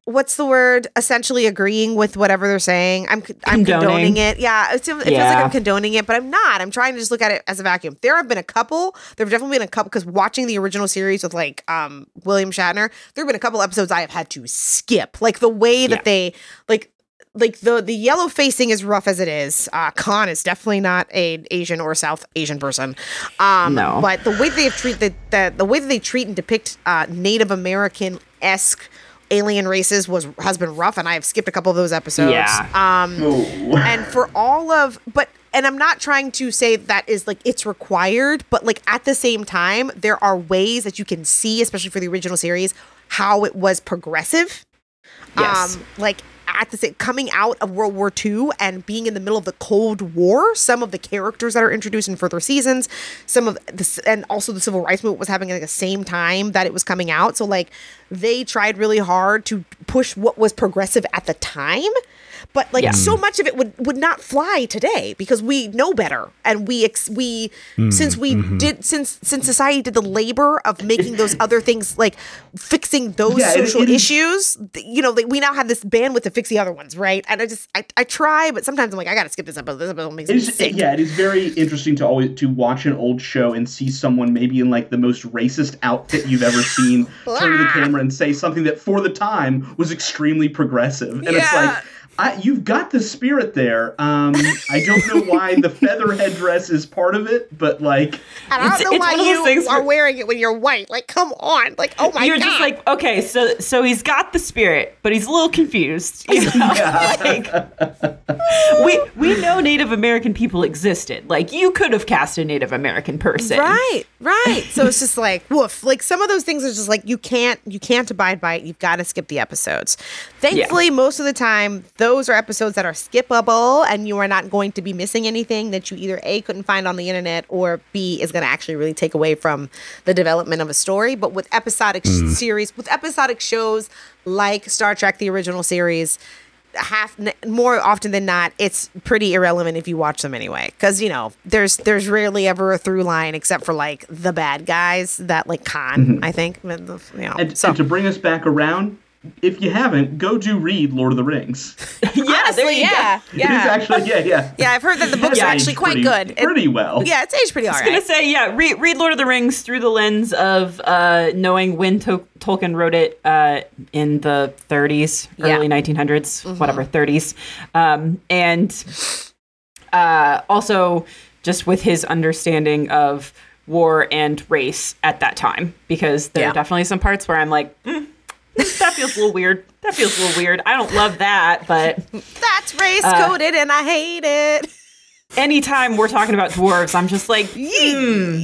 Speaker 2: what's the word essentially agreeing with whatever they're saying. I'm I'm
Speaker 4: Condoning.
Speaker 2: condoning it. Yeah, it's, it feels like
Speaker 4: Yeah.
Speaker 2: I'm condoning it, but I'm not. I'm trying to just look at it as a vacuum. There have been a couple. There've definitely been a couple cuz watching the original series with like um William Shatner, there've been a couple episodes I have had to skip. Like the way that
Speaker 4: Yeah.
Speaker 2: they like like the the yellow facing is rough as it is. Uh, Khan is definitely not a Asian or South Asian person. Um,
Speaker 4: No.
Speaker 2: but the way that they treat the, the the way that they treat and depict uh, Native American esque alien races was has been rough, and I have skipped a couple of those episodes.
Speaker 4: Yeah.
Speaker 2: Um,
Speaker 3: Oh.
Speaker 2: and for all of but and I'm not trying to say that is like it's required, but like at the same time, there are ways that you can see, especially for the original series, how it was progressive
Speaker 4: Yes.
Speaker 2: um like at the same coming out of World War II and being in the middle of the Cold War, some of the characters that are introduced in further seasons, some of this, and also the Civil Rights Movement was happening at the same time that it was coming out. So like, they tried really hard to push what was progressive at the time, but like
Speaker 4: Yeah. Mm.
Speaker 2: so much of it would would not fly today because we know better and we ex- we
Speaker 4: Mm,
Speaker 2: since we
Speaker 4: mm-hmm.
Speaker 2: did since since society did the labor of making those other things like fixing those
Speaker 3: Yeah, it-
Speaker 2: social
Speaker 3: it is-
Speaker 2: issues issues, th- you know, like we now have this bandwidth to fix the other ones, right? And I just, I, I try, but sometimes I'm like, I gotta skip this episode. This episode makes me
Speaker 3: It's,
Speaker 2: sick.
Speaker 3: yeah, it is very interesting to always to watch an old show and see someone maybe in like the most racist outfit you've
Speaker 2: (laughs)
Speaker 3: ever seen turn to the camera and say something that for the time was extremely progressive, and it's
Speaker 2: Yeah.
Speaker 3: like. I, you've got the spirit there. Um, I don't know why
Speaker 2: (laughs)
Speaker 3: the feather headdress is part of it, but like,
Speaker 2: And I
Speaker 4: It's-
Speaker 2: don't know
Speaker 4: it's
Speaker 2: why
Speaker 4: one of those
Speaker 2: you
Speaker 4: things
Speaker 2: are
Speaker 4: where-
Speaker 2: wearing it when you're white. Like, come on. Like, oh my
Speaker 4: You're
Speaker 2: god.
Speaker 4: just like, okay, so so he's got the spirit, but he's a little confused. You know? (laughs) like, we we know Native American people existed. Like you could have cast a Native American person.
Speaker 2: Right, right. So it's just like woof. Like some of those things are just like you can't you can't abide by it. You've got to skip the episodes. Thankfully, most of the time those are episodes that are skippable, and you are not going to be missing anything that you either a couldn't find on the internet or b is going to actually really take away from the development of a story. But with episodic sh- series, with episodic shows like Star Trek: The Original Series. Half n- more often than not, it's pretty irrelevant if you watch them anyway, because you know there's there's rarely ever a through line except for like the bad guys that like Khan, I think. You know,
Speaker 3: and,
Speaker 2: so
Speaker 3: and to bring us back around, if you haven't, go do read Lord of the Rings.
Speaker 4: (laughs)
Speaker 3: (laughs)
Speaker 4: Yeah, there
Speaker 2: honestly,
Speaker 4: you go.
Speaker 2: yeah,
Speaker 3: It is
Speaker 2: yeah,
Speaker 3: actually, yeah, yeah.
Speaker 2: yeah. I've heard that the books
Speaker 3: It's
Speaker 2: are
Speaker 4: Yeah.
Speaker 2: actually
Speaker 3: aged
Speaker 2: quite
Speaker 3: pretty-
Speaker 2: good. It-
Speaker 3: Pretty well.
Speaker 2: yeah, it's aged pretty
Speaker 4: I was
Speaker 2: alright.
Speaker 4: gonna say, yeah, read, read Lord of the Rings through the lens of uh, knowing when Tol- Tolkien wrote it uh, in the 30s,
Speaker 2: Yeah. Mm-hmm.
Speaker 4: early 1900s, whatever 30s, um, and uh, also just with his understanding of war and race at that time, because there
Speaker 2: Yeah.
Speaker 4: are definitely some parts where I'm like. Mm, that feels a little weird. That feels a little weird. I don't love that, but
Speaker 2: That's race coded, and I hate it.
Speaker 4: anytime we're talking about dwarves, I'm just like, hmm.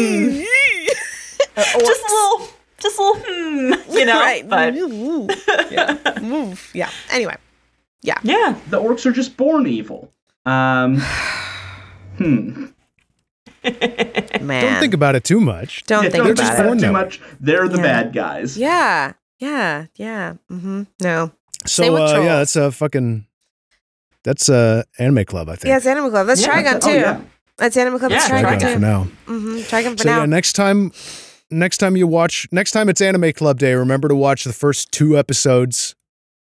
Speaker 2: (laughs)
Speaker 4: just a little, just a little, hmm, (laughs) you know.
Speaker 2: right.
Speaker 4: But
Speaker 2: Ooh, ooh. yeah. Ooh, yeah. Anyway.
Speaker 4: yeah,
Speaker 3: The orcs are just born evil.
Speaker 2: (sighs)
Speaker 3: Um, hmm.
Speaker 2: Man.
Speaker 1: Don't think about it too much.
Speaker 2: Don't
Speaker 3: Yeah,
Speaker 2: think
Speaker 3: don't
Speaker 1: just
Speaker 2: about
Speaker 3: think
Speaker 2: it.
Speaker 1: born
Speaker 3: too
Speaker 1: that way.
Speaker 3: much. They're the
Speaker 2: Yeah.
Speaker 3: bad guys.
Speaker 2: Yeah. Yeah. Yeah. Mm-hmm. No. Stay
Speaker 1: So
Speaker 2: with
Speaker 1: uh,
Speaker 2: Troll.
Speaker 1: yeah, that's a fucking that's a anime club. I think.
Speaker 2: Yeah, it's Animal Club. That's
Speaker 4: Yeah.
Speaker 2: Trigon too.
Speaker 3: Oh, yeah.
Speaker 2: That's Animal Club.
Speaker 4: Yeah,
Speaker 2: That's
Speaker 1: Trigon
Speaker 2: Trigon
Speaker 1: for
Speaker 2: too.
Speaker 1: now.
Speaker 2: Mm-hmm. Trigon for
Speaker 1: so
Speaker 2: now.
Speaker 1: yeah, next time, next time you watch, next time it's Anime Club Day, remember to watch the first two episodes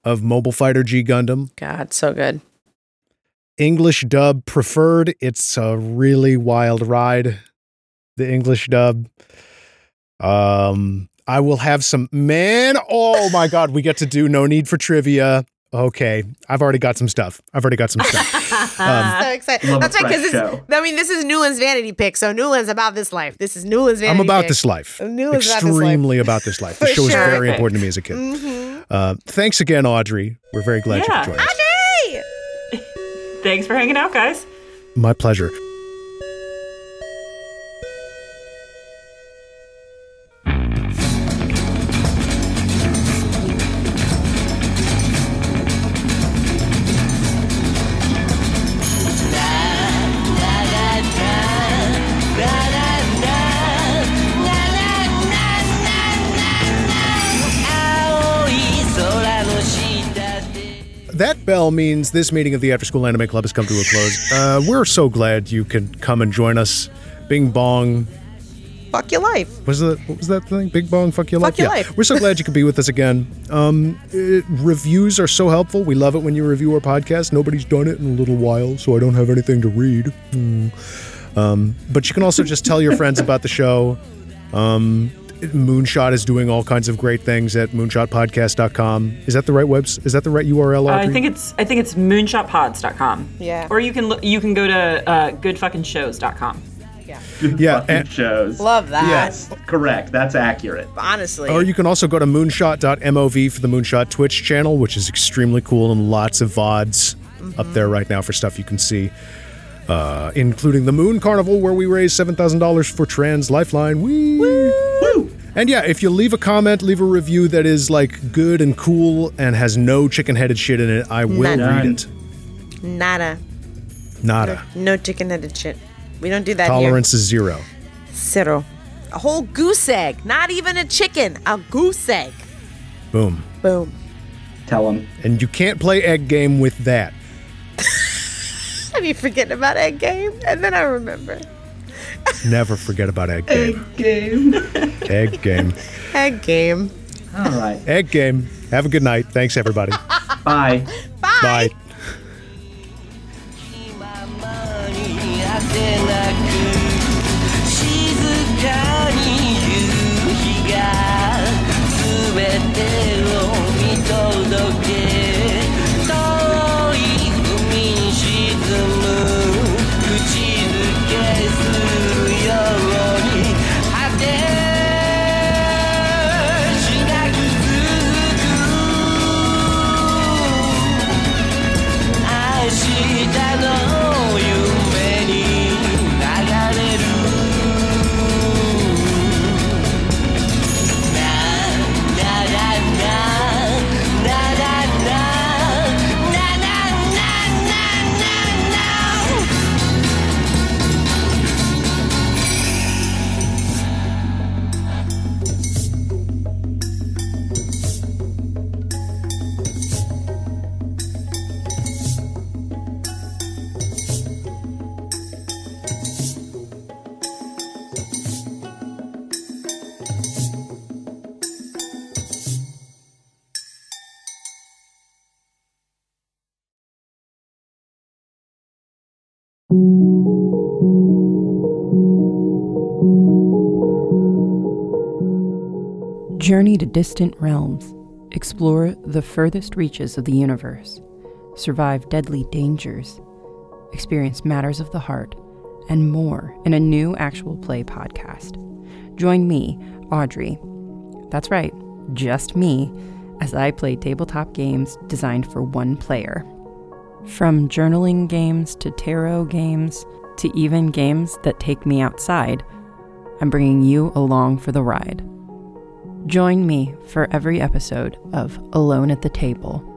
Speaker 1: of Mobile Fighter G Gundam
Speaker 2: God, so good.
Speaker 1: English dub preferred. It's a really wild ride. The English dub. Um, I will have some man. Oh my god, we get to do no need for trivia. Okay, I've already got some stuff. I've already got some
Speaker 2: (laughs)
Speaker 1: stuff. Um,
Speaker 2: so excited.
Speaker 3: Love
Speaker 2: That's
Speaker 3: a
Speaker 2: right, because
Speaker 3: fresh
Speaker 2: it's.
Speaker 3: show.
Speaker 2: I mean, this is Newland's vanity pick. So Newland's about this life. This is Newland's vanity.
Speaker 1: I'm about
Speaker 2: pick.
Speaker 1: this life.
Speaker 2: Newland's about this life.
Speaker 1: Extremely about this life. This
Speaker 2: For
Speaker 1: show was
Speaker 2: sure.
Speaker 1: very important to me as a kid.
Speaker 2: Mm-hmm.
Speaker 1: Uh, thanks again, Audrey. We're very glad you
Speaker 4: Yeah.
Speaker 1: could join us.
Speaker 2: Hey.
Speaker 4: thanks for hanging out, guys.
Speaker 1: My pleasure. That bell means this meeting of the After School Anime Club has come to a close. Uh, we're so glad you could come and join us. Bing bong.
Speaker 2: Fuck your life.
Speaker 1: Was that what was that thing? Big bong. Fuck your
Speaker 2: Fuck
Speaker 1: life.
Speaker 2: your
Speaker 1: yeah.
Speaker 2: life.
Speaker 1: We're so glad you could be with us again. Um, it- reviews are so helpful. We love it when you review our podcast. Nobody's done it in a little while, so I don't have anything to read. Mm. Um, but you can also just tell your friends about the show. Um, Moonshot is doing all kinds of great things at moonshotpodcast.com. Is that the right webs? Is that the right URL? Audrey?
Speaker 4: Uh, I think it's I think it's moonshotpods.com.
Speaker 2: Yeah.
Speaker 4: Or you can look you can go to uh, goodfuckingshows.com.
Speaker 3: Good
Speaker 1: (laughs) Yeah,
Speaker 3: fucking
Speaker 1: and-
Speaker 3: shows.
Speaker 2: Love that.
Speaker 3: Yes, correct. That's accurate.
Speaker 2: Honestly.
Speaker 1: Or you can also go to moonshot.mov for the Moonshot Twitch channel, which is extremely cool and lots of VODs up there right now for stuff you can see, uh, including the Moon Carnival, where we raised $7,000 for Trans Lifeline. Whee!
Speaker 3: Woo!
Speaker 1: And yeah, if you leave a comment, leave a review that is like good and cool and has no chicken headed shit in it, I will
Speaker 2: None.
Speaker 1: read
Speaker 3: None.
Speaker 1: it.
Speaker 2: Nada.
Speaker 1: Nada.
Speaker 2: No chicken-headed shit. We don't do that
Speaker 1: Tolerance is zero.
Speaker 2: here. Zero. A whole goose egg. Not even a chicken. A goose egg.
Speaker 1: Boom.
Speaker 2: Boom. (laughs)
Speaker 3: Tell them.
Speaker 1: And you can't play egg game with that.
Speaker 2: I be forgetting about egg game, and then I remember
Speaker 1: Never forget about egg game.
Speaker 3: Game. (laughs)
Speaker 1: Egg game.
Speaker 2: egg game.
Speaker 3: All right.
Speaker 1: Egg game. Have a good night. Thanks, everybody.
Speaker 3: Bye.
Speaker 1: Bye.
Speaker 6: 気ままにあてなく静かに夕日が全てを見届け遠い海に沈む口づけするように果てしなく続く明日の夢に流れる「ララララララララララララ」
Speaker 7: Journey to distant realms. Explore the furthest reaches of the universe. Survive deadly dangers. Experience matters of the heart and more in a new actual play podcast. Join me, Audrey. That's right, just me, as I play tabletop games designed for one player. From journaling games to tarot games to even games that take me outside, I'm bringing you along for the ride. Join me for every episode of Alone at the Table,